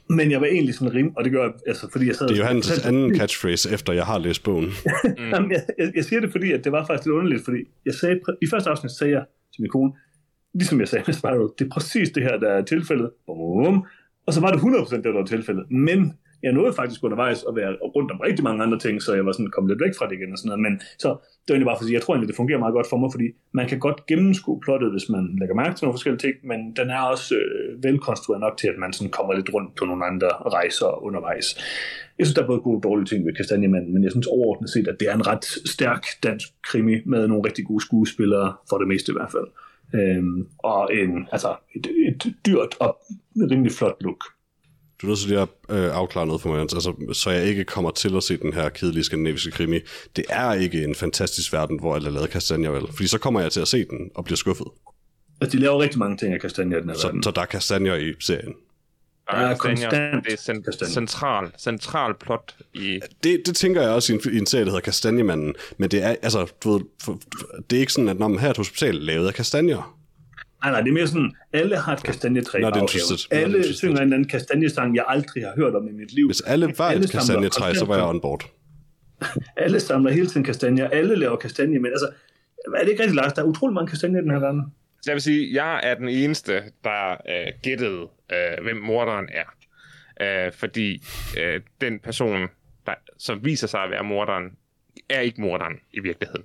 Speaker 1: men jeg var egentlig sådan rim, og det gør jeg, altså, fordi jeg sad...
Speaker 2: Det er
Speaker 3: [laughs]
Speaker 1: jeg
Speaker 2: Johannes
Speaker 1: sad-
Speaker 2: anden catchphrase, efter jeg har læst bogen.
Speaker 3: Mm.
Speaker 1: Jamen, jeg, jeg, jeg siger det, fordi at det var faktisk lidt underligt, fordi jeg sagde, præ- i første afsnit sagde jeg til min kone, ligesom jeg sagde med Spiral, det er præcis det her, der er tilfældet. Bum, bum, bum. Og så var det 100% det, der var tilfældet. Men jeg nåede faktisk undervejs at være rundt om rigtig mange andre ting, så jeg var sådan kommet lidt væk fra det igen og sådan noget. Men så det var egentlig bare for at sige, jeg tror egentlig, det fungerer meget godt for mig, fordi man kan godt gennemskue plottet, hvis man lægger mærke til nogle forskellige ting, men den er også øh, velkonstrueret nok til, at man sådan kommer lidt rundt på nogle andre rejser undervejs. Jeg synes, der er både gode og dårlige ting ved Kastanjemanden, men jeg synes overordnet set, at det er en ret stærk dansk krimi med nogle rigtig gode skuespillere, for det meste i hvert fald. Øhm, og en, altså et, et dyrt og rimelig flot look.
Speaker 2: Du er nødt til lige at øh, afklare noget for mig, Jens. altså, så jeg ikke kommer til at se den her kedelige skandinaviske krimi. Det er ikke en fantastisk verden, hvor alt er lavet af kastanjer, vel? Fordi så kommer jeg til at se den og bliver skuffet.
Speaker 1: Altså, de laver rigtig mange ting af kastanjer i den her
Speaker 2: Så,
Speaker 1: verden.
Speaker 2: så der er kastanjer i serien.
Speaker 3: Der
Speaker 1: Der er
Speaker 3: kastanjer.
Speaker 1: konstant
Speaker 3: Det er cen-
Speaker 1: kastanjer.
Speaker 3: central, central plot i...
Speaker 2: Det, det tænker jeg også i en, i en serie, der hedder Kastanjemanden. Men det er, altså, du ved, for, for- det er ikke sådan, at når man her er et hospital lavet af kastanjer.
Speaker 1: Nej, nej, det er mere sådan, alle har et kastanjetræ i
Speaker 2: Not
Speaker 1: baghaven.
Speaker 2: interested. Not
Speaker 1: Alle
Speaker 2: interested.
Speaker 1: synger en eller anden kastanjesang, jeg aldrig har hørt om i mit liv.
Speaker 2: Hvis alle var
Speaker 1: samler
Speaker 2: et kastanjetræ, så var jeg
Speaker 1: konstant-
Speaker 2: on board.
Speaker 1: Alle samler hele tiden kastanjer, alle laver kastanje, men altså, er det ikke rigtigt, Lars? Der er utrolig mange kastanjer i den her verden.
Speaker 3: Så jeg vil sige, jeg er den eneste, der øh, gættede, øh, hvem morderen er. Øh, fordi øh, den person, der, som viser sig at være morderen, er ikke morderen i virkeligheden.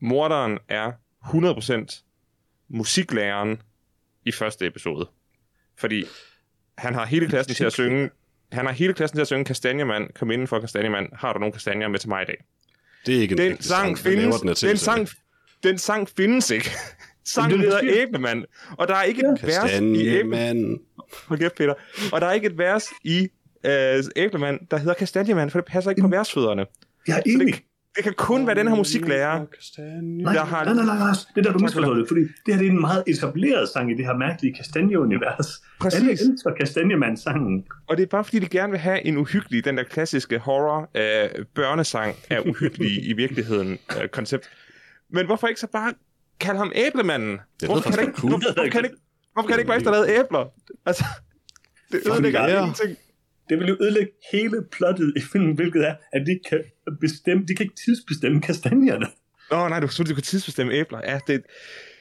Speaker 3: Morderen er 100% musiklæreren i første episode. Fordi han har hele klassen til at synge, han har hele klassen til at synge Kastanjemand, kom inden for Kastanjemand, har du nogle kastanjer med til mig i dag?
Speaker 2: Det er ikke en
Speaker 3: den
Speaker 2: rigtig
Speaker 3: sang
Speaker 2: Hvem laver
Speaker 3: findes, den,
Speaker 2: her til en
Speaker 3: den,
Speaker 2: serie?
Speaker 3: sang, den sang
Speaker 2: [laughs]
Speaker 3: findes ikke. Sangen
Speaker 1: Men den er
Speaker 3: hedder
Speaker 1: syg.
Speaker 3: Æblemand, og der er ikke et vers i Æblemand.
Speaker 2: Kastanjemanden.
Speaker 3: Hold kæft, Peter. Og der er ikke et vers i øh, Æblemand, der hedder Kastanjemand, for det passer ikke på versfødderne.
Speaker 1: Jeg er
Speaker 3: Så
Speaker 1: enig.
Speaker 3: det, det kan kun være den her musiklærer.
Speaker 1: Nej,
Speaker 3: Jeg har-
Speaker 1: nej, nej, nej, Lars. Det er der, du
Speaker 3: Tak,
Speaker 1: misforstår det, fordi det her det er en meget etableret sang i det her mærkelige kastanjeunivers.
Speaker 3: Præcis.
Speaker 1: Alle elsker kastanjemandssangen.
Speaker 3: Og det er bare fordi, de gerne vil have en uhyggelig, den der klassiske horror øh, børnesang er uhyggelig i virkeligheden øh, koncept. Men hvorfor ikke så bare kalde ham æblemanden? Hvorfor kan,
Speaker 2: faktisk
Speaker 3: det ikke,
Speaker 2: cool.
Speaker 3: hvorfor, hvorfor kan det ikke, hvorfor kan det ikke være, der lavede æbler? Altså, det ødelægger
Speaker 2: ja.
Speaker 3: ingenting.
Speaker 1: Det vil jo ødelægge hele plottet i filmen, hvilket er, at de kan bestemme, de kan ikke tidsbestemme kastanjerne.
Speaker 3: Nå, nej, du synes, du kan tidsbestemme æbler. Ja, det,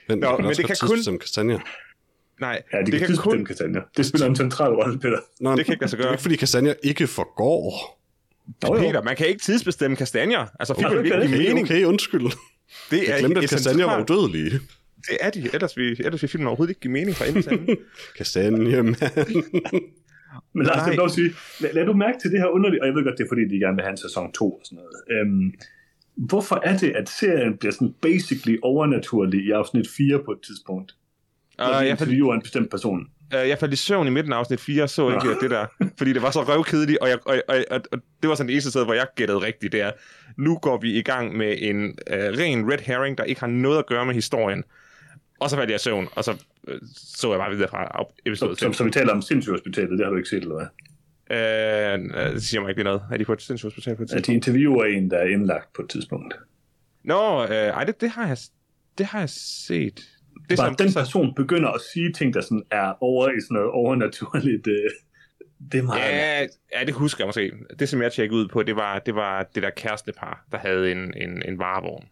Speaker 2: Men, Nå,
Speaker 3: Nå,
Speaker 2: men det kan kun... Som kastanjer.
Speaker 3: nej,
Speaker 1: Ja, de det kan,
Speaker 3: det, kan
Speaker 1: tidsbestemme
Speaker 3: kun,
Speaker 1: kastanjer. Det spiller en central rolle, Peter.
Speaker 2: Nå,
Speaker 3: Det kan ikke lade sig
Speaker 2: Det er
Speaker 3: gøre.
Speaker 2: ikke, fordi kastanjer ikke forgår.
Speaker 1: Jo, jo.
Speaker 3: Peter, man kan ikke tidsbestemme kastanjer. Altså, fik
Speaker 1: Nej,
Speaker 3: det
Speaker 1: det kan
Speaker 3: virkelig
Speaker 1: det
Speaker 2: Okay,
Speaker 3: mening?
Speaker 2: okay, undskyld.
Speaker 3: Det
Speaker 2: Jeg glemte, at kastanjer var
Speaker 3: essentielt.
Speaker 2: udødelige.
Speaker 3: Det er de, ellers vi, ellers vi filmen overhovedet ikke give mening fra
Speaker 1: [laughs]
Speaker 3: ende til anden. [laughs]
Speaker 2: Kastanjemanden.
Speaker 1: Men Lars, jeg
Speaker 3: Nej.
Speaker 1: vil dog sige, lad, lad du mærke til det her underlige, og jeg ved godt, det er fordi, de gerne vil have en sæson 2 og sådan noget. Øhm, hvorfor er det, at serien bliver sådan basically overnaturlig i afsnit 4 på et tidspunkt? Når
Speaker 3: Og
Speaker 1: de
Speaker 3: jeg, faldt,
Speaker 1: interviewer en bestemt person.
Speaker 3: øh, jeg faldt i søvn i midten af afsnit 4 og så ikke øh, det der, fordi det var så røvkedeligt, og, jeg, og, og, og, og det var sådan det eneste sted, hvor jeg gættede rigtigt, det er, nu går vi i gang med en øh, ren red herring, der ikke har noget at gøre med historien. Og så faldt jeg i søvn, og så øh, så jeg bare videre fra op-
Speaker 1: Som,
Speaker 3: episode 5.
Speaker 1: som, som vi taler om sindssygehospitalet, det har du ikke set, eller hvad?
Speaker 3: Øh, øh, det siger mig ikke lige noget. Er de på et sindssygehospital på et
Speaker 1: At Altså, de
Speaker 3: tidspunkt?
Speaker 1: interviewer en, der er indlagt på et tidspunkt.
Speaker 3: Nå, øh, ej, det, det, har jeg, det har jeg set. Det er
Speaker 1: Det Bare
Speaker 3: som,
Speaker 1: den person begynder at sige ting, der sådan er over i sådan noget overnaturligt. Øh, det er meget... Yeah.
Speaker 3: ja, ja, det husker jeg måske. Det, som jeg tjekkede ud på, det var det, var det der kærestepar, der havde en, en, en varevogn.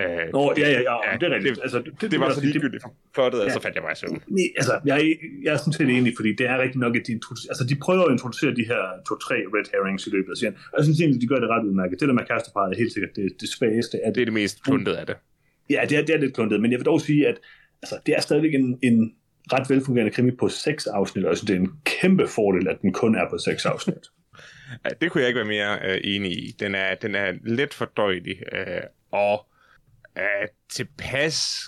Speaker 3: Øh,
Speaker 1: Nå, ja, ja, ja,
Speaker 3: Ja,
Speaker 1: det er rigtigt.
Speaker 3: det-
Speaker 1: altså,
Speaker 3: det, det var så ligegyldigt for plottet, ja. og
Speaker 1: Ja.
Speaker 3: så fandt jeg bare i søvn.
Speaker 1: Nej, altså, jeg, er- jeg er sådan set enig, fordi det er rigtig nok, at de, introducer- altså, de prøver at introducere de her to-tre red herrings i løbet af serien. Og jeg synes egentlig, de gør det ret udmærket. Det der med kæresteparret er helt sikkert det, det svageste. At,
Speaker 3: Det er det mest kluntede af det.
Speaker 1: ja, det er, det er lidt kluntet, men jeg vil dog sige, at altså, det er stadigvæk en, en ret velfungerende krimi på seks afsnit, og jeg synes, det er en kæmpe fordel, at den kun er på seks afsnit.
Speaker 3: Ja, det kunne jeg ikke være mere øh, enig i. Den er, den er let fordøjelig, øh, og øh, tilpas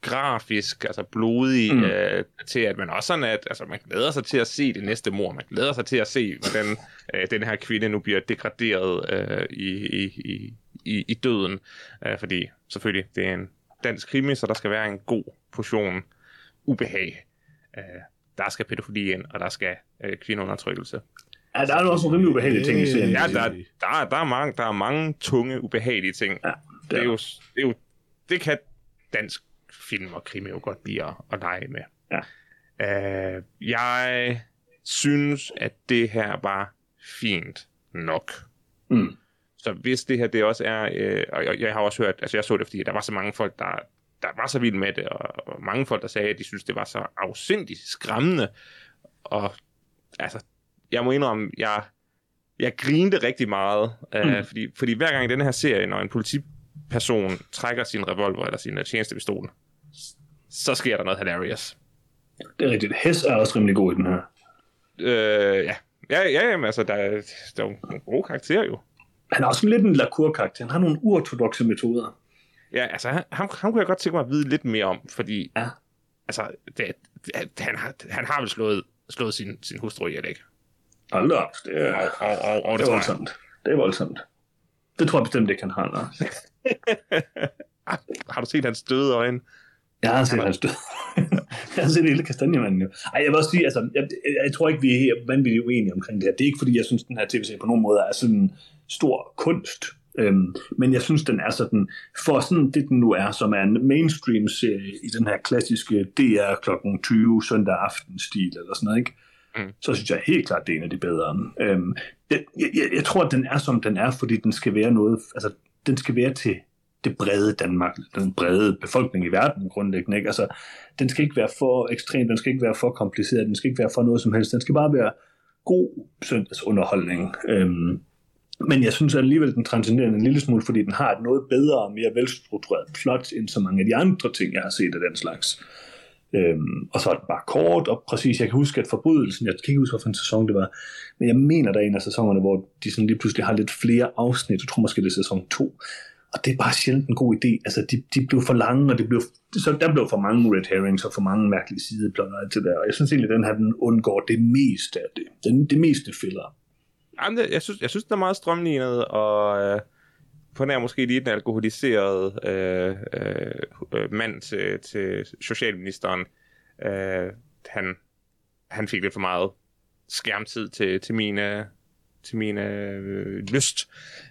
Speaker 3: grafisk, altså blodig, mm.
Speaker 1: Mm.
Speaker 3: øh, til at man også sådan, at altså, man glæder sig til at se det næste mor. Man glæder sig til at se, hvordan øh, den her kvinde nu bliver degraderet øh, i, i, i, i, i døden. Øh, fordi selvfølgelig, det er en dansk krimi, så der skal være en god portion ubehag. Øh, der skal pædofili ind, og der skal øh, kvindeundertrykkelse.
Speaker 1: [laughs] Ja, der er jo også nogle rimelig ubehagelige ting i serien.
Speaker 3: Ja,
Speaker 2: Øh,
Speaker 3: der, der, er- der, er mange, der er mange tunge, ubehagelige ting.
Speaker 1: Ja,
Speaker 3: det, er
Speaker 1: der.
Speaker 3: jo, det, er jo, det kan dansk film og krimi jo godt lide at, at lege med.
Speaker 1: Ja.
Speaker 3: Øh, jeg synes, at det her var fint nok.
Speaker 1: Mm.
Speaker 3: Så hvis det her det også er, øh, og jeg, jeg har også hørt, altså jeg så det, fordi der var så mange folk, der, der var så vilde med det, og, og mange folk, der sagde, at de synes det var så afsindigt skræmmende, og altså, jeg må indrømme, jeg, jeg grinte rigtig meget, øh, mm. fordi, fordi hver gang i den her serie, når en politiperson trækker sin revolver eller sin øh, tjenestepistol, så sker der noget hilarious.
Speaker 1: Det er rigtigt. Hess er også rimelig god i den her.
Speaker 3: Øh, ja. Ja, ja, jamen, altså, der, er- der er jo nogle gode karakterer jo.
Speaker 1: Han er også lidt en lakur-karakter. Han har nogle uortodoxe metoder.
Speaker 3: Ja, altså, han, ham, ham kunne jeg godt tænke mig at vide lidt mere om, fordi,
Speaker 1: Ja.
Speaker 3: altså, det, det, han, har, han har vel slået, slået sin, sin hustru ihjel, ikke?
Speaker 1: Hold da op, det er,
Speaker 3: Og,
Speaker 1: det er
Speaker 3: og, og det tror jeg.
Speaker 1: voldsomt. Det er voldsomt. Det tror jeg bestemt ikke, han har, Lars.
Speaker 3: Ah, Har du set hans døde øjne?
Speaker 1: Jeg har set hans død. [laughs] jeg har set hele kastanjemanden jo. Ej, jeg vil også sige, altså, jeg, jeg, jeg tror ikke, vi er vanvittigt uenige omkring det her. Det er ikke, fordi jeg synes, den her tv-serie på nogen måde er sådan stor kunst. Øhm, men jeg synes, den er sådan, for sådan det den nu er, som er en mainstream-serie i den her klassiske DR kl. 20 søndag aften-stil eller sådan noget, ikke? Mm. så synes jeg helt klart, det er en af de bedre. Øhm, jeg, jeg, jeg tror, at den er, som den er, fordi den skal være noget, altså, den skal være til det brede Danmark, den brede befolkning i verden grundlæggende. Ikke? Altså, den skal ikke være for ekstrem, den skal ikke være for kompliceret, den skal ikke være for noget som helst, den skal bare være god søndagsunderholdning. Øhm, men jeg synes alligevel, den transcenderer en lille smule, fordi den har et noget bedre og mere velstruktureret plot, end så mange af de andre ting, jeg har set af den slags. Øhm, og så er den bare kort, og præcis, jeg kan huske, at forbrydelsen, jeg kan ikke huske, hvilken sæson det var, men jeg mener, der er en af sæsonerne, hvor de sådan lige pludselig har lidt flere afsnit, jeg tror måske, det er sæson 2, og det er bare sjældent en god idé. Altså, de, de blev for lange, og det blev, så der blev for mange red herrings og for mange mærkelige sideplotter og alt det der. Og jeg synes egentlig, at den her den undgår det meste af det. Den, det meste filler.
Speaker 3: Jamen, det, jeg, synes, jeg synes, den er meget strømlignet, og øh, på nær måske lige den alkoholiserede øh, øh, mand til, til socialministeren, øh, han, han fik lidt for meget skærmtid til, til mine til min øh, lyst.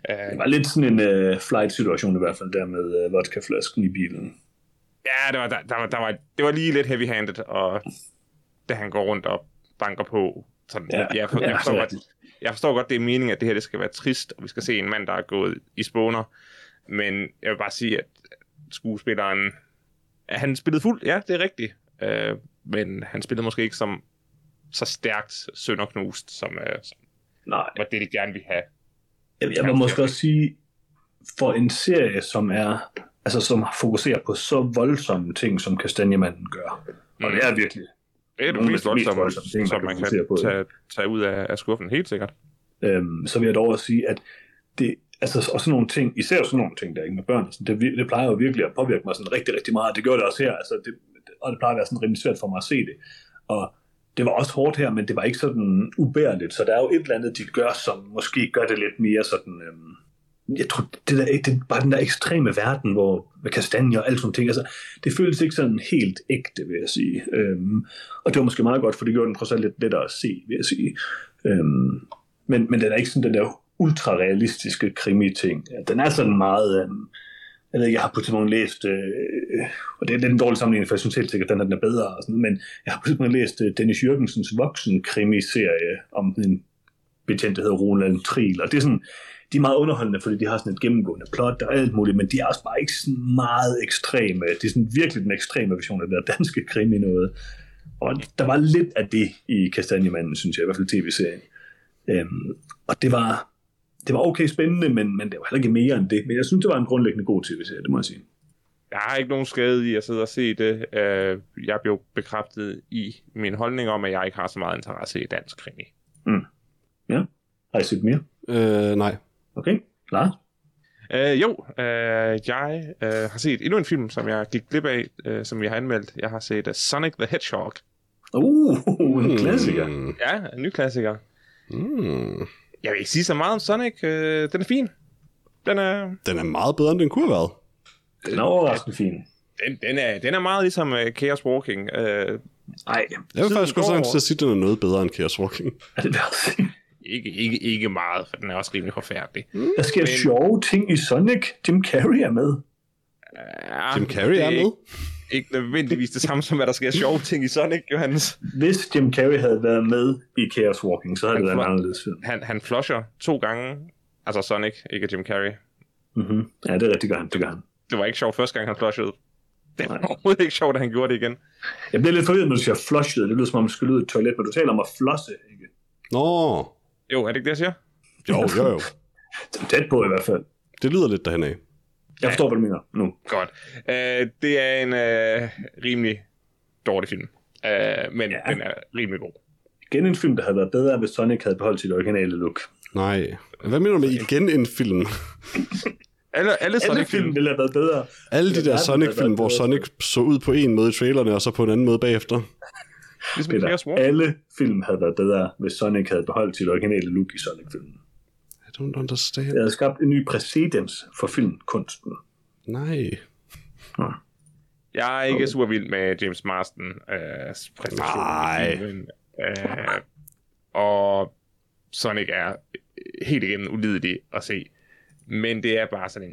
Speaker 3: Øh,
Speaker 1: Det var lidt sådan en øh, flight-situation i hvert fald, der med øh, vodkaflasken i bilen.
Speaker 3: Ja, det var, der, der, var, der var, det var lige lidt heavy-handed, og da han går rundt og banker på, sådan, ja,
Speaker 1: Ja,
Speaker 3: jeg, for, jeg,
Speaker 1: ja,
Speaker 3: forstår
Speaker 1: det er
Speaker 3: godt, jeg forstår godt, det er meningen, at det her det skal være trist, og vi skal se en mand, der er gået i spåner, men jeg vil bare sige, at skuespilleren, at han spillede fuldt, ja, det er rigtigt, øh, men han spillede måske ikke som så stærkt sønderknust, som øh, som
Speaker 1: Nej,
Speaker 3: var det, de gerne ville have.
Speaker 1: jeg, jeg vil måske også sige, for en serie, som er altså som fokuserer på så voldsomme ting, som Kastanjemanden gør.
Speaker 3: Mm.
Speaker 1: Og det er virkelig
Speaker 3: Det er det
Speaker 1: Nogle af
Speaker 3: mest
Speaker 1: de mest
Speaker 3: voldsomme,
Speaker 1: voldsomme ting, man
Speaker 3: som
Speaker 1: kan
Speaker 3: man
Speaker 1: fokusere
Speaker 3: kan
Speaker 1: på, ja.
Speaker 3: tage, tage ud af, af skuffen, helt sikkert.
Speaker 1: Øhm, så vil jeg dog også sige, at det, altså, og sådan nogle ting, især sådan nogle ting, der er ikke med børn, sådan, det, vir- det plejer jo virkelig at påvirke mig sådan rigtig, rigtig meget, det gjorde det også her, altså, det, og det plejer at være sådan rimelig svært for mig at se det. Og det var også hårdt her, men det var ikke sådan ubærligt, så der er jo et eller andet, de gør, som måske gør det lidt mere sådan, øhm, jeg tror, det, der, det er bare den der ekstreme verden, hvor med kastanjer og alt sådan nogle ting, altså, det føltes ikke sådan helt ægte, vil jeg sige. Øhm, og det var måske meget godt, for det gjorde den trods alt lidt lettere at se, vil jeg sige. Øhm, men, men den er ikke sådan den der ultrarealistiske krimi-ting. Ja, Den er sådan meget... Øh, jeg ved ikke, jeg har på et tidspunkt læst, øh, og det er lidt en dårlig sammenligning, for jeg synes helt sikkert, at den, her, den er bedre, og sådan, noget, men jeg har på et tidspunkt læst øh, Dennis Jørgensens voksen-krimiserie om sådan en betjent, der hedder Roland Triel, og det er sådan, de er meget underholdende, fordi de har sådan et gennemgående plot og alt muligt, men de er også bare ikke sådan meget ekstreme. Det er sådan virkelig den ekstreme version af det der danske krimi noget. Og der var lidt af det i Kastanjemanden, synes jeg, i hvert fald tv-serien. Øhm, og det var, det var okay spændende, men, men det var heller ikke mere end det. Men jeg synes, det var en grundlæggende god tv-serie, det må jeg sige.
Speaker 3: Jeg har ikke nogen skade i at sidde og se det. Øh, Jeg blev bekræftet i min holdning om, at jeg ikke har så meget interesse i dansk krimi.
Speaker 1: Ja. Har I set mere?
Speaker 2: Øh, nej.
Speaker 1: Okay, klar.
Speaker 3: Øh, jo, øh, jeg øh, har set endnu en film, som jeg gik glip af, øh, som jeg har anmeldt. Jeg har set uh, Sonic the Hedgehog.
Speaker 1: Uh, en klassiker.
Speaker 2: Mm.
Speaker 3: Ja, en ny klassiker.
Speaker 2: Mm.
Speaker 3: Jeg vil ikke sige så meget om Sonic. Øh, den er fin. Den er,
Speaker 2: Den er meget bedre, end den kunne have været.
Speaker 1: Den er overraskende fin.
Speaker 3: den, den er, den er meget ligesom uh, Chaos Walking. Øh,
Speaker 1: Ej,
Speaker 2: Jeg vil
Speaker 3: Siden
Speaker 2: faktisk
Speaker 3: i
Speaker 2: gå sådan
Speaker 3: går-
Speaker 2: til at sige, at den er noget bedre end Chaos Walking.
Speaker 1: er det værd?
Speaker 3: ikke, ikke, ikke meget, for den er også rimelig forfærdelig.
Speaker 1: Der sker
Speaker 3: Men-
Speaker 1: sjove ting i Sonic. Jim Carrey er med.
Speaker 3: Ja,
Speaker 2: Jim Carrey
Speaker 3: Ah, det
Speaker 2: er med.
Speaker 3: Ikke nødvendigvis det samme som, hvad der sker sjove ting i Sonic, Johannes.
Speaker 1: Hvis Jim Carrey havde været med i Chaos Walking, så havde
Speaker 3: Han
Speaker 1: det været en
Speaker 3: var-
Speaker 1: anderledes film.
Speaker 3: han, han flusher to gange. Altså Sonic, ikke Jim Carrey.
Speaker 1: Mm-hmm. Ja, det er rigtig godt. Det gør han.
Speaker 3: Det var ikke sjovt første gang, han flushede. Det var overhovedet ikke sjovt, at han gjorde det igen.
Speaker 1: Jeg bliver lidt forvirret, når du siger flushet. Det lyder som om, du skylle ud i et toilet, men du taler om at flosse, ikke?
Speaker 2: Nå,
Speaker 3: Jo, er det ikke det, jeg siger?
Speaker 2: jo, jo, jo.
Speaker 1: [laughs] Det er tæt på i hvert fald.
Speaker 2: Det lyder lidt derhen af.
Speaker 1: Jeg forstår, hvad du mener nu.
Speaker 3: Godt. Uh, det er en uh, rimelig dårlig film. Uh, men ja.
Speaker 1: Ja.
Speaker 3: den er rimelig god.
Speaker 1: igen en film, der havde været bedre, hvis Sonic havde beholdt sit originale look.
Speaker 2: Nej. Hvad mener du med igen en film?
Speaker 3: Alle, alle
Speaker 1: Alle film
Speaker 3: Sonic-film.
Speaker 1: ville have været bedre.
Speaker 2: Alle de
Speaker 1: Ja,
Speaker 2: der
Speaker 1: verden altså. havde
Speaker 2: Sonic-film,
Speaker 1: været
Speaker 2: hvor
Speaker 1: bedre.
Speaker 2: Sonic så ud på en måde i trailerne, og så på en anden måde bagefter.
Speaker 3: Ligesom i Chaos
Speaker 1: Peter,
Speaker 3: Walking.
Speaker 1: alle film havde været bedre, hvis Sonic havde beholdt sit originale look i Sonic-filmen.
Speaker 2: I don't understand.
Speaker 1: Det havde skabt en ny præcedens for filmkunsten.
Speaker 2: Nej.
Speaker 3: Jeg er ikke okay. super vild med James Marsden øh, præstation.
Speaker 2: Nej.
Speaker 3: i filmen. Øh, og Sonic er helt igennem ulidelig at se. Men det er bare sådan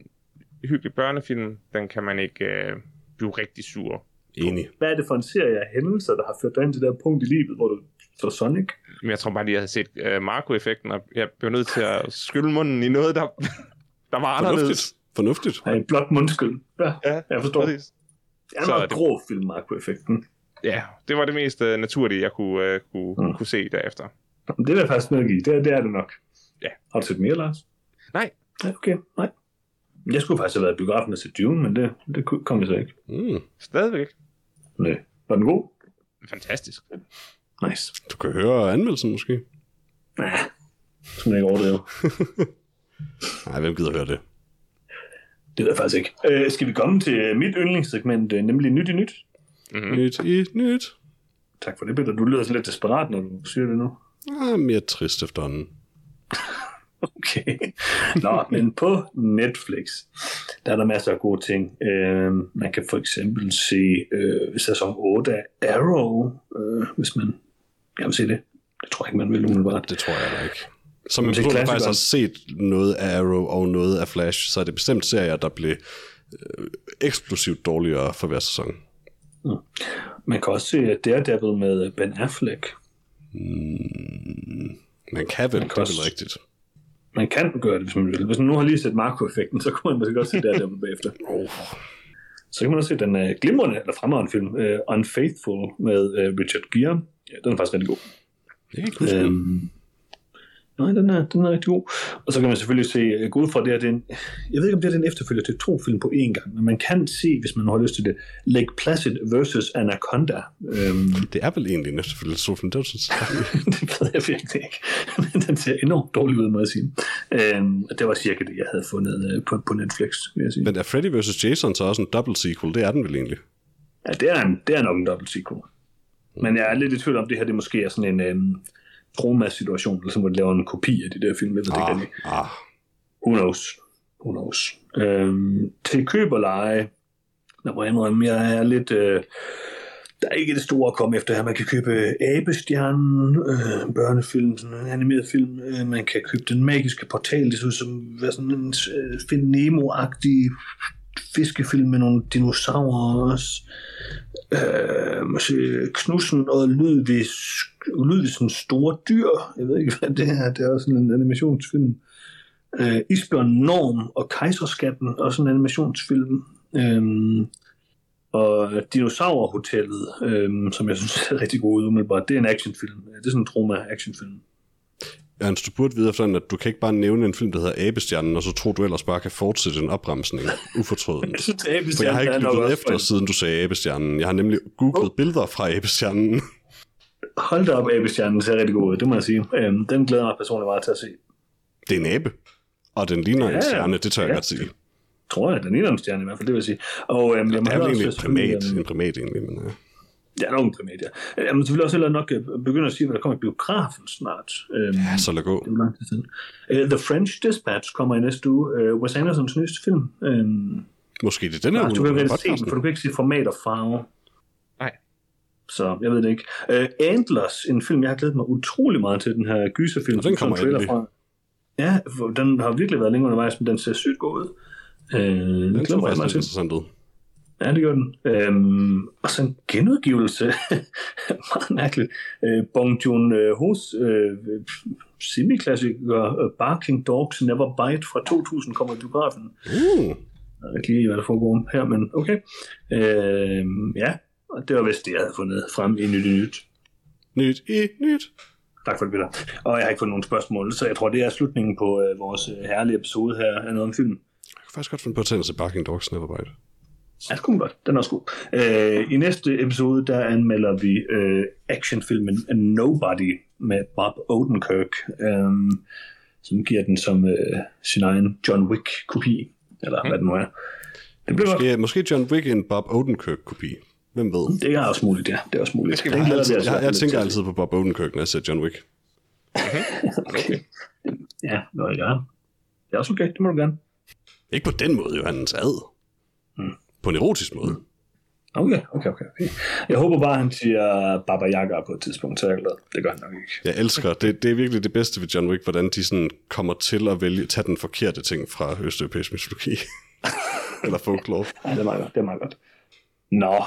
Speaker 3: en hyggelig børnefilm. Den kan man ikke øh, blive rigtig sur
Speaker 2: Enig.
Speaker 1: Hvad er det for en serie af hændelser, der har ført dig ind til det her punkt i livet, hvor du så Sonic?
Speaker 3: Men jeg tror bare lige, jeg havde set øh, Marco-effekten, og jeg blev nødt til at skylle munden i noget, der, [laughs] der var anderledes.
Speaker 2: Fornuftigt. Fornuftigt.
Speaker 1: Nej, blot mundskyld. Ja,
Speaker 3: Ja,
Speaker 1: jeg forstår. Det
Speaker 3: præcis.
Speaker 1: er en
Speaker 3: så er
Speaker 1: meget
Speaker 3: det-
Speaker 1: grå film, Marco-effekten.
Speaker 3: Ja, det var det mest øh, naturlige, jeg kunne, øh, kunne,
Speaker 1: Mm.
Speaker 3: mm. kunne se derefter.
Speaker 1: Jamen, Det er jeg faktisk medgive. Det, er- det er det nok.
Speaker 3: Ja.
Speaker 1: Har du set mere, Lars?
Speaker 3: Nej.
Speaker 1: Ja, okay, nej. Jeg skulle faktisk have været i biografen og set Dune, men det, det ku- kom jeg så ikke.
Speaker 2: Mm.
Speaker 3: Stadigvæk.
Speaker 1: Nej. Var den god?
Speaker 3: Fantastisk.
Speaker 1: Nice.
Speaker 2: Du kan høre anmeldelsen måske.
Speaker 1: Ja. Skal man ikke overdrive?
Speaker 2: Nej, hvem gider høre det?
Speaker 1: Det ved jeg faktisk ikke. Øh, skal vi komme til øh, mit yndlingssegment, øh, nemlig nyt i nyt?
Speaker 3: Mm-hmm.
Speaker 2: Nyt i nyt.
Speaker 1: Tak for det, Peter. Du lyder sådan lidt desperat, når du siger det nu.
Speaker 2: Ah, mere trist efterhånden.
Speaker 1: Okay. Nå, men på Netflix, der er der masser af gode ting. Øh, man kan for eksempel se øh, sæson 8 af Arrow, øh, hvis man gerne vil se det. Det tror jeg ikke, man vil umiddelbart.
Speaker 2: Det tror jeg da ikke. Som en
Speaker 1: Men det er
Speaker 2: person, der
Speaker 1: klassikeren.
Speaker 2: faktisk har set noget af Arrow og noget af Flash, så er det bestemt serier, der blev øh, eksplosivt dårligere for hver sæson. Mm,
Speaker 1: Man kan også se Daredevil med Ben Affleck.
Speaker 2: Man kan vel,
Speaker 1: Man kan
Speaker 2: det er vel
Speaker 1: også-
Speaker 2: rigtigt.
Speaker 1: Man kan gøre det, hvis man vil. Hvis man nu har lige set Marco-effekten, så kunne man måske godt se Daredevil bagefter.
Speaker 2: Oh.
Speaker 1: Så kan man også se den øh, glimrende, eller fremragende film, øh, Unfaithful med øh, Richard Gere. Ja, den er faktisk rigtig god.
Speaker 2: Jeg kan ikke huske det.
Speaker 1: Øhm, nej, den er, den er rigtig god. Og så kan man selvfølgelig se, jeg går ud fra det her, det er en, jeg ved ikke om det er den efterfølger til to film på én gang, men man kan se, hvis man har lyst til det, Lake Placid versus Anaconda. Øhm, [laughs]
Speaker 2: Det er vel egentlig en efterfølgende Sofen Dødsens.
Speaker 1: det ved jeg virkelig ikke, men den ser enormt dårlig ud, må jeg sige. Øhm, og det var cirka det, jeg havde fundet øh, på, på Netflix, vil jeg sige.
Speaker 2: [laughs] Men er Freddy vs. Jason så også en dobbelt sequel? Det er den vel egentlig.
Speaker 1: Ja, det er, en, det er nok en dobbelt sequel. Men jeg er lidt i tvivl om, at det her det måske er sådan en øhm, Roma-situation, eller så må de lave en kopi af de der film. Jeg ved det ikke
Speaker 2: Ah,
Speaker 1: rigtig.
Speaker 2: ah.
Speaker 1: Who knows? Who knows? Øhm, til køb og leje, der må jeg indrømme, jeg er lidt... Øh, der er ikke det store at komme efter her. Man kan købe øh, Abestjernen, øh, børnefilm, sådan en animeret film. Øh, man kan købe Den Magiske Portal, det ser ud som hvad sådan en øh, Find Nemo-agtig fiskefilm med nogle dinosaurer også. Øh, måske Knudsen og Ludvig, Ludvigsens store dyr. Jeg ved ikke, [laughs] hvad det er. Det er også sådan en animationsfilm øh, Isbjørn Norm og Kejserskatten, også en animationsfilm. Øhm, og Dinosaurhotellet, øhm, som jeg synes er rigtig god ud umiddelbart, det er en actionfilm. Det er sådan en trauma-actionfilm.
Speaker 2: Ernst, du burde vide sådan, at du kan ikke bare nævne en film, der hedder Abestjernen, og så tror du ellers bare kan fortsætte en
Speaker 1: [laughs]
Speaker 2: opremsning ufortrødent.
Speaker 1: synes, det er
Speaker 2: For jeg har ikke lyttet efter, siden du sagde Abestjernen. Jeg har nemlig googlet billeder fra Abestjernen.
Speaker 1: Hold da op, Abestjernen ser rigtig god ud, det må jeg sige. Øhm, den glæder jeg mig personligt meget til at se.
Speaker 2: Det er en abe, og den ligner
Speaker 1: Ja,
Speaker 2: en stjerne, det tør jeg
Speaker 1: ja.
Speaker 2: godt sige.
Speaker 1: Tror jeg, den er en stjerne i hvert fald, det vil jeg sige. Og, øhm, jeg må
Speaker 2: Det er vel
Speaker 1: hellere
Speaker 2: egentlig
Speaker 1: også
Speaker 2: en primat,
Speaker 1: selvfølgelig, øhm,
Speaker 2: en primat egentlig, men ja.
Speaker 1: Ja, nok en primat, ja. Øhm, Jamen, selvfølgelig også heller nok øh, begynde at sige, hvad der kommer i biografen snart. Øhm,
Speaker 2: ja så lad gå.
Speaker 1: Det er jo lang tid siden. Uh, The French Dispatch kommer i næste uge. Uh, Wes Andersons nyeste film. Uh,
Speaker 2: Måske det er den her
Speaker 1: Lars, du kan ikke
Speaker 2: uge,
Speaker 1: rigtig se den, for du
Speaker 2: podcasten.
Speaker 1: kan ikke se format og farve.
Speaker 3: Nej.
Speaker 1: Så jeg ved det ikke. Uh, Antlers, en film, jeg har glædet mig utrolig meget til, den her gyserfilm.
Speaker 2: Og
Speaker 1: som
Speaker 2: den kommer
Speaker 1: en trailer
Speaker 2: endelig.
Speaker 1: fra. Ja, for den har virkelig været længe undervejs, men den ser sygt god ud. Uh, den
Speaker 2: Den
Speaker 1: glæder
Speaker 2: så
Speaker 1: mig
Speaker 2: faktisk
Speaker 1: meget
Speaker 2: lidt
Speaker 1: til.
Speaker 2: interessant ud.
Speaker 1: Ja, det gjorde den. Øhm, og så en genudgivelse. [laughs] Meget mærkeligt. Øh, Bong Joon-ho's øh, semiklassiker øh, Barking Dogs Never Bite fra 2000 kommer i biografen.
Speaker 2: Uh,
Speaker 1: Jeg ved ikke lige, hvad der foregår her, men okay. Øhm, ja, og det var vist det, jeg havde fundet frem i nyt i nyt.
Speaker 2: nyt i nyt.
Speaker 1: Tak for det, Peter. Og jeg har ikke fået nogen spørgsmål, så jeg tror, det er slutningen på øh, vores øh, herlige episode her af noget om film.
Speaker 2: Jeg kan faktisk godt finde på at tage til Barking Dogs Nevermind.
Speaker 1: Ja, det kunne man godt. Den er også god. Øh, I næste episode, der anmelder vi øh, actionfilmen Nobody med Bob Odenkirk, øh, som giver den som øh, sin egen John Wick-kopi, eller mm. hvad den nu er. Det bliver godt.
Speaker 2: Måske, øh, måske John Wick en Bob Odenkirk-kopi. Hvem ved?
Speaker 1: Det er også muligt, ja. Det er også muligt.
Speaker 3: Det skal vi
Speaker 1: Den
Speaker 2: Jeg,
Speaker 1: glæder
Speaker 2: altid,
Speaker 1: os i hvert
Speaker 2: jeg,
Speaker 1: fald
Speaker 2: jeg
Speaker 1: til.
Speaker 2: tænker altid på Bob Odenkirk, når jeg ser John Wick.
Speaker 3: Mm-hmm.
Speaker 2: [laughs]
Speaker 3: Okay.
Speaker 1: Ja, nå, ja. Det er også okay. Det må du gerne. Hmm.
Speaker 2: Ikke på den måde, Johannes ad. På en erotisk måde.
Speaker 1: Okay, okay, okay. okay. Jeg håber bare, han siger Baba Yaga på et tidspunkt, så er jeg glad. Det gør han nok ikke.
Speaker 2: Jeg elsker, det, det er virkelig det bedste ved John Wick, hvordan de sådan kommer til at vælge, tage den forkerte ting fra østeuropæisk mytologi. [laughs] Eller folklore.
Speaker 1: Ja, det er meget godt. Det er meget godt. Nå,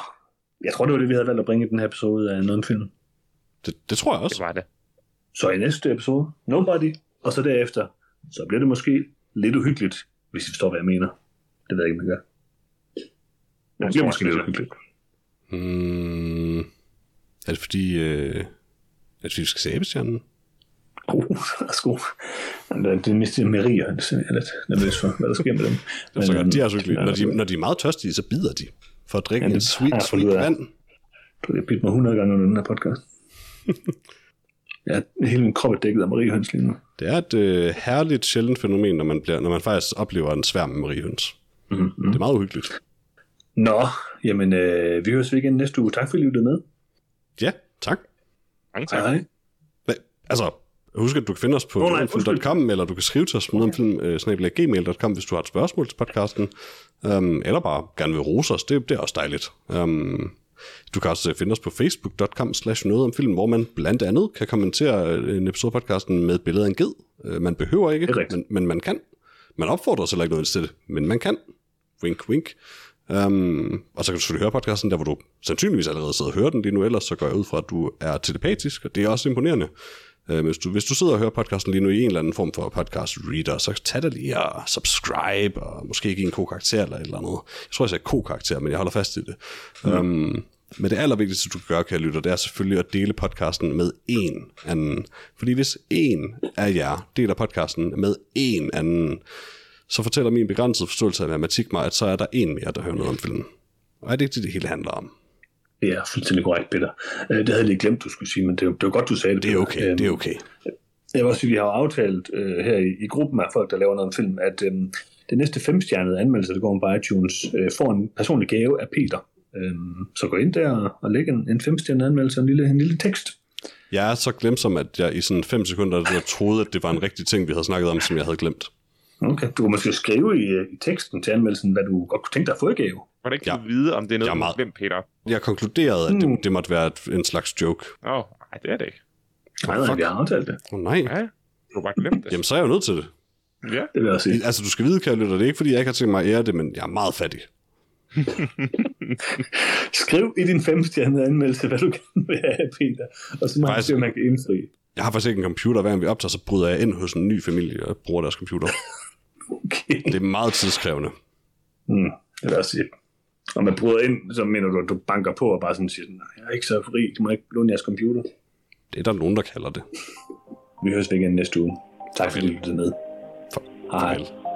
Speaker 1: jeg tror, det var det, vi havde valgt at bringe i den her episode af noget om film.
Speaker 2: Det, det tror jeg
Speaker 3: Det
Speaker 2: også.
Speaker 3: var det.
Speaker 1: Så i næste episode, Nobody, og så derefter, så bliver det måske lidt uhyggeligt, hvis I forstår, hvad jeg mener. Det ved jeg ikke, om jeg gør. Men det bliver måske lidt uhyggeligt.
Speaker 2: Hmm, er det fordi, øh, er det fordi, vi skal se æbestjernen?
Speaker 1: Uh, værsgo. Men Det det mister Marie, og det er jeg lidt nervøs for, hvad der sker med dem.
Speaker 2: Det er så godt. De er
Speaker 1: øhm,
Speaker 2: så hyggelige. Når de, når de er meget tørstige, så bider de for at drikke
Speaker 1: Ja,
Speaker 2: ja,
Speaker 1: det
Speaker 2: en
Speaker 1: har
Speaker 2: sweet,
Speaker 1: jeg fundet
Speaker 2: sweet
Speaker 1: ud af.
Speaker 2: vand.
Speaker 1: Du har bidt mig 100 gange under den her
Speaker 2: [laughs]
Speaker 1: podcast. ja, hele min krop er dækket af mariehøns lige nu.
Speaker 2: Det er et øh, herligt, sjældent fænomen, når man, bliver, når man faktisk oplever en sværm med mariehøns.
Speaker 1: Mm-hmm.
Speaker 2: Det er meget uhyggeligt.
Speaker 1: Nå, jamen, øh, vi høres ved igen næste uge. Tak fordi I lyttede med.
Speaker 2: Ja, tak.
Speaker 3: Mange tak.
Speaker 1: Hej, hej.
Speaker 2: Hva- Altså, husk at du kan finde os på
Speaker 1: Nå, nej,
Speaker 2: nogenfilm.com, eller du kan skrive til os på øh, nogenfilm.gmail.com, hvis du har et spørgsmål til podcasten, um, eller bare gerne vil rose os, det, det er også dejligt. Um, du kan også øh, finde os på facebook.com slash noget om film, hvor man blandt andet kan kommentere øh, en episode af podcasten med et billede af en ged. Øh, Man behøver ikke,
Speaker 1: Det er rigtigt.
Speaker 2: men, men man kan. Man opfordrer sig heller ikke noget til det, men man kan. Wink, wink. Um, og så kan du selvfølgelig høre podcasten, der hvor du sandsynligvis allerede sidder og hører den lige nu, ellers så går jeg ud fra, at du er telepatisk, og det er også imponerende. Uh, hvis, du, hvis du sidder og hører podcasten lige nu i en eller anden form for podcast reader, så tag dig lige og subscribe, og måske give en god karakter eller et eller andet. Jeg tror, jeg sagde god karakter, men jeg holder fast i det. Mm. Um, men det allervigtigste, du kan gøre, kære lytter, det er selvfølgelig at dele podcasten med en anden. Fordi hvis en af jer deler podcasten med en anden, så fortæller min begrænsede forståelse af matematik mig, at så er der en mere, der hører noget om filmen. Og er det ikke det, det hele handler om?
Speaker 1: Det er fuldstændig korrekt, Peter. Øh, Det havde jeg lige glemt, du skulle sige, men det, er jo- det var godt, du sagde det.
Speaker 2: Det er
Speaker 1: Peter.
Speaker 2: okay,
Speaker 1: Øhm,
Speaker 2: det er okay.
Speaker 1: Jeg vil også sige, at vi har jo aftalt øh, her i, i gruppen af folk, der laver noget om film, at øh, den næste femstjernede anmeldelse, der går om på iTunes, øh, får en personlig gave af Peter. Øh, så gå ind der og- og læg en, en femstjernet anmeldelse og en lille, en lille tekst.
Speaker 2: Jeg er så glemsom, at jeg i sådan fem sekunder jeg troede, at det var en rigtig ting, vi havde snakket om, som jeg havde glemt.
Speaker 1: Okay. Du kan måske skrive i, øh, i teksten til anmeldelsen, hvad du godt kunne tænke dig at få i gave.
Speaker 3: Hvordan kan
Speaker 2: Ja.
Speaker 3: du vide, om det er
Speaker 2: Jeg
Speaker 3: noget,
Speaker 2: er
Speaker 3: med
Speaker 2: meget-
Speaker 3: hvem, Peter?
Speaker 2: Jeg konkluderede, at
Speaker 1: Mm.
Speaker 2: det, det måtte være et- en slags joke.
Speaker 3: Åh, oh, nej, det er det ikke.
Speaker 1: Nej, nej, vi har aftalt det.
Speaker 2: Åh oh, nej,
Speaker 3: Ja, du har bare glemt det.
Speaker 2: jamen så er jeg jo nødt til det.
Speaker 3: Ja,
Speaker 1: Det vil jeg også sige.
Speaker 2: Altså du skal vide, kære lytter, det er ikke fordi, jeg ikke har tænkt mig at ære det, men jeg er meget fattig.
Speaker 1: Skriv i din femstjernede anmeldelse, hvad du gerne vil have af Peter, og så må man
Speaker 2: Faktisk-
Speaker 1: se, om man kan indfri.
Speaker 2: Jeg har faktisk ikke en computer, hver gang vi optager, så bryder jeg ind hos en ny familie og bruger deres computer.
Speaker 1: Okay.
Speaker 2: Det er meget tidskrævende.
Speaker 1: Mm, det vil jeg også sige. Og man bryder ind, så mener du, at du banker på og bare sådan siger, sådan, jeg er ikke så fri, du må ikke låne jeres computer.
Speaker 2: Det er der nogen, der kalder det.
Speaker 1: Vi høres ved igen næste uge. Tak fordi du lyttede med.
Speaker 2: For,
Speaker 1: Hej.
Speaker 2: farvel.